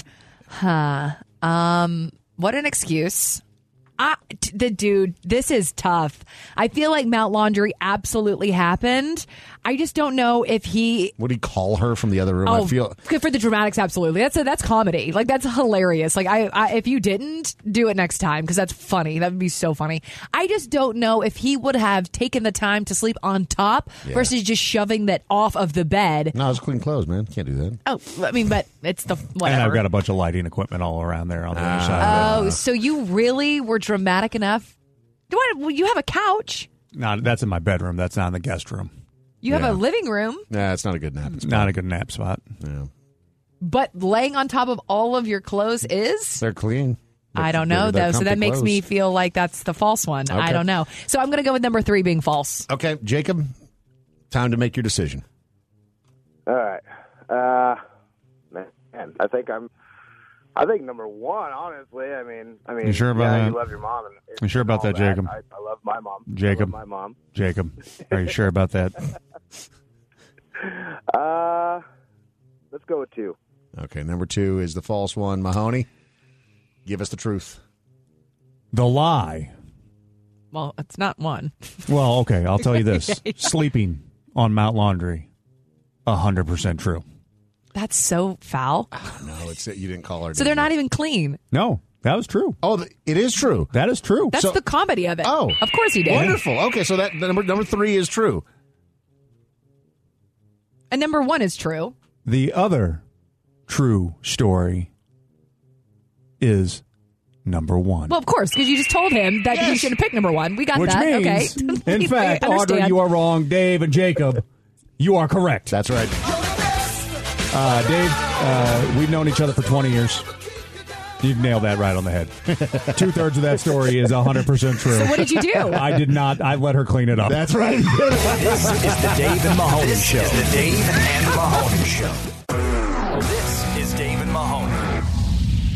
Speaker 7: Huh. Um, what an excuse. I, t- the dude, this is tough. I feel like Mount Laundry absolutely happened. I just don't know if he.
Speaker 5: What do you call her from the other room?
Speaker 6: Oh.
Speaker 5: I feel
Speaker 7: Oh, good for the dramatics. Absolutely, that's a, that's comedy. Like that's hilarious. Like I, I if you didn't do it next time because that's funny. That would be so funny. I just don't know if he would have taken the time to sleep on top
Speaker 5: Yeah.
Speaker 7: versus just shoving that off of the bed.
Speaker 5: no, it's clean clothes, man. Can't do that.
Speaker 7: Oh, I mean, but it's the whatever.
Speaker 6: and I've got a bunch of lighting equipment all around there on the
Speaker 8: Ah.
Speaker 6: other side.
Speaker 7: Oh, so you really were dramatic enough? Do I, well, you have a couch.
Speaker 6: Not that's in my bedroom. That's not in the guest room.
Speaker 7: You have a living room,
Speaker 5: Nah, it's not a good nap. It's
Speaker 6: not a good nap spot.
Speaker 5: Yeah,
Speaker 7: but laying on top of all of your clothes is.
Speaker 5: they're clean.
Speaker 7: I don't know
Speaker 5: They're-
Speaker 7: though,
Speaker 5: they're
Speaker 7: so that
Speaker 5: comfy
Speaker 7: makes me
Speaker 5: clothes.
Speaker 7: feel like that's the false one. I
Speaker 5: Okay.
Speaker 7: don't know. So I'm going to go with number three being false.
Speaker 5: Okay, Jacob, time to make your decision.
Speaker 23: All right. Uh, man, I think I'm. I think number one, honestly. I mean, I mean,
Speaker 6: You sure about
Speaker 23: yeah,
Speaker 6: that?
Speaker 23: You love your mom. And
Speaker 6: You sure about
Speaker 23: all
Speaker 6: that, Jacob?
Speaker 23: I, I love my mom. I love
Speaker 6: Jacob,
Speaker 23: my mom.
Speaker 6: Jacob, are you sure about that?
Speaker 23: Uh, let's go with two.
Speaker 5: Okay, number two is the false one, Mahoney. Give us the truth.
Speaker 6: The lie.
Speaker 7: Well, it's not one.
Speaker 6: Well, okay, I'll tell you this:
Speaker 7: Yeah.
Speaker 6: sleeping on Mount Laundry, hundred percent true.
Speaker 7: That's so foul.
Speaker 5: No, it's you didn't call her.
Speaker 7: So they're not even clean.
Speaker 6: No, that was true.
Speaker 5: Oh, it is true.
Speaker 6: That is true.
Speaker 7: That's the comedy of it.
Speaker 5: Oh,
Speaker 7: of course he did.
Speaker 5: Wonderful. Okay, so that number number three is true.
Speaker 7: And number one is true.
Speaker 6: The other true story is number one.
Speaker 7: Well, of course, because you just told him that you
Speaker 6: Yes.
Speaker 7: should have picked number one. We got
Speaker 6: Which
Speaker 7: that.
Speaker 6: means,
Speaker 7: okay.
Speaker 6: in fact,
Speaker 7: I
Speaker 6: Audrey,
Speaker 7: understand.
Speaker 6: you are wrong. Dave and Jacob, you are correct.
Speaker 5: That's right.
Speaker 6: Uh, Dave, uh, we've known each other for 20 years. You've nailed that right on the head. Two thirds of that story is 100% true.
Speaker 16: So what did you do?
Speaker 6: I did not. I let her clean it up.
Speaker 5: That's right.
Speaker 16: this is the Dave and Mahoney
Speaker 6: This
Speaker 16: Show.
Speaker 6: is the
Speaker 16: Dave and Mahoney Show. This is Dave and Mahoney.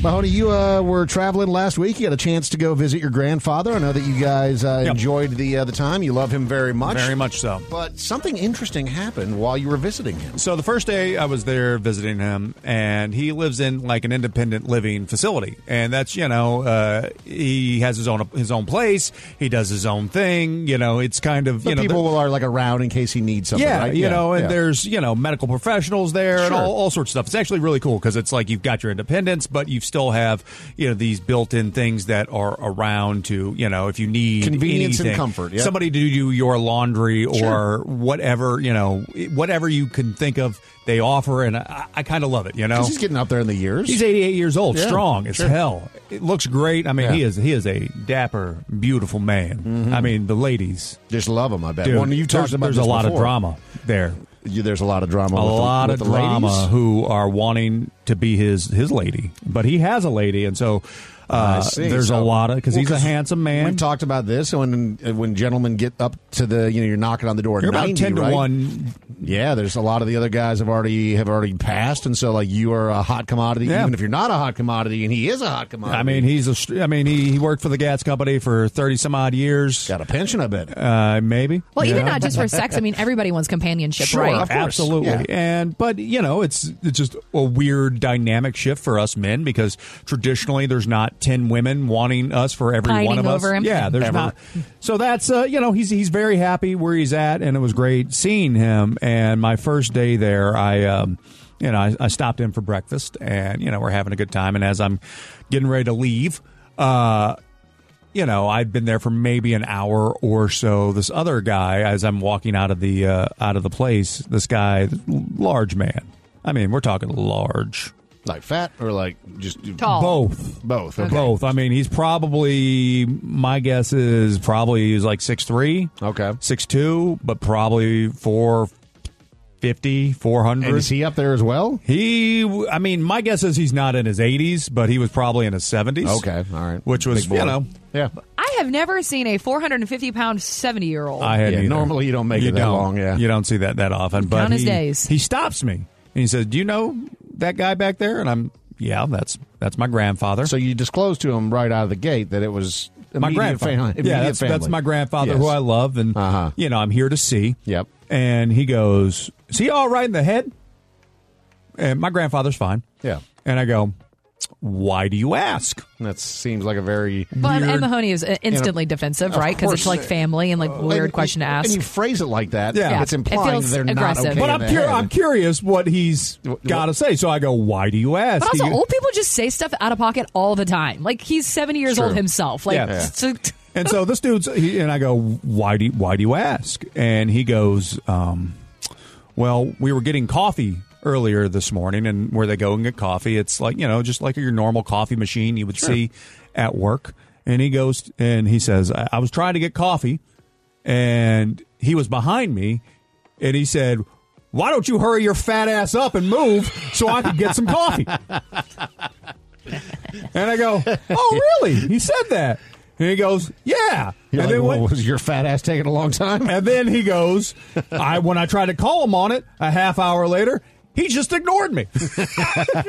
Speaker 5: Mahoney, you uh, were traveling last week. You got a chance to go visit your grandfather. I know that you guys uh, enjoyed the uh, the time. You love him very much.
Speaker 6: Very much so.
Speaker 5: But something interesting happened while you were visiting him.
Speaker 6: So the first day I was there visiting him, and he lives in like an independent living facility, and that's you know uh, he has his own his own place. He does his own thing. You know, it's kind of
Speaker 5: The
Speaker 6: you know
Speaker 5: people are like around in case he needs something.
Speaker 6: yeah,
Speaker 5: right?
Speaker 6: you know, and
Speaker 5: yeah.
Speaker 6: there's you know medical professionals there and
Speaker 5: Sure.
Speaker 6: all, all sorts of stuff. It's actually really cool because it's like you've got your independence, but you still have you know these built-in things that are around to you know if you need
Speaker 5: Convenience and
Speaker 6: anything.
Speaker 5: comfort, yeah.
Speaker 6: Somebody to do your laundry or
Speaker 5: Sure.
Speaker 6: whatever you know whatever you can think of, they offer, and I, I kind of love it. You know,
Speaker 5: 'Cause he's getting up there in the years.
Speaker 6: He's 88 years old,
Speaker 5: Yeah,
Speaker 6: strong as
Speaker 5: sure.
Speaker 6: hell. It looks great. I mean,
Speaker 5: Yeah. Mm-hmm.
Speaker 6: he is he is a dapper, beautiful man. I mean, the ladies
Speaker 5: just love him. I bet.
Speaker 6: Dude,
Speaker 5: Well, you've talked
Speaker 6: there's,
Speaker 5: about
Speaker 6: there's
Speaker 5: this
Speaker 6: a lot
Speaker 5: before.
Speaker 6: of drama there.
Speaker 5: You- there's a lot of drama.
Speaker 6: A
Speaker 5: with the-
Speaker 6: lot
Speaker 5: with
Speaker 6: of
Speaker 5: the
Speaker 6: drama
Speaker 5: ladies?
Speaker 6: who are wanting to be his his lady, but he has a lady, and so
Speaker 5: I
Speaker 6: uh,
Speaker 5: see.
Speaker 6: there's
Speaker 5: So-
Speaker 6: a lot of because
Speaker 5: Well,
Speaker 6: he's a handsome man.
Speaker 5: We talked about this when when gentlemen get up to the you know you're knocking on the door. at
Speaker 6: You're about
Speaker 5: 90,
Speaker 6: 10 to
Speaker 5: right?
Speaker 6: 1.
Speaker 5: Yeah, there's a lot of the other guys have already have already passed, and so like you are a hot commodity,
Speaker 6: Yeah.
Speaker 5: even if you're not a hot commodity, and he is a hot commodity.
Speaker 6: I mean, he's a. str- I mean, he, he worked for the Gats company for thirty some odd years.
Speaker 5: Got a pension, I bet.
Speaker 6: Uh, maybe.
Speaker 7: Well, even
Speaker 6: Yeah.
Speaker 7: not just for sex. I mean, everybody wants companionship,
Speaker 6: Sure,
Speaker 7: right?
Speaker 6: absolutely. And but you know, it's it's just a weird dynamic shift for us men because traditionally there's not ten women wanting us for every
Speaker 7: Pining
Speaker 6: one of us.
Speaker 7: over him.
Speaker 6: Yeah, there's
Speaker 7: Ever.
Speaker 6: not. So that's uh, you know he's he's very happy where he's at, and it was great seeing him. And my first day there, I. Um, you know, I, I stopped in for breakfast, and you know we're having a good time. And as I'm getting ready to leave, uh, you know, I'd been there for maybe an hour or so. This other guy, as I'm walking out of the uh, out of the place, this guy, large man. I mean, we're talking large,
Speaker 5: like fat or like just
Speaker 6: Tall. Both.
Speaker 5: both,
Speaker 6: both. I mean, he's probably my guess is probably he's like six three,
Speaker 5: okay,
Speaker 6: six two, but probably four fifty, four hundred.
Speaker 5: And is he up there as well?
Speaker 6: He, w- I mean, my guess is he's not in his 80s, but he was probably in his 70s.
Speaker 5: Okay, all right.
Speaker 6: Which was,
Speaker 5: Big boy.
Speaker 6: you know,
Speaker 5: yeah.
Speaker 7: I have never seen a 450 pound 70 year old.
Speaker 6: I had
Speaker 5: Yeah,
Speaker 6: either.
Speaker 5: normally you don't make it that
Speaker 6: don't.
Speaker 5: long, yeah.
Speaker 6: you don't see that that often. But
Speaker 7: Count
Speaker 6: he,
Speaker 7: his days.
Speaker 6: he stops me and he says, "Do you know that guy back there?" And I'm Yeah, that's that's my grandfather.
Speaker 5: So you disclosed to him right out of the gate that it was
Speaker 6: my
Speaker 5: immediate
Speaker 6: grandfather.
Speaker 5: fam- immediate
Speaker 6: yeah, that's,
Speaker 5: family.
Speaker 6: that's my grandfather
Speaker 5: Yes. Uh-huh.
Speaker 6: who I love, and you know I'm here to see.
Speaker 5: Yep.
Speaker 6: And he goes, "Is he all right in the head?" And my grandfather's fine.
Speaker 5: Yeah.
Speaker 6: And I go, "Why do you ask?"
Speaker 5: That seems like a very
Speaker 7: But
Speaker 6: weird-
Speaker 7: and Mahoney is uh, instantly defensive,
Speaker 5: Of
Speaker 7: right? Because it's
Speaker 5: course. Uh,
Speaker 7: like family and like weird
Speaker 5: And-
Speaker 7: question to ask.
Speaker 5: And you phrase it like that.
Speaker 7: Yeah.
Speaker 5: It's
Speaker 7: It
Speaker 5: implying
Speaker 7: feels
Speaker 5: that they're
Speaker 7: aggressive.
Speaker 5: not okay.
Speaker 6: But I'm,
Speaker 5: in the
Speaker 6: cur-
Speaker 5: head.
Speaker 6: I'm curious what he's got to say. So I go, "Why do you ask?"
Speaker 7: But also,
Speaker 6: He-
Speaker 7: old people just say stuff out of pocket all the time. Like he's seventy years
Speaker 6: True.
Speaker 7: old himself. Like,
Speaker 6: Yeah.
Speaker 7: so-
Speaker 6: and so this dude's he, and I go, why do you, why do you ask? And he goes, um, well, we were getting coffee earlier this morning, and where they go and get coffee, it's like you know, just like your normal coffee machine you would
Speaker 9: Sure.
Speaker 6: see at work. And he goes and he says, I, I was trying to get coffee, and he was behind me, and he said. Why don't you hurry your fat ass up and move so I can get some coffee? And I go, "Oh, really?" He said that. And he goes, "Yeah."
Speaker 5: You're
Speaker 6: and
Speaker 5: like, "Well,
Speaker 6: when-
Speaker 5: was your fat ass taking a long time?
Speaker 6: And then he goes, "I when I tried to call him on it a half hour later, he just ignored me."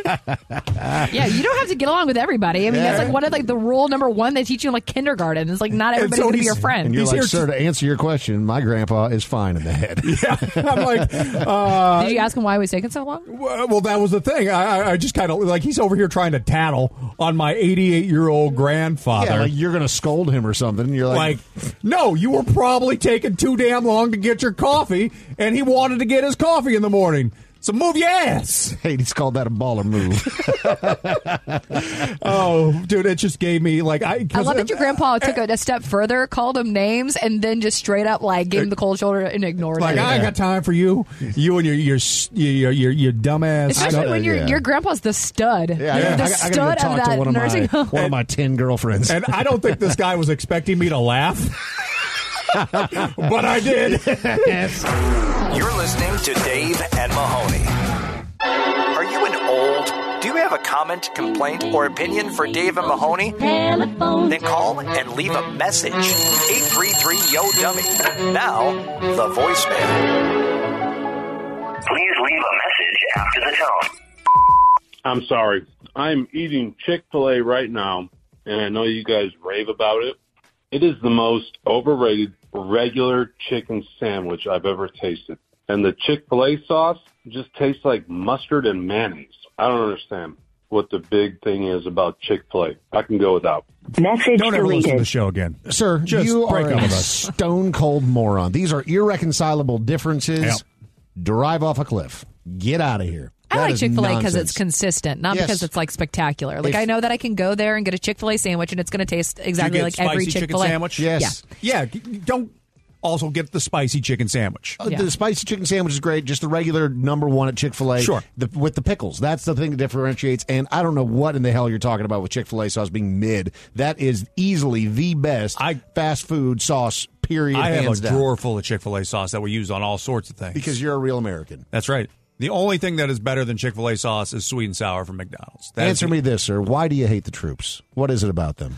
Speaker 7: yeah, you don't have to get along with everybody. I mean, that's
Speaker 5: Yeah.
Speaker 7: like one of like the rule number one they teach you in like kindergarten. It's like not
Speaker 5: And
Speaker 7: everybody's
Speaker 5: so
Speaker 7: gonna be
Speaker 5: he's-
Speaker 7: your friend.
Speaker 5: And you're like,
Speaker 7: here
Speaker 5: sir, to answer your question, my grandpa is fine in the head.
Speaker 6: I'm like, uh,
Speaker 7: Did you ask him why he was taking so long?
Speaker 6: Well, well, that was the thing. I, I- I just kind of like he's over here trying to tattle on my 88 year old grandfather.
Speaker 5: Yeah, like you're going to scold him or something. And you're like,
Speaker 6: like, no, you were probably taking too damn long to get your coffee, and he wanted to get his coffee in the morning. So move your ass.
Speaker 5: Hades called that a baller move.
Speaker 6: oh, dude, it just gave me like I.
Speaker 7: I love that your grandpa took it a step further, called him names, and then just straight up like gave him the cold shoulder and ignored
Speaker 6: Like
Speaker 7: him.
Speaker 6: I ain't got time for you, you and your your s- your your, your dumbass.
Speaker 7: Especially when your your grandpa's the stud. You're the stud of that nursing home.
Speaker 5: one of my ten girlfriends.
Speaker 6: And I don't think this guy was expecting me to laugh, but I did.
Speaker 16: You're listening to Dave and Mahoney. Are you an old? Do you have a comment, complaint, or opinion for Dave and Mahoney? Then call and leave a message. 833 Yo Dummy. Now, the voicemail.
Speaker 12: Please leave a message after the tone.
Speaker 13: I'm sorry. I'm eating Chick fil A right now, and I know you guys rave about it. It is the most overrated regular chicken sandwich I've ever tasted. And the Chick fil A sauce just tastes like mustard and mayonnaise. I don't understand what the big thing is about Chick fil A. I can go without.
Speaker 12: Message
Speaker 6: Don't ever listen to the show again.
Speaker 5: Sir,
Speaker 6: Just
Speaker 5: you
Speaker 6: break
Speaker 5: are
Speaker 6: up
Speaker 5: a
Speaker 6: with us.
Speaker 5: stone cold moron. These are irreconcilable differences.
Speaker 6: Yep.
Speaker 5: Drive off a cliff. Get out of here.
Speaker 7: I
Speaker 5: That
Speaker 7: like
Speaker 5: is
Speaker 7: Chick fil A because it's
Speaker 5: nonsense.
Speaker 7: consistent, not
Speaker 5: Yes.
Speaker 7: because it's like spectacular. Like,
Speaker 5: If-
Speaker 7: I know that I can go there and get a Chick fil A sandwich and it's going to taste exactly
Speaker 6: You get
Speaker 7: like every
Speaker 6: spicy
Speaker 7: Chick
Speaker 6: chicken
Speaker 7: fil A
Speaker 6: sandwich.
Speaker 7: Yeah.
Speaker 6: yeah. g- Don't also get the spicy chicken sandwich.
Speaker 5: Uh, The spicy chicken sandwich is great. Just the regular number one at Chick Fil A,
Speaker 6: Sure.
Speaker 5: the, with the pickles. That's the thing that differentiates. And I don't know what in the hell you're talking about with Chick Fil A sauce being mid. That is easily the best fast food sauce. Period.
Speaker 6: I have
Speaker 5: hands
Speaker 6: a
Speaker 5: down.
Speaker 6: drawer full of Chick Fil A sauce that we use on all sorts of things
Speaker 5: because you're a real American.
Speaker 6: That's right. The only thing that is better than Chick Fil A sauce is sweet and sour from McDonald's. That is
Speaker 5: Answer
Speaker 6: the-
Speaker 5: me this, sir. Why do you hate the troops? What is it about them?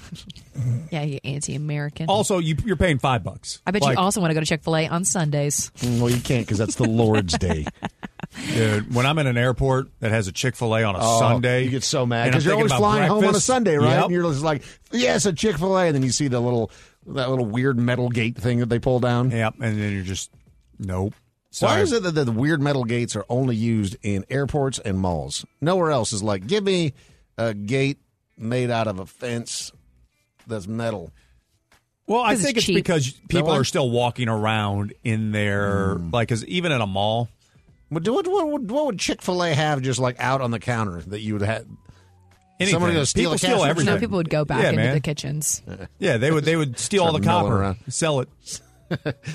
Speaker 7: Yeah, you anti American.
Speaker 6: Also, you, you're paying five bucks.
Speaker 7: I bet
Speaker 6: Like-
Speaker 7: you also want to go to Chick fil A on Sundays.
Speaker 5: Mm, Well, you can't because that's the Lord's Day.
Speaker 6: Dude, when I'm in an airport that has a Chick Fil A on a
Speaker 5: Oh,
Speaker 6: Sunday,
Speaker 5: you get so mad
Speaker 6: and I'm
Speaker 5: because you're always
Speaker 6: thinking about
Speaker 5: flying home on a
Speaker 6: breakfast,
Speaker 5: Sunday, right?
Speaker 6: yep,
Speaker 5: And you're just like, yes, a Chick Fil A, and then you see the little that little weird metal gate thing that they pull down.
Speaker 6: Yep, and then you're just nope.
Speaker 5: Why
Speaker 6: Sorry.
Speaker 5: is it that the weird metal gates are only used in airports and malls? Nowhere else is like, give me a gate made out of a fence that's metal.
Speaker 6: Well, I
Speaker 5: 'Cause it's
Speaker 6: think it's,
Speaker 5: cheap.
Speaker 6: because people
Speaker 5: That one?
Speaker 6: are still walking around in their
Speaker 5: Mm.
Speaker 6: like, because even at a mall,
Speaker 5: But do- what, what, would- what would Chick Fil A have just like out on the counter that you would have?
Speaker 6: Anything.
Speaker 5: Somebody to steal a
Speaker 6: People
Speaker 5: cash
Speaker 6: steal
Speaker 5: register?
Speaker 6: everything.
Speaker 7: No, people would go back
Speaker 6: Yeah,
Speaker 7: into
Speaker 6: man.
Speaker 7: the kitchens.
Speaker 6: yeah, they would they would steal all the
Speaker 5: Start milling
Speaker 6: copper,
Speaker 5: around.
Speaker 6: sell it,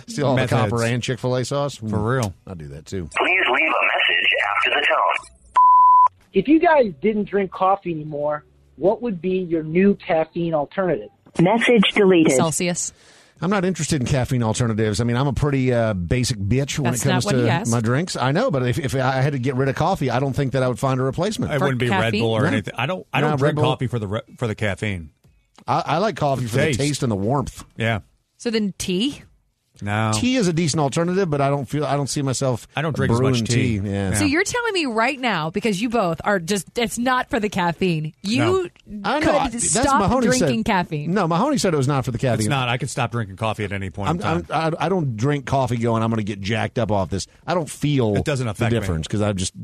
Speaker 5: Steal all the
Speaker 6: Meth
Speaker 5: copper
Speaker 6: heads.
Speaker 5: and Chick Fil A sauce
Speaker 6: For real.
Speaker 5: I do that too.
Speaker 12: Please leave a message after the tone.
Speaker 24: If you guys didn't drink coffee anymore, what would be your new caffeine alternative?
Speaker 5: Message deleted.
Speaker 7: Celsius.
Speaker 5: I'm not interested in caffeine alternatives. I mean, I'm a pretty uh, basic bitch when
Speaker 7: That's
Speaker 5: it comes
Speaker 7: not what he
Speaker 5: to
Speaker 7: asked.
Speaker 5: my drinks. I know, but if, if I had to get rid of coffee, I don't think that I would find a replacement.
Speaker 6: It wouldn't be Red Bull or
Speaker 5: No.
Speaker 6: anything. I don't. I
Speaker 5: No,
Speaker 6: don't
Speaker 5: Red
Speaker 6: drink
Speaker 5: Bull-
Speaker 6: coffee for the re- for the caffeine.
Speaker 5: I, I like coffee for the
Speaker 6: Taste.
Speaker 5: taste and the warmth.
Speaker 6: Yeah.
Speaker 7: So then tea?
Speaker 5: No, tea is a decent alternative, but I don't feel I don't see myself. I don't
Speaker 6: drink as much tea.
Speaker 5: Yeah.
Speaker 7: So you're telling me right now because you both are just—it's not for the caffeine. You
Speaker 5: I know,
Speaker 7: could
Speaker 5: I- that's
Speaker 7: stop
Speaker 5: Mahoney said-
Speaker 7: drinking caffeine.
Speaker 5: No, Mahoney said it was not for the caffeine.
Speaker 6: It's not. I could stop drinking coffee at any point. in
Speaker 5: I'm,
Speaker 6: time.
Speaker 5: I'm, I, I don't drink coffee going. I'm going to get jacked up off this. I don't feel it doesn't
Speaker 6: affect
Speaker 5: the
Speaker 6: me.
Speaker 5: difference because I'm just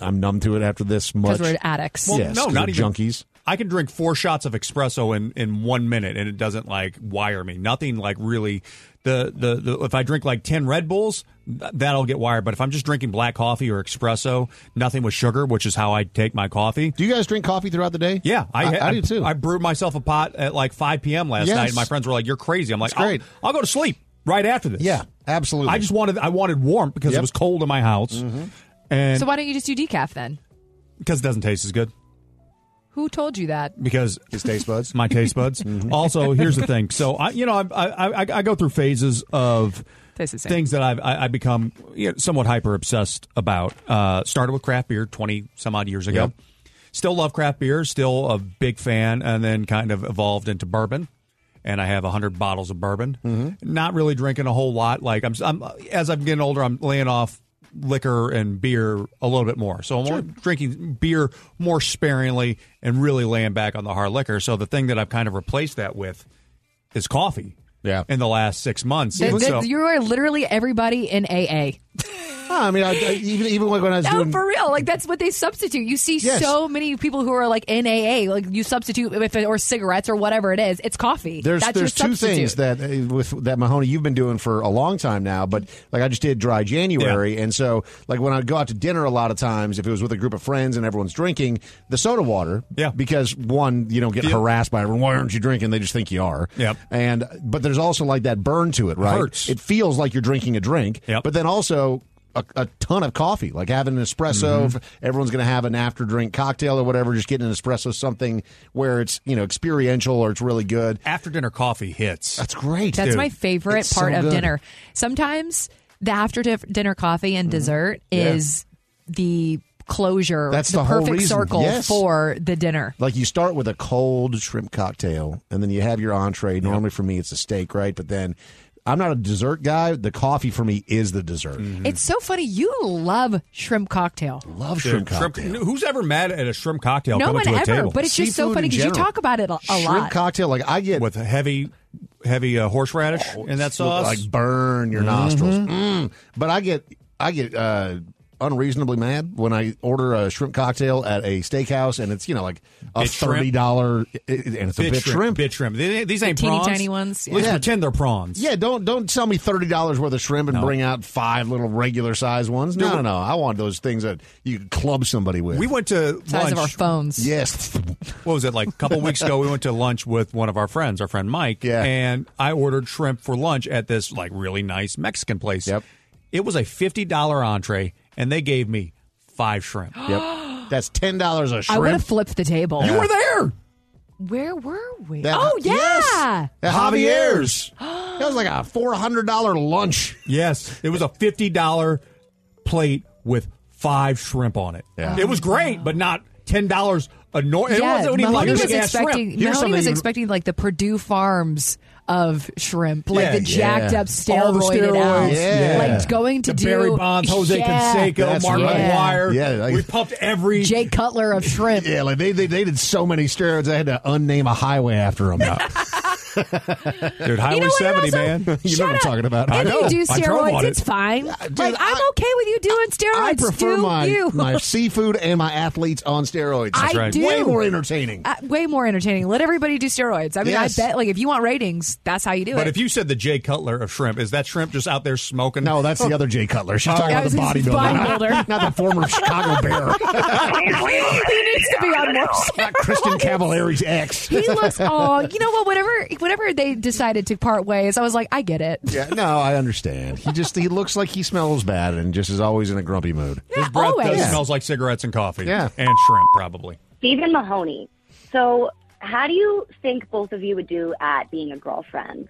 Speaker 5: I'm numb to it after this much.
Speaker 7: Because we're addicts.
Speaker 6: Well,
Speaker 5: yes,
Speaker 6: no,
Speaker 5: 'cause
Speaker 6: not
Speaker 5: we're
Speaker 6: even
Speaker 5: junkies.
Speaker 6: I can drink four shots of espresso in in one minute, and it doesn't like wire me. Nothing like really. The, the the if I drink like ten Red Bulls, th- that'll get wired. But if I'm just drinking black coffee or espresso, nothing with sugar, which is how I take my coffee.
Speaker 5: Do you guys drink coffee throughout the day?
Speaker 6: Yeah, I,
Speaker 5: I- I do, too.
Speaker 6: I brewed myself a pot at like 5 p.m. last
Speaker 5: Yes.
Speaker 6: night, and my friends were like, "You're crazy." I'm like,
Speaker 5: It's great.
Speaker 6: I'll, I'll go to sleep right after this." Yeah,
Speaker 5: absolutely. Mm-hmm.
Speaker 6: I just wanted I wanted warmth because it was cold in my house, and
Speaker 7: so why don't you just do decaf then?
Speaker 6: because it doesn't taste as good.
Speaker 7: Who told you that?
Speaker 6: because his taste buds, my taste buds. Also, here's the thing. So I, you know, I I, I, I go through phases of
Speaker 7: Tastes the same.
Speaker 6: things that I've I, I become you know, somewhat hyper obsessed about. Uh, started with craft beer twenty some odd years ago.
Speaker 5: Yep.
Speaker 6: Still love craft beer. Still a big fan, and then kind of evolved into bourbon. And I have hundred bottles of bourbon.
Speaker 5: Mm-hmm.
Speaker 6: Not really drinking a whole lot. Like I'm, I'm as I'm getting older, I'm laying off liquor and beer a little bit more. So I'm
Speaker 5: Sure.
Speaker 6: only drinking beer more sparingly and really laying back on the hard liquor. So the thing that I've kind of replaced that with is coffee. Yeah. In the last six months.
Speaker 7: Th- th-
Speaker 6: So-
Speaker 7: you are literally everybody in AA.
Speaker 5: I mean, I, I- even even when I was
Speaker 7: No,
Speaker 5: doing
Speaker 7: for real. Like that's what they substitute. You see
Speaker 5: Yes.
Speaker 7: so many people who are like in AA. Like you substitute if it, or cigarettes or whatever it is. It's coffee.
Speaker 5: There's
Speaker 7: that's
Speaker 5: there's
Speaker 7: your
Speaker 5: two
Speaker 7: substitute.
Speaker 5: things that uh, with that Mahoney you've been doing for a long time now, but like I just did dry January, and so like when I go out to dinner a lot of times, if it was with a group of friends and everyone's drinking the soda water, yeah, because one you don't get harassed by everyone. Why aren't you drinking? They just think you are. Yep. And but there's also like that burn to it, right?
Speaker 6: hurts.
Speaker 5: It feels like you're drinking a drink, but then also. A, a ton of coffee, like having an espresso.
Speaker 6: Mhm.
Speaker 5: if Everyone's going to have an after drink cocktail or whatever. Just getting an espresso, something where it's you know experiential or it's really good
Speaker 6: after dinner coffee hits.
Speaker 5: That's great.
Speaker 7: That's my favorite part of dinner. Sometimes the after dif- dinner coffee and dessert
Speaker 5: Mm-hmm. Yeah.
Speaker 7: is the closure.
Speaker 5: That's the whole
Speaker 7: perfect
Speaker 5: reason.
Speaker 7: circle
Speaker 5: Yes.
Speaker 7: for the dinner.
Speaker 5: Like you start with a cold shrimp cocktail, and then you have your entree. Normally for me, it's a steak, right? But then I'm not a dessert guy. The coffee for me is the dessert.
Speaker 6: Mm-hmm.
Speaker 7: It's so funny. You love shrimp cocktail.
Speaker 5: Love
Speaker 6: Dude,
Speaker 5: shrimp
Speaker 6: shrimp- Who's ever mad at a shrimp cocktail
Speaker 7: No
Speaker 6: coming
Speaker 7: one
Speaker 6: to a
Speaker 7: ever,
Speaker 6: table?
Speaker 7: but it's just so
Speaker 5: Seafood
Speaker 7: funny
Speaker 5: in
Speaker 7: because you
Speaker 5: general.
Speaker 7: talk about it a, a
Speaker 5: Shrimp
Speaker 7: lot.
Speaker 5: cocktail, like I get Oh,
Speaker 6: with heavy, heavy uh, horseradish in that sauce.
Speaker 5: like burn your nostrils. Mm. But I get I get uh, unreasonably mad when I order a shrimp cocktail at a steakhouse, and it's you know like a
Speaker 6: Bit shrimp.
Speaker 5: thirty dollar, and it's a
Speaker 6: Bit
Speaker 5: bit
Speaker 6: shrimp,
Speaker 5: shrimp.
Speaker 6: Bit shrimp. They- These
Speaker 7: The
Speaker 6: ain't
Speaker 7: teeny
Speaker 6: prawns.
Speaker 7: tiny ones,
Speaker 6: Let's
Speaker 7: yeah.
Speaker 6: pretend they're prawns.
Speaker 5: Yeah, don't don't sell me thirty dollars worth of shrimp and bring out five little regular size ones. No, no, no. I want those things that you could club somebody with.
Speaker 6: We went to
Speaker 7: Size of our
Speaker 6: lunch.
Speaker 7: phones.
Speaker 5: Yes.
Speaker 6: what was it like a couple weeks ago we went to lunch with one of our friends our friend mike yeah. and i ordered shrimp for lunch at this like really nice mexican place yep it was a $50 entree and they gave me five shrimp
Speaker 5: yep that's ten dollars a
Speaker 7: I would have flipped the table.
Speaker 6: You were there.
Speaker 7: Where were we?
Speaker 5: That-
Speaker 7: oh yeah.
Speaker 5: Yes. At Javier's. that was like a four hundred dollar lunch.
Speaker 6: yes it was a $50 plate with five shrimp on it
Speaker 5: Yeah.
Speaker 6: it was great but not $10 a nor- Oh, it
Speaker 7: Yeah,
Speaker 6: wasn't even like
Speaker 7: Mahoney was
Speaker 6: big-ass shrimp.
Speaker 7: expecting.
Speaker 6: Here's
Speaker 7: Mahoney
Speaker 6: something
Speaker 7: was
Speaker 6: even-
Speaker 7: expecting like the Purdue Farms of shrimp, like
Speaker 6: Yeah,
Speaker 7: the jacked
Speaker 6: yeah.
Speaker 7: up
Speaker 6: All the
Speaker 7: steroided out,
Speaker 6: steroids, yeah.
Speaker 7: like going to
Speaker 6: The
Speaker 7: do
Speaker 6: Barry Bonds, Jose Canseco, That's Mark right. McGwire. Yeah, like- We pumped every
Speaker 7: Jay Cutler of shrimp.
Speaker 5: Yeah, like they, they they did so many steroids, I had to unname a highway after them.
Speaker 6: Dude, Highway 70, man.
Speaker 5: you know what I'm talking about.
Speaker 7: If you do steroids, it's fine. like I'm okay with you doing steroids.
Speaker 5: I prefer
Speaker 7: do
Speaker 5: my,
Speaker 7: you.
Speaker 5: my seafood and my athletes on steroids.
Speaker 7: I do.
Speaker 5: Way more entertaining.
Speaker 7: Uh, way more entertaining. Let everybody do steroids. I mean,
Speaker 6: Yes.
Speaker 7: I bet like if you want ratings, that's how you do
Speaker 6: But
Speaker 7: it.
Speaker 6: if you said the Jay Cutler of shrimp, is that shrimp just out there smoking? Oh.
Speaker 5: No, that's the other Jay Cutler. She's talking about the bodybuilder, not, not the former Chicago Bear.
Speaker 7: he needs to be on more.
Speaker 5: Not Kristen Cavallari's ex.
Speaker 7: He looks. Oh, you know what? Whenever, whenever they decided to part ways, I was like, I get it.
Speaker 5: Yeah, no, I understand. He just he looks like he smells bad and just is always in a grumpy mood.
Speaker 6: His breath does,
Speaker 5: always. Yeah.
Speaker 6: smells like cigarettes and coffee.
Speaker 5: Yeah.
Speaker 6: And shrimp, probably.
Speaker 2: Stephen Mahoney. So, how do you think both of you would do at being a girlfriend?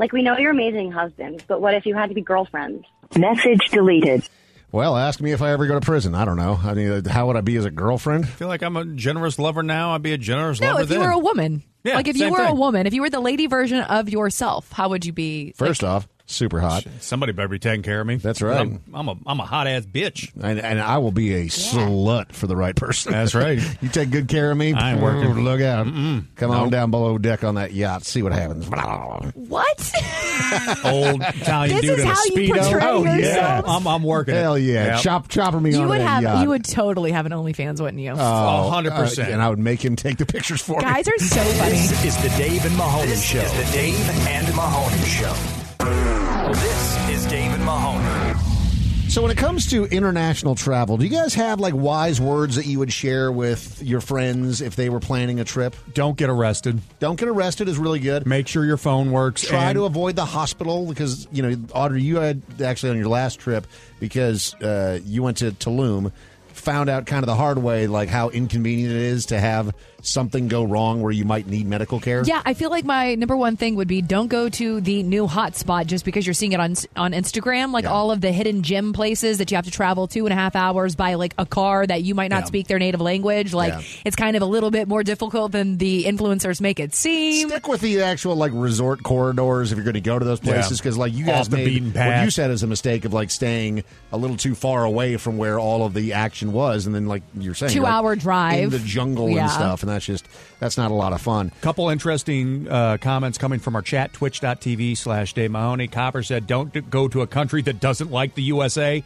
Speaker 2: Like, we know you're amazing husbands, but what if you had to be girlfriends?
Speaker 5: Message deleted. Well, ask me if I ever go to prison. I don't know. I mean, how would I be as a girlfriend?
Speaker 6: I feel like I'm a generous lover now. I'd be a generous
Speaker 7: No,
Speaker 6: lover
Speaker 7: if you
Speaker 6: then.
Speaker 7: were a woman,
Speaker 6: Yeah,
Speaker 7: like if you
Speaker 6: same
Speaker 7: were a
Speaker 6: thing.
Speaker 7: woman, if you were the lady version of yourself, how would you be?
Speaker 5: First off, super hot.
Speaker 9: Somebody better be taking care of me.
Speaker 5: That's right.
Speaker 9: I'm, I'm a I'm a hot ass bitch.
Speaker 5: And, and I will be a slut for the right person.
Speaker 9: That's right.
Speaker 5: you take good care of me.
Speaker 9: I ain't working.
Speaker 5: Look out.
Speaker 9: Mm-mm.
Speaker 5: Come on down below deck on that yacht. See what happens.
Speaker 7: What?
Speaker 9: Old Italian
Speaker 7: This
Speaker 9: dude
Speaker 7: is
Speaker 9: in a
Speaker 7: how you
Speaker 9: speedo.
Speaker 7: portray
Speaker 9: oh yeah,
Speaker 7: yourself?
Speaker 9: I'm, I'm working.
Speaker 5: Hell
Speaker 9: it.
Speaker 5: yeah.
Speaker 9: Yep.
Speaker 5: Chop chopper me
Speaker 7: You
Speaker 5: on
Speaker 7: would
Speaker 5: that
Speaker 7: have.
Speaker 5: yacht.
Speaker 7: You would totally have an OnlyFans, wouldn't you?
Speaker 5: Oh,
Speaker 9: 100%.
Speaker 5: uh, and I would make him take the pictures for me.
Speaker 7: Guys are so funny.
Speaker 16: This is the Dave and Mahoney Show. This is the Dave and Mahoney Show. This is Dave and Mahoney.
Speaker 5: So when it comes to international travel, do you guys have like wise words that you would share with your friends if they were planning a trip?
Speaker 6: Don't get arrested.
Speaker 5: Don't get arrested is really good.
Speaker 6: Make sure your phone works.
Speaker 5: Try
Speaker 6: and-
Speaker 5: to avoid the hospital because you know, Audrey, you had actually on your last trip because uh, you went to Tulum, found out kind of the hard way like how inconvenient it is to have something go wrong where you might need medical care.
Speaker 7: Yeah, I feel like my number one thing would be don't go to the new hotspot just because you're seeing it on on Instagram. Like all of the hidden gym places that you have to travel two and a half hours by like a car that you might not
Speaker 5: Yeah.
Speaker 7: speak their native language. Like
Speaker 5: Yeah.
Speaker 7: it's kind of a little bit more difficult than the influencers make it seem.
Speaker 5: Stick with the actual like resort corridors if you're going to go to those places
Speaker 6: Yeah.
Speaker 5: because like you
Speaker 6: Off
Speaker 5: guys
Speaker 6: the
Speaker 5: made
Speaker 6: beaten
Speaker 5: what
Speaker 6: path.
Speaker 5: you said is a mistake of like staying a little too far away from where all of the action was and then like you're saying
Speaker 7: Two
Speaker 5: like,
Speaker 7: hour drive.
Speaker 5: in the jungle
Speaker 7: Yeah.
Speaker 5: and stuff and that's just that's not a lot of fun.
Speaker 6: Couple interesting uh, comments coming from our chat, twitch.tv slash Dave Mahoney. Copper said, don't d- go to a country that doesn't like the USA.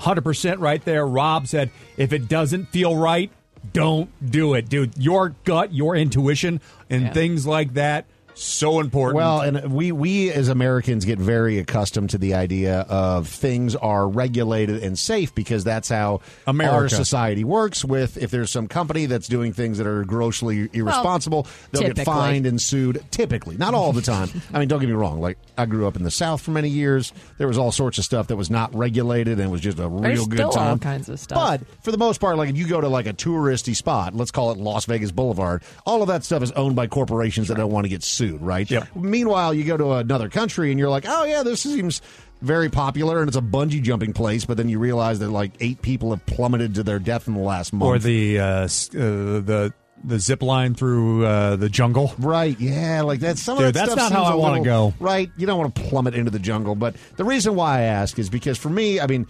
Speaker 6: 100% right there. Rob said, if it doesn't feel right, don't do it. Dude, your gut, your intuition, and things like that, so important.
Speaker 5: Well, and we we as Americans get very accustomed to the idea of things are regulated and safe because that's how our
Speaker 6: America.
Speaker 5: society works. With if there's some company that's doing things that are grossly irresponsible, they'll
Speaker 7: typically.
Speaker 5: get fined and sued. Typically, not all the time. I mean, don't get me wrong. Like I grew up in the South for many years. There was all sorts of stuff that was not regulated and was just a real
Speaker 7: There's
Speaker 5: good
Speaker 7: still
Speaker 5: time.
Speaker 7: all kinds of stuff.
Speaker 5: But for the most part, like if you go to like a touristy spot, let's call it Las Vegas Boulevard, all of that stuff is owned by corporations that don't want to get sued, right? Meanwhile, you go to another country and you're like, oh yeah, this seems very popular and it's a bungee jumping place, but then you realize that like eight people have plummeted to their death in the last month.
Speaker 6: or the, uh, s- uh, the, the zip line through uh, the jungle.
Speaker 5: Right, yeah, like that's some
Speaker 6: Dude,
Speaker 5: of that
Speaker 6: that's
Speaker 5: stuff
Speaker 6: not how
Speaker 5: seems
Speaker 6: I
Speaker 5: a
Speaker 6: wanna
Speaker 5: little-
Speaker 6: go.
Speaker 5: Right, you don't want to plummet into the jungle. But the reason why I ask is because for me, I mean,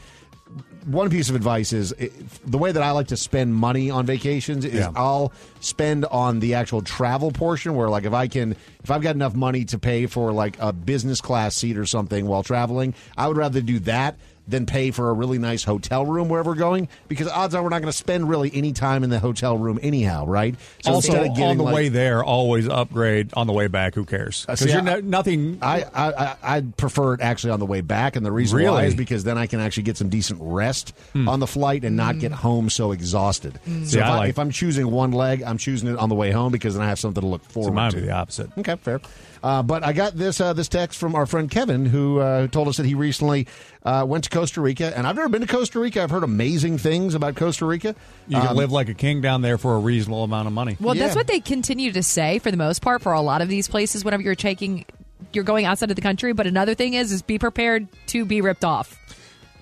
Speaker 5: one piece of advice is it, the way that I like to spend money on vacations is
Speaker 6: Yeah.
Speaker 5: I'll spend on the actual travel portion where like if I can if I've got enough money to pay for like a business class seat or something while traveling, I would rather do that than pay for a really nice hotel room wherever we're going because odds are we're not going to spend really any time in the hotel room anyhow, right?
Speaker 6: also,
Speaker 5: instead of
Speaker 6: on
Speaker 5: getting,
Speaker 6: the
Speaker 5: like-
Speaker 6: way there, always upgrade. On the way back, who cares?
Speaker 5: Uh,
Speaker 6: Because
Speaker 5: see,
Speaker 6: you're
Speaker 5: I-
Speaker 6: no- nothing.
Speaker 5: I, I, I- I prefer it actually on the way back, and the reason why
Speaker 6: Really? Hmm.
Speaker 5: is because then I can actually get some decent rest on the flight and not get home so exhausted. So
Speaker 6: See,
Speaker 5: if,
Speaker 6: I
Speaker 5: I,
Speaker 6: like-
Speaker 5: if I'm choosing one leg, I'm choosing it on the way home because then I have something to look forward
Speaker 6: So mine
Speaker 5: to.
Speaker 6: would be the opposite.
Speaker 5: Okay, fair. Uh, but I got this uh, this text from our friend Kevin, who uh, told us that he recently uh, went to Costa Rica, and I've never been to Costa Rica. I've heard amazing things about Costa Rica.
Speaker 6: You can
Speaker 5: Um,
Speaker 6: live like a king down there for a reasonable amount of money.
Speaker 7: Well, that's what they continue to say for the most part for a lot of these places whenever you're taking you're going outside of the country, but another thing is is be prepared to be ripped off.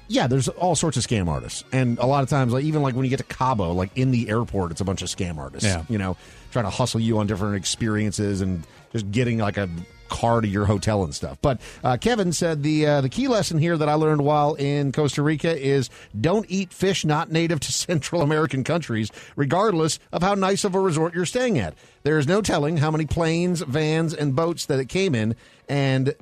Speaker 5: yeah, there's all sorts of scam artists, and a lot of times, like even like when you get to Cabo, like in the airport, it's a bunch of scam artists.
Speaker 6: Yeah.
Speaker 5: you know, trying to hustle you on different experiences and just getting like a car to your hotel and stuff. But uh, Kevin said the uh, the key lesson here that I learned while in Costa Rica is don't eat fish not native to Central American countries, regardless of how nice of a resort you're staying at. There is no telling how many planes, vans, and boats that it came in, and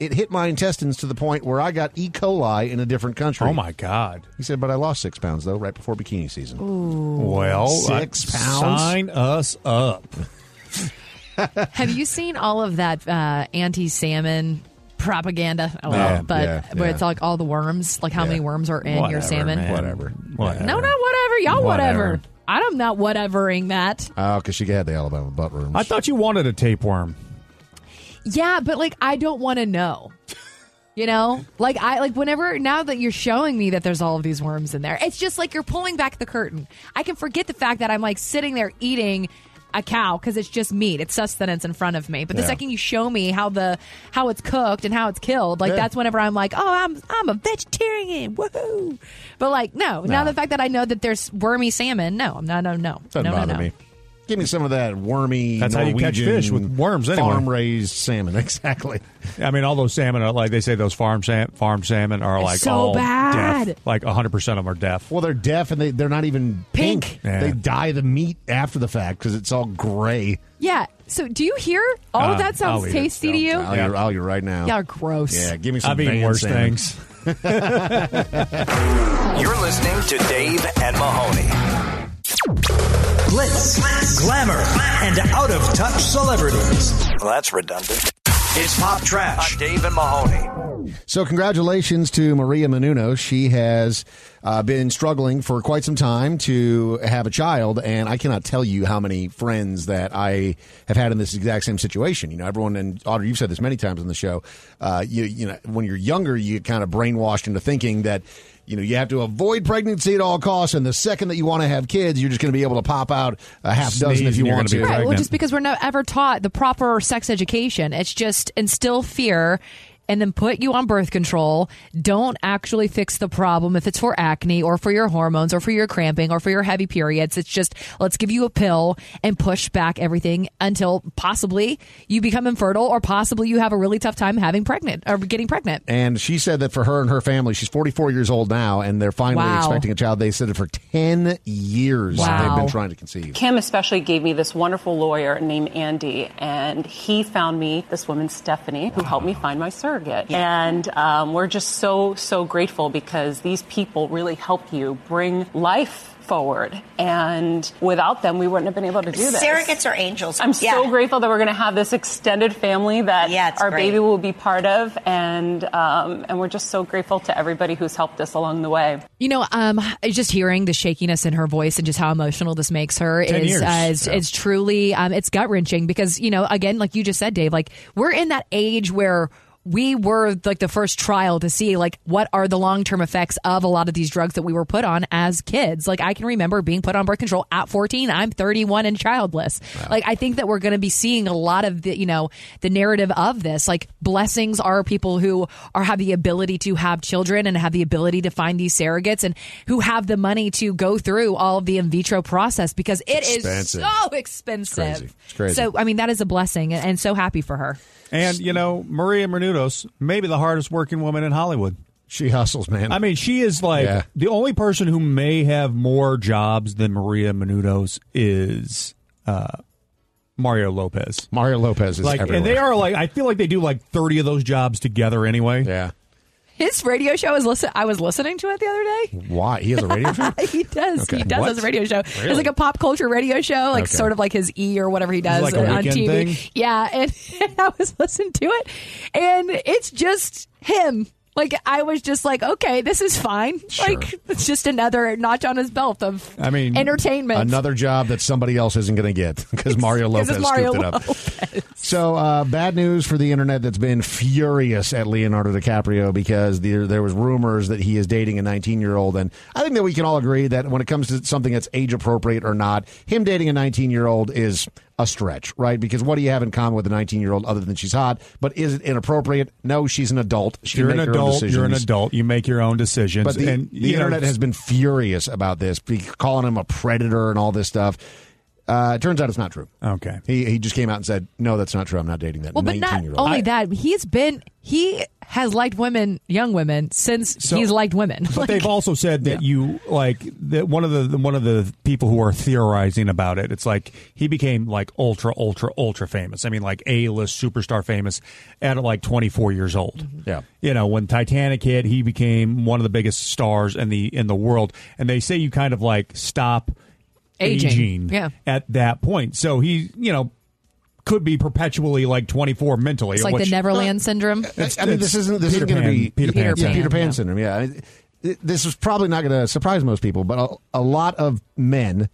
Speaker 5: it hit my intestines to the point where I got E. coli in a different country.
Speaker 6: Oh my God!
Speaker 5: He said, but I lost six pounds though, right before bikini season.
Speaker 6: Well,
Speaker 5: Six
Speaker 6: I-
Speaker 5: pounds?
Speaker 6: Sign us up.
Speaker 7: Have you seen all of that uh, anti salmon propaganda? I don't
Speaker 6: Yeah,
Speaker 7: know, but
Speaker 6: yeah,
Speaker 7: where
Speaker 6: yeah.
Speaker 7: it's like all the worms, like how many worms are in your
Speaker 6: Whatever,
Speaker 7: salmon?
Speaker 6: man. Whatever.
Speaker 7: No, not whatever. Y'all whatever.
Speaker 6: Whatever.
Speaker 7: I'm not whatevering that.
Speaker 5: Oh, because she had the Alabama butt room.
Speaker 6: I thought you wanted a tapeworm.
Speaker 7: Yeah, but like I don't want to know. You know, like I like whenever now that you're showing me that there's all of these worms in there, it's just like you're pulling back the curtain. I can forget the fact that I'm like sitting there eating a cow because it's just meat, it's sustenance in front of me. But the
Speaker 11: Yeah.
Speaker 7: second you show me how the how it's cooked and how it's killed, like
Speaker 11: Yeah.
Speaker 7: that's whenever I'm like, oh, I'm I'm a vegetarian, woohoo! But like, no, now the fact that I know that there's wormy salmon, no, I'm not, no, no,
Speaker 5: Doesn't
Speaker 7: no, no,
Speaker 5: bother
Speaker 7: no.
Speaker 5: me. Give me some of that wormy.
Speaker 6: That's how you catch
Speaker 5: Norwegian
Speaker 6: fish with worms anyway.
Speaker 5: Farm raised salmon, exactly.
Speaker 6: I mean, all those salmon are like they say those farm sam- farm salmon are like
Speaker 5: so
Speaker 6: all
Speaker 5: bad.
Speaker 6: deaf. Like hundred percent of them are deaf.
Speaker 5: Well, they're deaf and they they're not even
Speaker 7: Pink.
Speaker 6: Yeah.
Speaker 5: They dye the meat after the fact because it's all gray.
Speaker 7: Yeah. So do you hear? All
Speaker 5: Uh,
Speaker 7: of that sounds tasty to you.
Speaker 5: I'll, I'll, you oh, right now.
Speaker 7: Y'all are gross.
Speaker 5: Yeah, give me some.
Speaker 6: I've eaten
Speaker 5: banned
Speaker 6: worse
Speaker 5: salmon.
Speaker 6: things.
Speaker 16: You're listening to Dave and Mahoney. Blitz, glamour, and out of touch celebrities. Well, that's redundant. It's pop trash. On Dave and Mahoney.
Speaker 5: So, congratulations to Maria Menounos. She has uh, been struggling for quite some time to have a child, and I cannot tell you how many friends that I have had in this exact same situation. You know, everyone and Audrey, you've said this many times on the show. Uh, you you know, when you're younger, you get kind of brainwashed into thinking that. You know, you have to avoid pregnancy at all costs, and the second that you want to have kids, you're just going to be able to pop out a half dozen
Speaker 6: Sneeze
Speaker 5: if you
Speaker 6: and you're
Speaker 5: want
Speaker 6: gonna
Speaker 5: to.
Speaker 6: be
Speaker 7: Right. Well, just because we're not ever taught the proper sex education, it's just instill fear and then put you on birth control. Don't actually fix the problem if it's for acne or for your hormones or for your cramping or for your heavy periods. It's just let's give you a pill and push back everything until possibly you become infertile or possibly you have a really tough time having pregnant or getting pregnant.
Speaker 5: And she said that for her and her family, she's 44 years old now, and they're finally
Speaker 7: Wow.
Speaker 5: expecting a child. They said it for 10 years
Speaker 11: Wow.
Speaker 5: they've been trying to conceive.
Speaker 11: Kim especially gave me this wonderful lawyer named Andy, and he found me this woman, Stephanie, who helped me find my surrogate. And um, we're just so, so grateful because these people really help you bring life forward. And without them, we wouldn't have been able to do this.
Speaker 14: Surrogates are angels.
Speaker 11: I'm
Speaker 14: Yeah.
Speaker 11: so grateful that we're going to have this extended family that
Speaker 14: Yeah, it's
Speaker 11: our
Speaker 14: great.
Speaker 11: baby will be part of, and um, and we're just so grateful to everybody who's helped us along the way.
Speaker 7: You know, um, just hearing the shakiness in her voice and just how emotional this makes her
Speaker 11: Ten
Speaker 7: is,
Speaker 11: years.
Speaker 7: uh, is, is truly, um, it's gut wrenching because, you know, again, like you just said, Dave, like we're in that age where we were like the first trial to see like what are the long-term effects of a lot of these drugs that we were put on as kids like i can remember being put on birth control at 14 i'm 31 and childless like i think that we're going to be seeing a lot of the you know the narrative of this like blessings are people who are have the ability to have children and have the ability to find these surrogates and who have the money to go through all of the in vitro process because it is
Speaker 6: expensive.
Speaker 7: so expensive
Speaker 6: crazy. It's crazy.
Speaker 7: so i mean that is a blessing and, and so happy for her
Speaker 6: And you know, Maria Menounos, maybe the hardest working woman in Hollywood.
Speaker 5: She hustles, man.
Speaker 6: I mean, she is like
Speaker 5: Yeah.
Speaker 6: the only person who may have more jobs than Maria Menounos is uh, Mario Lopez.
Speaker 5: Mario Lopez is
Speaker 6: like, and they
Speaker 5: everywhere.
Speaker 6: are like I feel like they do like thirty of those jobs together anyway.
Speaker 5: Yeah.
Speaker 7: his radio show is listen i was listening to it the other day
Speaker 5: Why? He has a radio show?
Speaker 7: he does.
Speaker 5: Okay.
Speaker 7: He does
Speaker 5: What?
Speaker 7: his radio show.
Speaker 5: Really?
Speaker 7: It's like a pop culture radio show, like
Speaker 5: Okay.
Speaker 7: sort of like his E or whatever he does
Speaker 5: like a
Speaker 7: on
Speaker 5: weekend
Speaker 7: TV.
Speaker 5: thing?
Speaker 7: Yeah, and, and I was listening to it, and it's just him. Like I was just like, okay, this is fine. Like it's just another notch on his belt of
Speaker 5: I mean,
Speaker 7: entertainment.
Speaker 5: Another job that somebody else isn't going to get because Mario
Speaker 7: Because
Speaker 5: Lopez
Speaker 7: it's Mario
Speaker 5: scooped it up. So, uh, bad news for the internet that's been furious at Leonardo DiCaprio because there, there was rumors that he is dating a 19 year old, and I think that we can all agree that when it comes to something that's age appropriate or not, him dating a 19 year old is a stretch, right? Because what do you have in common with a 19 year old other than she's hot? But is it inappropriate? No, she's an adult. She
Speaker 6: You're
Speaker 5: can
Speaker 6: an
Speaker 5: make her own
Speaker 6: adult. You're an
Speaker 5: decisions.
Speaker 6: adult. You make your own decisions.
Speaker 5: But the,
Speaker 6: and
Speaker 5: the
Speaker 6: you know,
Speaker 5: internet has been furious about this, be- calling him a predator and all this stuff. Uh, it turns out it's not true.
Speaker 6: Okay,
Speaker 5: he he just came out and said, "No, that's not true. I'm not dating that
Speaker 7: well, but
Speaker 5: 19
Speaker 7: not
Speaker 5: year old."
Speaker 7: only that, he's been he has liked women, young women, since
Speaker 6: So-
Speaker 7: he's liked women.
Speaker 6: But they've also said that you like that one of the the- one of the people who are theorizing about it. It's like he became like ultra ultra ultra famous. I mean, like a list superstar famous at like 24 years old.
Speaker 5: Yeah,
Speaker 6: you know when Titanic hit, he became one of the biggest stars in the in the world. And they say you kind of like stop
Speaker 7: Aging.
Speaker 6: aging,
Speaker 7: Yeah.
Speaker 6: at that point. So he you know could be perpetually like 24 mentally.
Speaker 7: it's like the
Speaker 6: which-
Speaker 7: Neverland syndrome.
Speaker 6: It's-
Speaker 5: Uh, I mean,
Speaker 6: it's
Speaker 5: this isn't this
Speaker 6: Peter
Speaker 5: is going to
Speaker 6: Pan-
Speaker 5: be
Speaker 6: Peter Pan
Speaker 5: yeah,
Speaker 6: syndrome.
Speaker 5: Peter Pan
Speaker 6: Yeah.
Speaker 5: syndrome. Yeah, It- it- this is probably not going to surprise most people, but a, a lot of men,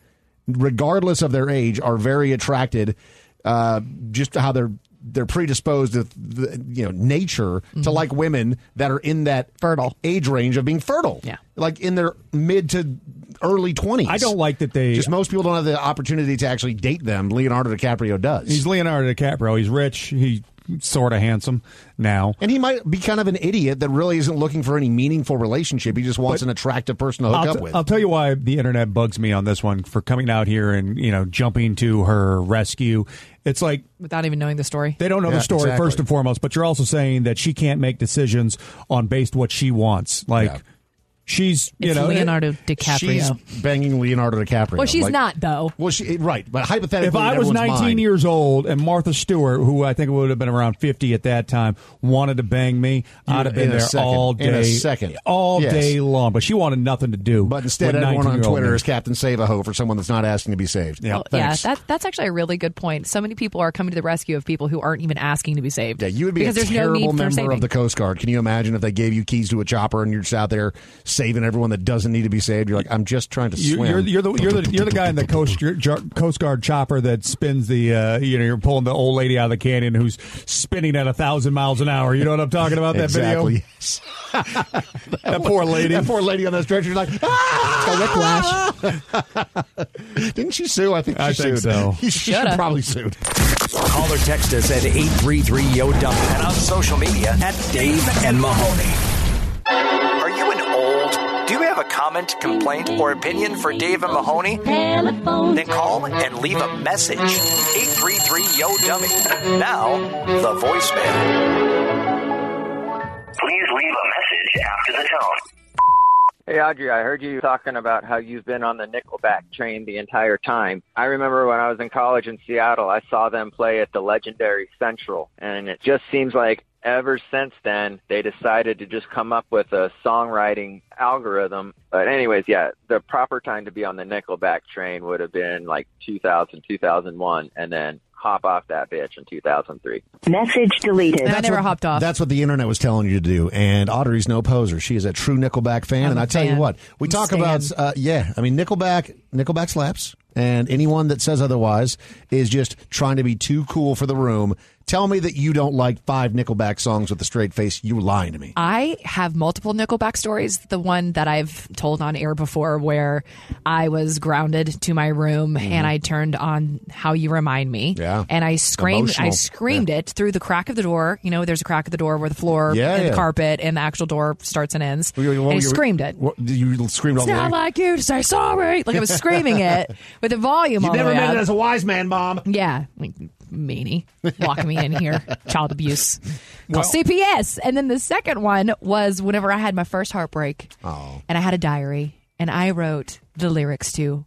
Speaker 5: regardless of their age, are very attracted. Uh, just how they're they're predisposed to the, you know nature
Speaker 6: Mm-hmm.
Speaker 5: to like women that are in that fertile age range of being fertile. Yeah, like in their mid to early twenties. I don't
Speaker 6: like that they
Speaker 5: just most people don't have the opportunity to actually date them. Leonardo DiCaprio does.
Speaker 6: He's Leonardo DiCaprio. He's rich. He
Speaker 14: sort of handsome now.
Speaker 5: And he might be kind of an idiot that really isn't looking for any meaningful relationship. He just wants
Speaker 14: But-
Speaker 5: an attractive person to hook
Speaker 14: I'll
Speaker 5: up
Speaker 14: t-
Speaker 5: with.
Speaker 14: I'll tell you why the internet bugs me on this one for coming out here and you know jumping to her rescue. It's like
Speaker 7: without even knowing the story.
Speaker 14: They don't know the story first and foremost, but you're also saying that she can't make decisions on based what she wants. Like
Speaker 7: Yeah.
Speaker 14: she's you
Speaker 7: It's
Speaker 14: know
Speaker 7: Leonardo DiCaprio.
Speaker 5: She's banging Leonardo DiCaprio.
Speaker 7: Well, she's
Speaker 5: Like-
Speaker 7: not though.
Speaker 5: Well, she right, but hypothetically,
Speaker 14: If I
Speaker 5: in
Speaker 14: was
Speaker 5: everyone's
Speaker 14: 19
Speaker 5: mind-
Speaker 14: years old and Martha Stewart, who I think would have been around 50 at that time, wanted to bang me, I'd have been
Speaker 5: In a
Speaker 14: there
Speaker 5: second.
Speaker 14: all
Speaker 5: In a
Speaker 14: day,
Speaker 5: second.
Speaker 14: all
Speaker 5: Yes.
Speaker 14: day long. But she wanted nothing to do. But
Speaker 5: Instead, everyone on Twitter is Captain Save a Ho for someone that's not asking to be saved. Yeah, thanks.
Speaker 7: Yeah, that, that's actually a really good point. So many people are coming to the rescue of people who aren't even asking to be saved. Yeah,
Speaker 5: you would be
Speaker 7: because
Speaker 5: a
Speaker 7: there's no
Speaker 5: terrible
Speaker 7: need for
Speaker 5: member
Speaker 7: saving.
Speaker 5: of the Coast Guard. Can you imagine if they gave you keys to a chopper and you're just out there saving everyone that doesn't need to be saved? You're like, I'm just trying to
Speaker 14: You,
Speaker 5: swim.
Speaker 14: you're, you're the you're the you're the guy in the coast your- jar- Coast Guard chopper that spins the uh, you know you're pulling the old lady out of the canyon who's spinning at a thousand miles an hour. You know what I'm talking about? That
Speaker 5: Exactly,
Speaker 14: video. that poor lady.
Speaker 5: That poor lady on that stretcher is like,
Speaker 7: ah!
Speaker 5: Didn't you sue? I think she
Speaker 16: I
Speaker 5: sued.
Speaker 16: think so.
Speaker 5: You should
Speaker 16: Shoulda.
Speaker 5: probably sued.
Speaker 16: Call or text us at 833 yo dump and on social media at Dave and Mahoney. Are you an old? Do you have a comment, complaint, or opinion for Dave and Mahoney? Then call and leave a message. 833 yo dummy. Now, the voicemail.
Speaker 23: Please leave a message after the tone.
Speaker 22: Hey, Audrey, I heard you talking about how you've been on the Nickelback train the entire time. I remember when I was in college in Seattle, I saw them play at the legendary Central, and it just seems like ever since then they decided to just come up with a songwriting algorithm. But anyways, yeah, the proper time to be on the Nickelback train would have been like 2000, 2001, and then hop off that bitch in 2003.
Speaker 5: Message deleted.
Speaker 7: I never hopped off.
Speaker 5: That's what the internet was telling you to do. And Audrey's no poser. She is a true Nickelback fan.
Speaker 7: I'm
Speaker 5: and
Speaker 7: a
Speaker 5: I tell
Speaker 7: fan.
Speaker 5: you what, we
Speaker 7: I'm
Speaker 5: talk
Speaker 7: a
Speaker 5: about,
Speaker 7: stan.
Speaker 5: uh, yeah, I mean, Nickelback, Nickelback slaps. And anyone that says otherwise is just trying to be too cool for the room. Tell me that you don't like five Nickelback songs with a straight face. You're lying to me.
Speaker 7: I have multiple Nickelback stories. The one that I've told on air before, where I was grounded to my room
Speaker 5: Mm-hmm.
Speaker 7: and I turned on "How You Remind Me," yeah, and I screamed, I
Speaker 22: Emotional.
Speaker 7: screamed it through the crack of the door. You know, there's a crack of the door where the floor
Speaker 5: Yeah,
Speaker 7: and
Speaker 5: yeah.
Speaker 7: the carpet and the actual door starts and ends.
Speaker 5: What were you-
Speaker 7: and I screamed it.
Speaker 5: What, you screamed all
Speaker 7: It's
Speaker 5: the
Speaker 7: not
Speaker 5: way.
Speaker 7: like you to say sorry. Like I was screaming it with the volume.
Speaker 5: You
Speaker 7: all the
Speaker 5: never
Speaker 7: way
Speaker 5: meant
Speaker 7: up.
Speaker 5: it as a wise man, mom.
Speaker 7: Yeah, like, meanie, locking me in here, child abuse. Call CPS. And then the second one was whenever I had my first heartbreak,
Speaker 5: oh.
Speaker 7: and I had a diary, and I wrote the lyrics to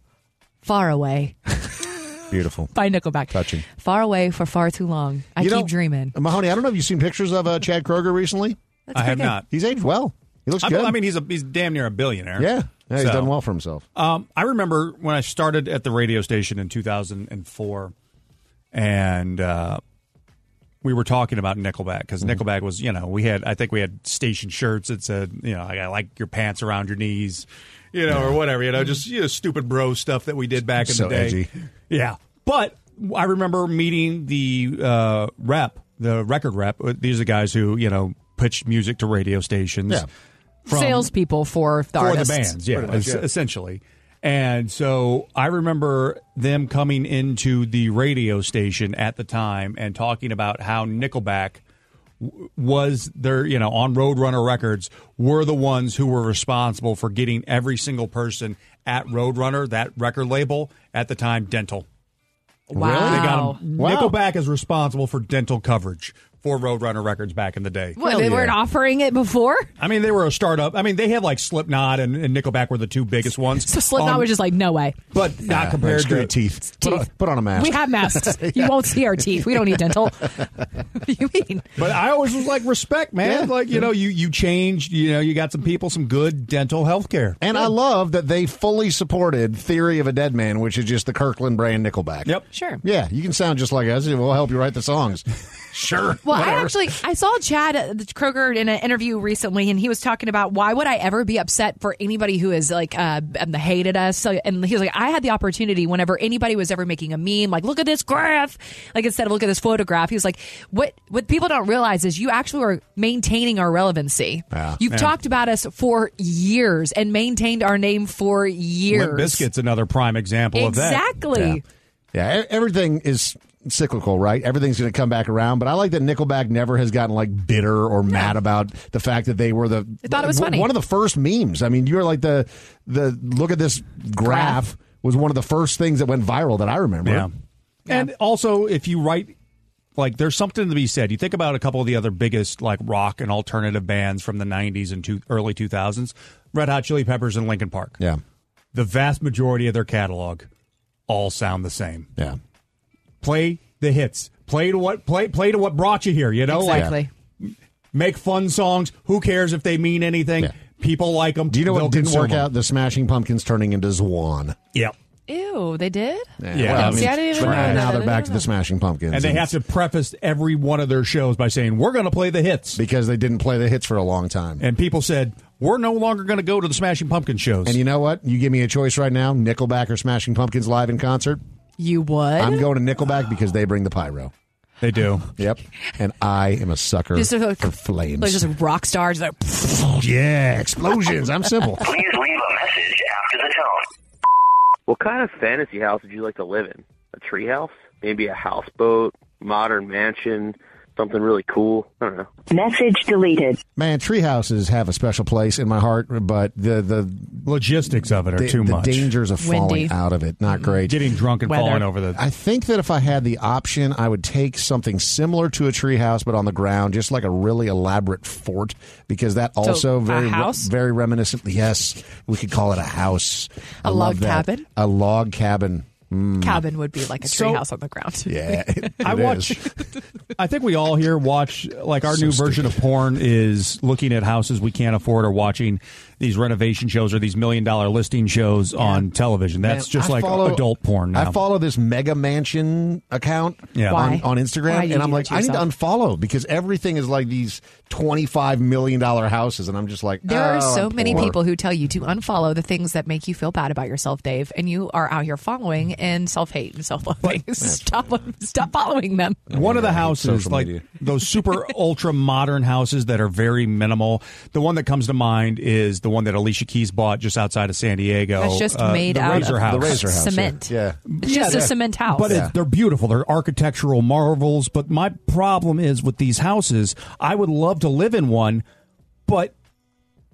Speaker 7: "Far Away"
Speaker 5: Beautiful.
Speaker 7: by Nickelback.
Speaker 5: Touching.
Speaker 7: Far away for far too long. I
Speaker 5: You
Speaker 7: keep
Speaker 5: know-
Speaker 7: dreaming.
Speaker 5: Mahoney, I don't know if you've seen pictures of uh, Chad Kroger recently.
Speaker 7: That's
Speaker 6: I have okay. not.
Speaker 5: He's aged well. He looks
Speaker 6: I,
Speaker 5: good.
Speaker 6: I mean, he's a he's damn near a billionaire.
Speaker 5: yeah, yeah he's
Speaker 6: So,
Speaker 5: done well for himself.
Speaker 6: Um, I remember when I started at the radio station in 2004, and uh, we were talking about Nickelback because
Speaker 5: Mm-hmm.
Speaker 6: Nickelback was, you know, we had I think we had station shirts that said, you know, I, I like your pants around your knees, you know, or whatever, you know, just you know, stupid bro stuff that we did back in
Speaker 5: So
Speaker 6: the day.
Speaker 5: edgy.
Speaker 6: Yeah, but I remember meeting the uh, rep, the record rep. Uh, These are guys who you know pitched music to radio stations.
Speaker 7: Yeah.
Speaker 6: From-
Speaker 7: Salespeople for the
Speaker 6: for
Speaker 7: artists.
Speaker 6: the bands, yeah, es- essentially. And so I remember them coming into the radio station at the time and talking about how Nickelback w- was their, you know, on Roadrunner Records were the ones who were responsible for getting every single person at Roadrunner, that record label at the time, dental.
Speaker 7: Wow.
Speaker 6: They got 'em-
Speaker 7: Wow.
Speaker 6: Nickelback is responsible for dental coverage for Roadrunner Records back in the day.
Speaker 7: What, they weren't offering it before?
Speaker 6: I mean, they were a startup. I mean, they had like Slipknot and, and Nickelback were the two biggest ones.
Speaker 7: So Slipknot
Speaker 6: Um,
Speaker 7: was just like, no way.
Speaker 6: but not
Speaker 5: Yeah,
Speaker 6: compared
Speaker 5: screw
Speaker 6: to
Speaker 5: teeth. Put, on, put on a mask.
Speaker 7: We have masks. You won't see our teeth. We don't need dental.
Speaker 14: But I always was like respect, man. Like you know, you you changed. You know, you got some people, some good dental health care.
Speaker 5: And I love that they fully supported Theory of a Dead Man, which is just the Kirkland brand Nickelback. Yep.
Speaker 7: Sure.
Speaker 5: Yeah, you can sound just like us. We'll help you write the songs. sure.
Speaker 7: Well, I
Speaker 5: whatever.
Speaker 7: actually I saw Chad uh, the Kroger in an interview recently, and he was talking about why would I ever be upset for anybody who is like uh, um, hated us. So, and he was like, I had the opportunity whenever anybody was ever making a meme, like look at this graph, like instead of look at this photograph, he was like, what what people don't realize is you actually are maintaining our relevancy.
Speaker 6: Yeah.
Speaker 7: You've
Speaker 6: Yeah.
Speaker 7: talked about us for years and maintained our name for years.
Speaker 6: Limp Biscuit's another prime example of that.
Speaker 7: Exactly.
Speaker 5: Yeah, e- everything is cyclical, right? Everything's going to come back around. But I like that Nickelback never has gotten like bitter or mad about the fact that they were the
Speaker 7: I thought it was
Speaker 5: w-
Speaker 7: funny.
Speaker 5: One of the first memes. I mean, you were like the the look at this graph was one of the first things that went viral that I remember.
Speaker 6: Yeah. And also, if you write, like, there's something to be said. You think about a couple of the other biggest, like, rock and alternative bands from the 90s and two, early 2000s Red Hot Chili Peppers and Linkin Park.
Speaker 5: Yeah.
Speaker 6: The vast majority of their catalog all sound the same.
Speaker 5: Yeah.
Speaker 6: Play the hits. Play to what play play to what brought you here, you know?
Speaker 5: Exactly.
Speaker 6: Like make fun songs. Who cares if they mean anything? People like them.
Speaker 5: Do you know what didn't work out? The Smashing Pumpkins turning into Zwan.
Speaker 6: Yeah.
Speaker 7: Ew, they did?
Speaker 6: Yeah.
Speaker 5: Well, I mean,
Speaker 7: See, I didn't even
Speaker 5: but
Speaker 7: know that.
Speaker 5: now
Speaker 7: I
Speaker 5: they're
Speaker 7: didn't
Speaker 5: back
Speaker 7: know
Speaker 5: to the Smashing Pumpkins,
Speaker 6: And they have to preface every one of their shows by saying, "We're going to play the hits,"
Speaker 5: because they didn't play the hits for a long time.
Speaker 6: And people said, "We're no longer going to go to the Smashing Pumpkin shows."
Speaker 5: And you know what? You give me a choice right now: Nickelback or Smashing Pumpkins live in concert.
Speaker 7: You would?
Speaker 5: I'm going to Nickelback because they bring the pyro.
Speaker 6: They do.
Speaker 5: Yep. And I am a sucker
Speaker 7: Just sort of like-
Speaker 5: for flames.
Speaker 7: Like just rock stars. Like,
Speaker 5: yeah, explosions. I'm simple.
Speaker 22: Please leave a message after the tone. What kind of fantasy house would you like to live in? A tree house? Maybe a houseboat? Modern mansion? Something really cool? I don't know.
Speaker 5: Message deleted. Man, tree houses have a special place in my heart, but the the
Speaker 6: logistics of it are
Speaker 5: the,
Speaker 6: too
Speaker 5: the
Speaker 6: much.
Speaker 5: dangers of falling
Speaker 6: Windy.
Speaker 5: out of it, not great.
Speaker 6: Getting drunk and Weather. falling over the-
Speaker 5: I think that if I had the option, I would take something similar to a tree house, but on the ground, just like a really elaborate fort, because that
Speaker 7: So,
Speaker 5: also
Speaker 7: a
Speaker 5: very re-
Speaker 7: house?
Speaker 5: very reminiscent. Yes, we could call it a house.
Speaker 7: A
Speaker 5: I love
Speaker 7: log
Speaker 5: that.
Speaker 7: cabin?
Speaker 5: A log cabin. Mm.
Speaker 7: cabin would be like a
Speaker 6: So-
Speaker 7: treehouse on the ground.
Speaker 5: Yeah, it
Speaker 6: I
Speaker 5: is.
Speaker 6: watch. I think we all here watch like our
Speaker 5: So
Speaker 6: new version of porn is looking at houses we can't afford or watching these renovation shows or these million dollar listing shows on television. That's
Speaker 5: Man,
Speaker 6: just
Speaker 5: I
Speaker 6: like
Speaker 5: follow-
Speaker 6: adult porn now.
Speaker 5: I follow this mega mansion account
Speaker 6: Yeah. Why?
Speaker 5: on, on
Speaker 6: Why do
Speaker 5: Instagram,
Speaker 6: you
Speaker 5: and
Speaker 6: do
Speaker 5: I'm
Speaker 6: that
Speaker 5: like,
Speaker 6: to
Speaker 5: I need to
Speaker 6: yourself?
Speaker 5: unfollow because everything is like these twenty five million dollar houses, and I'm just like,
Speaker 7: There are
Speaker 5: "Oh,
Speaker 7: so
Speaker 5: I'm
Speaker 7: many
Speaker 5: poor."
Speaker 7: people who tell you to unfollow the things that make you feel bad about yourself, Dave, and you are out here following in self hate and self loathing. Stop, stop following them.
Speaker 6: One of the houses,
Speaker 5: social
Speaker 6: like
Speaker 5: media.
Speaker 6: those super ultra modern houses that are very minimal. The one that comes to mind is the one that Alicia Keys bought just outside of San Diego.
Speaker 7: That's just
Speaker 6: uh,
Speaker 7: made
Speaker 6: the
Speaker 7: out
Speaker 6: Razor
Speaker 7: of
Speaker 6: House.
Speaker 7: cement. It's just a cement house.
Speaker 6: But it's, they're beautiful. They're architectural marvels. But my problem is with these houses, I would love to live in one, but.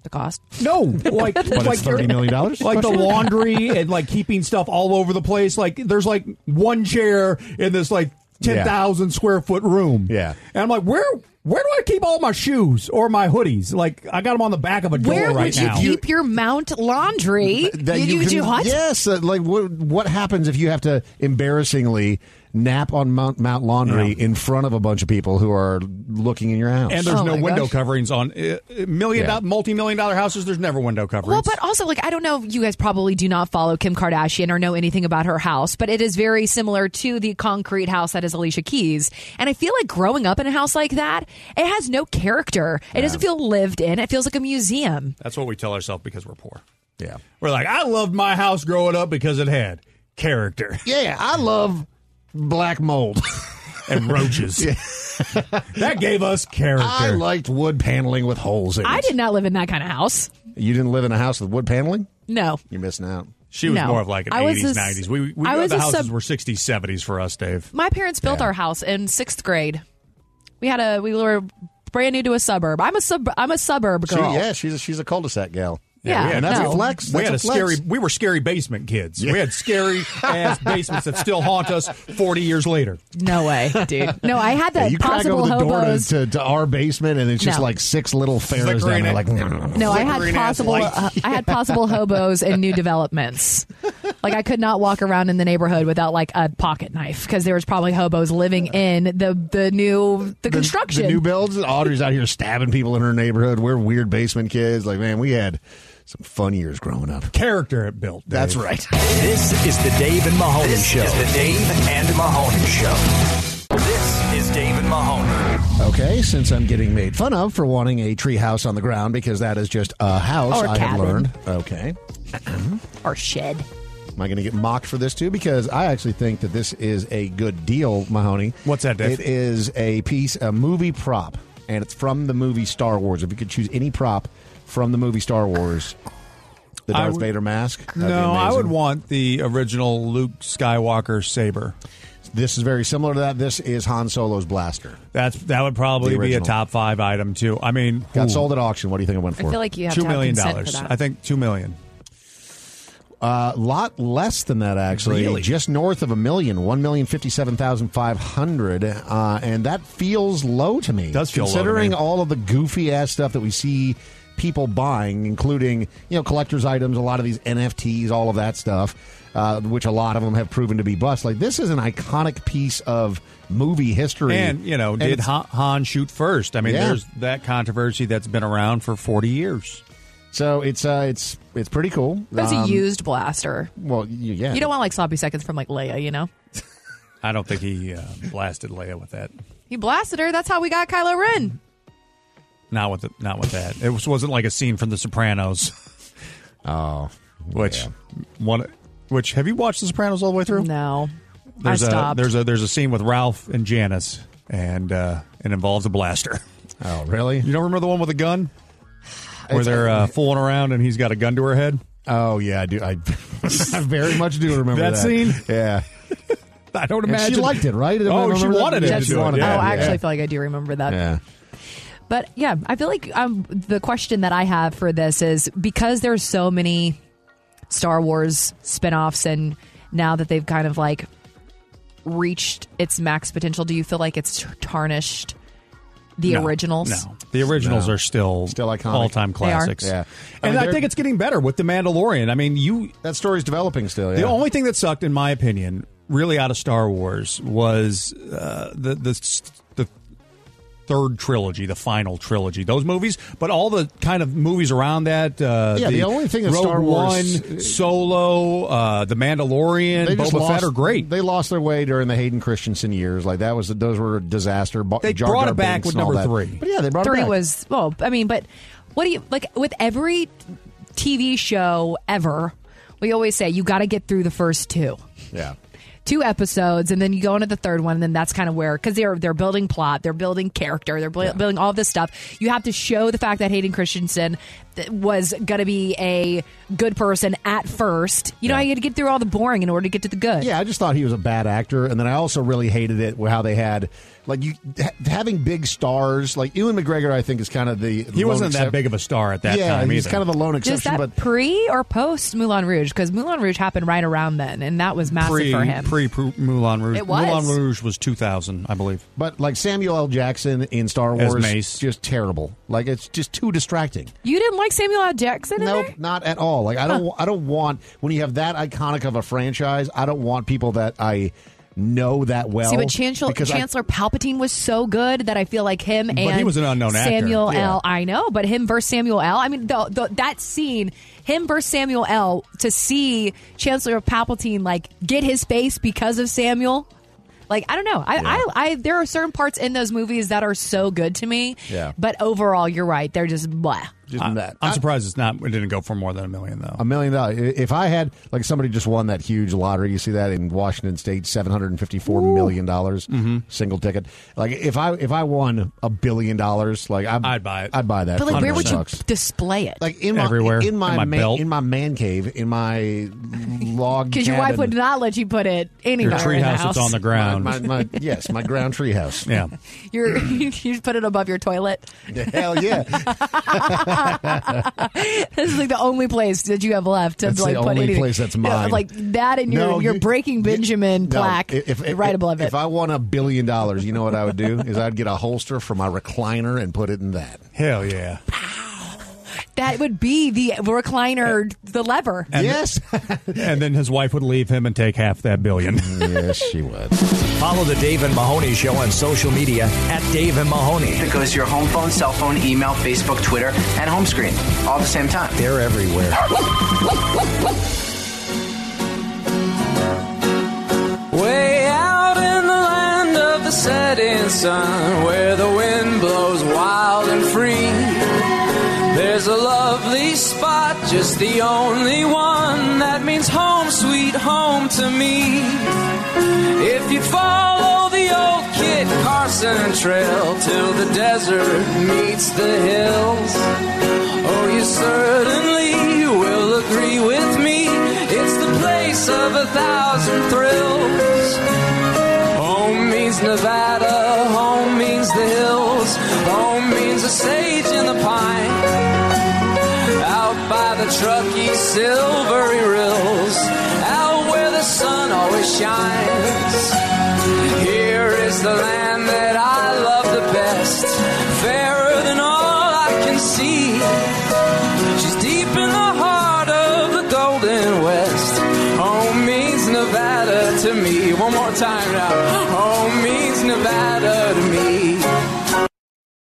Speaker 7: The cost?
Speaker 6: No, like
Speaker 7: But
Speaker 5: it's
Speaker 6: like
Speaker 5: $30 million?
Speaker 6: Like the laundry and like keeping stuff all over the place. Like there's like one chair in this like ten thousand square foot room. Yeah, and I'm like, where where do I keep all my shoes or my hoodies? Like I got them on the back of a door
Speaker 7: Where would
Speaker 6: right
Speaker 7: you
Speaker 6: now.
Speaker 7: keep your Mount laundry?
Speaker 5: That
Speaker 7: you, you
Speaker 5: can-
Speaker 7: do what?
Speaker 5: Yes, uh, like what? What happens if you have to embarrassingly nap on Mount, Mount Laundry in front of a bunch of people who are looking in your house?
Speaker 6: and there's
Speaker 7: Oh
Speaker 6: no window coverings on uh, uh, million
Speaker 5: Yeah.
Speaker 6: dollar, multi million dollar houses. There's never window coverings.
Speaker 7: Well, but also, like, I don't know, you guys probably do not follow Kim Kardashian or know anything about her house, but it is very similar to the concrete house that is Alicia Keys. And I feel like growing up in a house like that, it has no character. It doesn't feel lived in. It feels like a museum.
Speaker 6: That's what we tell ourselves because we're poor.
Speaker 5: Yeah.
Speaker 6: We're like, I loved my house growing up because it had character
Speaker 5: Yeah, I love black mold.
Speaker 6: and roaches. that gave us character.
Speaker 5: I liked wood paneling with holes in it.
Speaker 7: I did not live in that kind of house.
Speaker 5: You didn't live in a house with wood paneling?
Speaker 7: No.
Speaker 5: You're missing out.
Speaker 6: She was
Speaker 7: No.
Speaker 6: more of like an
Speaker 7: I was
Speaker 6: 80s,
Speaker 7: a s-
Speaker 6: 90s. We, we
Speaker 7: I was
Speaker 6: the
Speaker 7: a
Speaker 6: houses
Speaker 7: sub-
Speaker 6: were 60s, 70s for us, Dave.
Speaker 7: My parents built our house in sixth grade. We had a, we were brand new to a suburb. I'm a sub, I'm a suburb
Speaker 5: She,
Speaker 7: girl.
Speaker 5: yeah, she's a, she's a cul-de-sac gal.
Speaker 7: Yeah, Yeah,
Speaker 5: and that's
Speaker 7: no.
Speaker 5: a flex.
Speaker 6: we
Speaker 5: That's
Speaker 6: had a,
Speaker 5: flex.
Speaker 6: scary. We were scary basement kids. We had scary ass basements that still haunt us forty years later.
Speaker 7: No way, dude. No, I had
Speaker 5: Yeah,
Speaker 7: that
Speaker 5: you crack
Speaker 7: possible
Speaker 5: open the door to,
Speaker 7: hobos.
Speaker 5: to, to our basement, and it's just
Speaker 7: No.
Speaker 5: like six little fairs down
Speaker 6: Flickering
Speaker 5: there.
Speaker 6: it.
Speaker 5: Like,
Speaker 7: No, I had
Speaker 6: Flickering ass
Speaker 7: possible.
Speaker 6: lights.
Speaker 7: Uh, I had possible hobos in new developments. Like I could not walk around in the neighborhood without like a pocket knife because there was probably hobos living in the the new the construction.
Speaker 5: The new builds. Audrey's out here stabbing people in her neighborhood. We're weird basement kids. Like, man, we had some fun years growing up.
Speaker 6: Character it built.
Speaker 5: That's right.
Speaker 16: This is the Dave and Mahoney Show. This is the Dave and Mahoney Show. This is Dave and Mahoney.
Speaker 5: Okay, since I'm getting made fun of for wanting a tree house on the ground because that is just a house,
Speaker 7: Or
Speaker 5: I have
Speaker 7: cabin.
Speaker 5: learned. Okay.
Speaker 7: or shed.
Speaker 5: Am I going to get mocked for this too? Because I actually think that this is a good deal, Mahoney. What's that,
Speaker 6: Dave?
Speaker 5: It is a piece, a movie prop, and it's from the movie Star Wars. If you could choose any prop from the movie Star Wars, the
Speaker 6: I
Speaker 5: Darth
Speaker 6: would-
Speaker 5: Vader mask. that'd be
Speaker 6: No, I
Speaker 5: amazing.
Speaker 6: would want the original Luke Skywalker saber.
Speaker 5: This is very similar to that. This is Han Solo's blaster.
Speaker 6: That's that would probably
Speaker 5: The
Speaker 6: be a
Speaker 5: original.
Speaker 6: top five item too. I mean,
Speaker 5: Got sold at auction. What do you think it went for?
Speaker 7: feel like you have
Speaker 6: two
Speaker 7: to have
Speaker 6: million
Speaker 7: consent
Speaker 6: dollars.
Speaker 7: for that.
Speaker 6: I think two million.
Speaker 5: A Uh, lot less than that, actually.
Speaker 6: Really?
Speaker 5: Just north of a million, one million fifty-seven thousand five hundred, uh, and that feels low to me. Does
Speaker 6: feel low to
Speaker 5: considering
Speaker 6: me.
Speaker 5: all of the goofy ass stuff that we see people buying, including you know collectors' items, a lot of these NFTs, all of that stuff, uh, which a lot of them have proven to be bust. Like this is an iconic piece of movie history,
Speaker 6: And you know,
Speaker 5: And
Speaker 6: did
Speaker 5: it's-
Speaker 6: Han, Han shoot first? I mean,
Speaker 5: Yeah.
Speaker 6: there's that controversy that's been around for forty years.
Speaker 5: So it's uh, it's it's pretty cool.
Speaker 7: That's
Speaker 5: Um,
Speaker 7: a used blaster.
Speaker 5: Well, yeah.
Speaker 7: You don't want like sloppy seconds from like Leia, you know?
Speaker 6: I don't think he uh, blasted Leia with that.
Speaker 7: He blasted her. That's how we got Kylo Ren.
Speaker 6: Not with the, not with that. It was, wasn't like a scene from The Sopranos.
Speaker 5: Oh,
Speaker 6: which one? Which have you watched The Sopranos all the way through?
Speaker 7: No,
Speaker 6: There's
Speaker 7: I
Speaker 6: a
Speaker 7: stopped.
Speaker 6: there's a there's a scene with Ralph and Janice, and uh, it involves a blaster.
Speaker 5: Oh, really?
Speaker 6: You don't remember the one with the gun? Where
Speaker 5: It's-
Speaker 6: they're uh, fooling around and he's got a gun to her head.
Speaker 5: Oh yeah, I do. I, I very much do remember
Speaker 6: That
Speaker 5: that,
Speaker 6: scene?
Speaker 5: Yeah,
Speaker 6: I don't
Speaker 5: And she
Speaker 6: imagine
Speaker 5: liked it, right? Am I
Speaker 6: Oh, she
Speaker 5: remember that?
Speaker 6: wanted
Speaker 5: Yeah,
Speaker 6: it.
Speaker 5: she wanted
Speaker 6: yeah.
Speaker 5: it.
Speaker 7: oh, I actually
Speaker 5: yeah.
Speaker 7: feel like I do remember that.
Speaker 5: yeah.
Speaker 7: But yeah, I feel like um, the question that I have for this is because there's so many Star Wars spin-offs and now that they've kind of like reached its max potential, do you feel like it's tarnished the
Speaker 6: No,
Speaker 7: originals?
Speaker 6: No, the originals
Speaker 5: No.
Speaker 6: are still still
Speaker 5: iconic.
Speaker 6: all time
Speaker 5: They are.
Speaker 6: classics.
Speaker 5: Yeah. I
Speaker 6: and
Speaker 5: mean,
Speaker 6: I,
Speaker 5: they're-
Speaker 6: think it's getting better with the Mandalorian. I mean, you
Speaker 5: that story's developing still.
Speaker 6: The
Speaker 5: yeah.
Speaker 6: only thing that sucked, in my opinion, really out of Star Wars was uh, the the s- the third trilogy, the final trilogy. Those movies, but all the kind of movies around that. Uh,
Speaker 5: Yeah, the only thing that
Speaker 6: Rogue
Speaker 5: Star Wars- uh,
Speaker 6: One, Solo, uh, the Mandalorian,
Speaker 5: They just
Speaker 6: Boba
Speaker 5: lost,
Speaker 6: Fett are great.
Speaker 5: They lost their way during the Hayden Christensen years. Like that was those were a disaster. Ba-
Speaker 6: They
Speaker 5: Jar
Speaker 6: brought
Speaker 5: Jar
Speaker 6: it back
Speaker 5: Binks
Speaker 6: with
Speaker 5: and all
Speaker 6: number
Speaker 5: that.
Speaker 6: three.
Speaker 5: But yeah, they brought
Speaker 7: Three
Speaker 5: it back.
Speaker 7: was well, I mean, but what do you like with every TV show ever? We always say you got to get through the first two.
Speaker 5: yeah.
Speaker 7: two episodes and then you go into the third one and then that's kind of where because they're they're building plot they're building character they're bui- building all this stuff you have to show the fact that hayden christensen th- was gonna be a good person at first you know i had to get through all the boring in order to get to the good
Speaker 5: Yeah, I just thought he was a bad actor, and then I also really hated it how they had like you ha- having big stars like Ewan McGregor. I think is kind of the
Speaker 6: He
Speaker 5: lone
Speaker 6: wasn't that
Speaker 5: excep-
Speaker 6: big of a star at that
Speaker 5: yeah,
Speaker 6: time
Speaker 5: he's
Speaker 6: either.
Speaker 5: kind of the lone
Speaker 7: Does
Speaker 5: exception.
Speaker 7: that
Speaker 5: but
Speaker 7: pre or post Moulin Rouge? Because Moulin Rouge happened right around then, and that was massive
Speaker 6: pre
Speaker 7: for him.
Speaker 6: pre pre- Moulin Rouge.
Speaker 7: It was.
Speaker 6: Moulin Rouge was two thousand, I believe.
Speaker 5: but like Samuel L. Jackson in Star
Speaker 6: As
Speaker 5: Wars,
Speaker 6: Mace.
Speaker 5: just terrible. Like it's just too distracting.
Speaker 7: you didn't like Samuel L. Jackson? in
Speaker 5: Nope,
Speaker 7: there?
Speaker 5: not at all. Like I don't, I don't want when you have that iconic of a franchise. I don't want people that I know that well.
Speaker 7: See, but Chancellor,
Speaker 5: because I-
Speaker 7: Chancellor Palpatine was so good that I feel like him and
Speaker 5: he was an unknown actor.
Speaker 7: Samuel
Speaker 5: Yeah.
Speaker 7: L. I know, but him versus Samuel L. I mean, the, the, that scene, him versus Samuel L. To see Chancellor Palpatine like get his face because of Samuel. Like I don't know, I, I, I there are certain parts in those movies that are so good to me.
Speaker 6: Yeah.
Speaker 7: But overall, you're right; they're just blah.
Speaker 6: I, am surprised it's not. It didn't go for more than a million though.
Speaker 5: a million dollars. I- If I had like somebody just won that huge lottery, you see that in Washington State, seven hundred and fifty-four million dollars,
Speaker 6: Mm-hmm.
Speaker 5: single ticket. Like if I if I won a billion dollars, like I'd, I'd buy it. I'd buy that.
Speaker 7: But
Speaker 5: for
Speaker 7: like, where
Speaker 5: 100
Speaker 7: would you
Speaker 5: bucks.
Speaker 7: display it?
Speaker 5: Like in my
Speaker 6: Everywhere.
Speaker 5: in my
Speaker 6: In my
Speaker 5: ma-
Speaker 6: belt.
Speaker 5: in my man cave in my log
Speaker 7: Because your wife
Speaker 5: cabin.
Speaker 7: would not let you put it anywhere. in the house.
Speaker 5: My, my, my, yes, my ground treehouse.
Speaker 6: Yeah.
Speaker 7: Your, you put it above your toilet.
Speaker 5: Hell yeah.
Speaker 7: this is like the only place that you have left to
Speaker 5: That's
Speaker 7: like
Speaker 5: the
Speaker 7: put
Speaker 5: only
Speaker 7: anything.
Speaker 5: place that's
Speaker 7: Yeah,
Speaker 5: mine.
Speaker 7: like that and your
Speaker 5: No,
Speaker 7: your
Speaker 5: you-
Speaker 7: breaking Benjamin
Speaker 5: No,
Speaker 7: plaque
Speaker 5: if- if-
Speaker 7: right
Speaker 5: if-
Speaker 7: above it.
Speaker 5: If I won a billion dollars, you know what I would do? Is I'd get a holster for my recliner and put it in that.
Speaker 6: Hell yeah.
Speaker 7: that would be the recliner, the lever.
Speaker 5: Eh. yes.
Speaker 6: and then his wife would leave him and take half that billion.
Speaker 5: yes, she would.
Speaker 16: Follow the Dave and Mahoney Show on social media at Dave and Mahoney.
Speaker 25: It goes to your home phone, cell phone, email, Facebook, Twitter, and home screen all at the same time.
Speaker 16: They're everywhere.
Speaker 17: Way out in the land of the setting sun, where the wind blows wild and free. There's a lovely spot, just the only one that means home, sweet home to me. If you follow the old Kit Carson trail till the desert meets the hills, oh, you certainly will agree with me. It's the place of a thousand thrills. Nevada. Home means the hills. Home means the sage and the pine. Out by the Truckee silvery rills. Out where the sun always shines. Here is the land that I love the best. Fairer than all I can see. She's deep in the heart of the Golden West. Home means Nevada to me. One more time now. Home means Nevada to me.